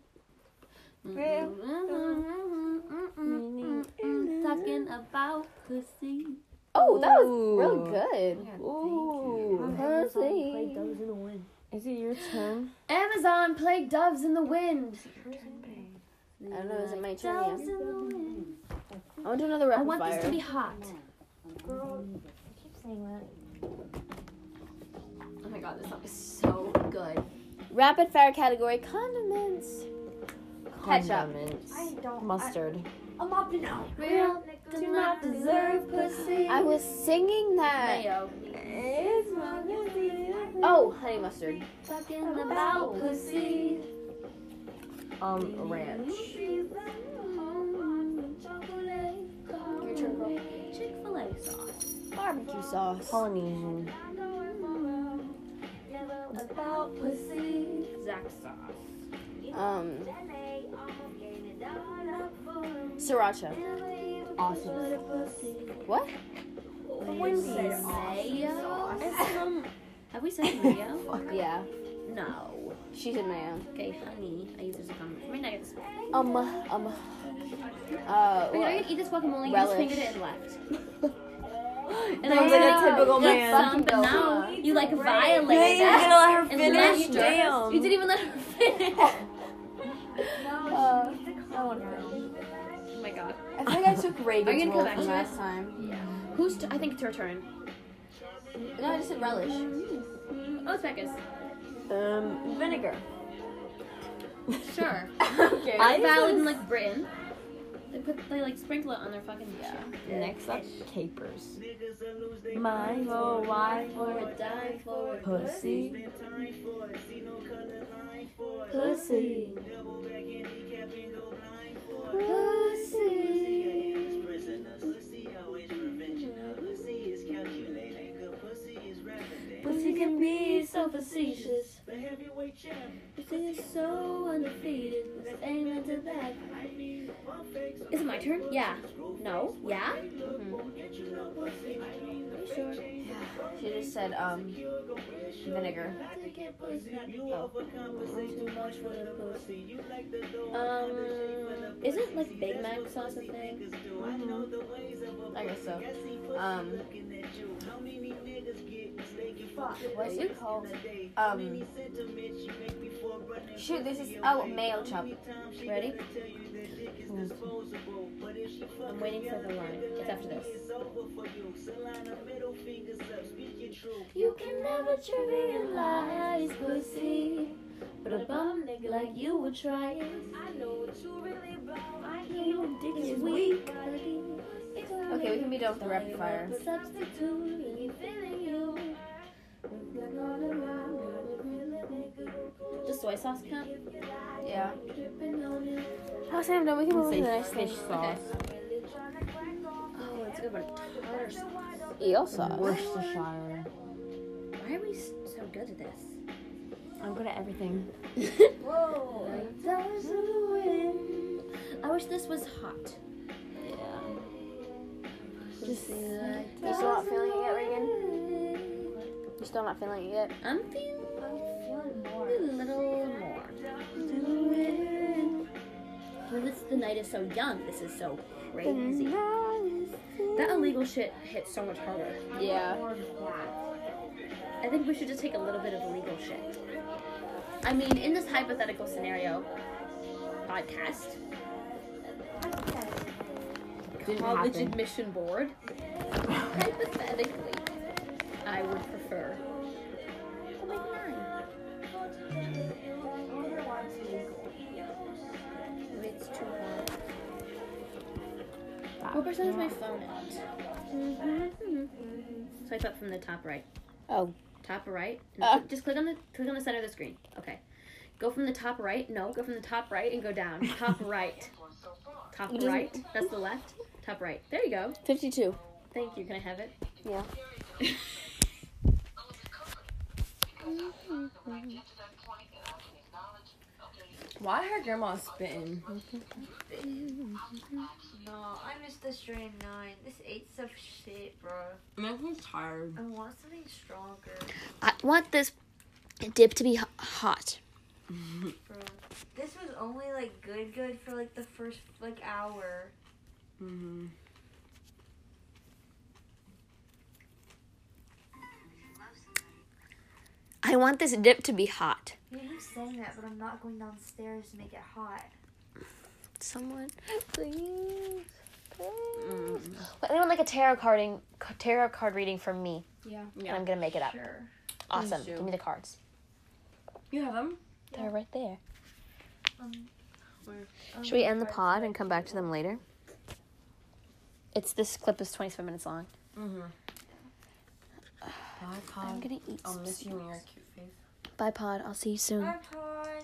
[SPEAKER 4] Mm-hmm.
[SPEAKER 2] Talking about pussy.
[SPEAKER 3] Oh, that was
[SPEAKER 4] Ooh.
[SPEAKER 3] really good.
[SPEAKER 4] Ooh.
[SPEAKER 3] Pussy.
[SPEAKER 4] Is it your turn?
[SPEAKER 10] Amazon played Doves in the Wind.
[SPEAKER 3] I don't know, is it my turn?
[SPEAKER 10] Doves
[SPEAKER 3] Yeah.
[SPEAKER 10] in the wind.
[SPEAKER 3] I want to do another rapid
[SPEAKER 10] I want
[SPEAKER 3] fire.
[SPEAKER 10] this to be hot.
[SPEAKER 2] Oh my god, this stuff is so good.
[SPEAKER 3] Rapid fire category condiments. Ketchup.
[SPEAKER 11] I don't. Mustard.
[SPEAKER 2] I'm up now. Real do not deserve pussy.
[SPEAKER 3] I was singing that.
[SPEAKER 2] Mayo.
[SPEAKER 3] Oh, honey mustard.
[SPEAKER 2] Talking about pussy.
[SPEAKER 11] um, ranch.
[SPEAKER 2] Your turn, girl. Chick fil A sauce.
[SPEAKER 3] Barbecue sauce.
[SPEAKER 11] Polynesian.
[SPEAKER 2] About pussy. Zach sauce.
[SPEAKER 3] Um. Sriracha.
[SPEAKER 5] Awesome.
[SPEAKER 3] What?
[SPEAKER 2] Mayo. Have we said mayo?
[SPEAKER 3] Yeah.
[SPEAKER 2] No.
[SPEAKER 3] She said mayo.
[SPEAKER 2] Okay, honey. I use this as a comment. I mean, I get this.
[SPEAKER 3] Um. Um.
[SPEAKER 2] Wait, I
[SPEAKER 3] Uh.
[SPEAKER 2] can
[SPEAKER 3] What?
[SPEAKER 2] eat this guacamole.
[SPEAKER 3] Relish.
[SPEAKER 2] You just fingered it and left.
[SPEAKER 4] And I was like a typical man.
[SPEAKER 2] Some, but now you like violated
[SPEAKER 4] You're
[SPEAKER 2] that.
[SPEAKER 4] gonna let her
[SPEAKER 2] And then
[SPEAKER 4] finish.
[SPEAKER 2] you Oh.
[SPEAKER 4] Damn.
[SPEAKER 2] You didn't even let her finish.
[SPEAKER 3] Uh,
[SPEAKER 2] Oh my god.
[SPEAKER 4] I think I took
[SPEAKER 2] Are you
[SPEAKER 4] Reagan's
[SPEAKER 2] gonna
[SPEAKER 4] role
[SPEAKER 2] come back
[SPEAKER 4] from
[SPEAKER 2] to
[SPEAKER 4] last
[SPEAKER 2] us?
[SPEAKER 4] time.
[SPEAKER 2] Who's? T- I think it's her turn.
[SPEAKER 3] no, I just said relish.
[SPEAKER 2] Oh, it's Becca's.
[SPEAKER 4] Um, vinegar.
[SPEAKER 2] Sure.
[SPEAKER 4] okay.
[SPEAKER 2] I valid in like Britain. They put they like sprinkle it on their fucking yeah.
[SPEAKER 11] Next up, capers.
[SPEAKER 4] My oh, why
[SPEAKER 2] Or a die for a
[SPEAKER 11] Pussy.
[SPEAKER 2] pussy. Pussy can be so facetious. Pussy is so undefeated. There's amen to that. Is it my turn? Yeah. No. Yeah. Uh,
[SPEAKER 11] She just said um vinegar.
[SPEAKER 2] Um. Isn't like Big Mac sauce a thing?
[SPEAKER 11] I guess so. Um. What's it called? Um. Shoot, this is oh mayo chop.
[SPEAKER 2] Ready? Hmm. I'm waiting for the line. It's after this. You can never trivialize pussy, but a bum nigga like you would try it. I know your dick is weak.
[SPEAKER 11] Okay, we can be done with the rapid fire.
[SPEAKER 2] Does soy sauce count?
[SPEAKER 11] Yeah.
[SPEAKER 3] Oh, Sam, no, we can move on to
[SPEAKER 11] Say
[SPEAKER 3] the next
[SPEAKER 11] fish
[SPEAKER 3] thing.
[SPEAKER 11] sauce.
[SPEAKER 2] Oh, it's a good one. Tartar sauce.
[SPEAKER 3] Eel sauce.
[SPEAKER 11] Worcestershire.
[SPEAKER 2] Why are we s- so good at this?
[SPEAKER 11] I'm good at everything.
[SPEAKER 2] I wish this was hot.
[SPEAKER 11] Just
[SPEAKER 3] You still not feeling it yet, Reagan? You still not feeling it yet?
[SPEAKER 2] I'm feeling a little more. Well, this the night is so young. This is so crazy. That illegal shit hits so much harder.
[SPEAKER 3] Yeah.
[SPEAKER 2] I think we should just take a little bit of illegal shit. I mean, in this hypothetical scenario podcast,
[SPEAKER 11] didn't
[SPEAKER 2] college
[SPEAKER 11] happen.
[SPEAKER 2] admission board, hypothetically, I would prefer. Oh, wait, nine. Wait, It's too hard. What percent is my phone at? Swipe up from the top right.
[SPEAKER 3] Oh.
[SPEAKER 2] Top right.
[SPEAKER 3] Uh.
[SPEAKER 2] Just click on the click on the center of the screen. Okay. Go from the top right. No, go from the top right and go down. Top right. Top
[SPEAKER 3] You just-
[SPEAKER 2] right. That's the left. Top right. There you go.
[SPEAKER 3] 52.
[SPEAKER 2] Thank you. Can I have it?
[SPEAKER 3] Yeah.
[SPEAKER 4] Why her grandma spitting?
[SPEAKER 5] No, I missed the strain nine. This eight stuff shit, bro.
[SPEAKER 4] I'm tired.
[SPEAKER 5] I want something stronger,
[SPEAKER 12] I want this dip to be h- hot.
[SPEAKER 5] bro. This was only like good, good for like the first like hour.
[SPEAKER 4] Mm-hmm.
[SPEAKER 12] I want this dip to be hot.
[SPEAKER 5] You keep saying that, but I'm not going downstairs to make it hot.
[SPEAKER 12] Someone, please. Would anyone like a tarot carding, tarot card reading from me?
[SPEAKER 2] Yeah.
[SPEAKER 12] And I'm gonna make it up.
[SPEAKER 5] Sure.
[SPEAKER 2] Awesome. Give me the cards.
[SPEAKER 11] You have them.
[SPEAKER 2] They're right there. Should we end the pod and come back to them later? It's this clip is twenty five minutes long.
[SPEAKER 4] Bye,
[SPEAKER 2] I'm
[SPEAKER 4] Pod.
[SPEAKER 2] gonna eat.
[SPEAKER 4] I'll
[SPEAKER 2] some
[SPEAKER 4] miss you and your
[SPEAKER 2] sweets.
[SPEAKER 4] cute face.
[SPEAKER 2] Bye pod. I'll see you soon.
[SPEAKER 5] Pod.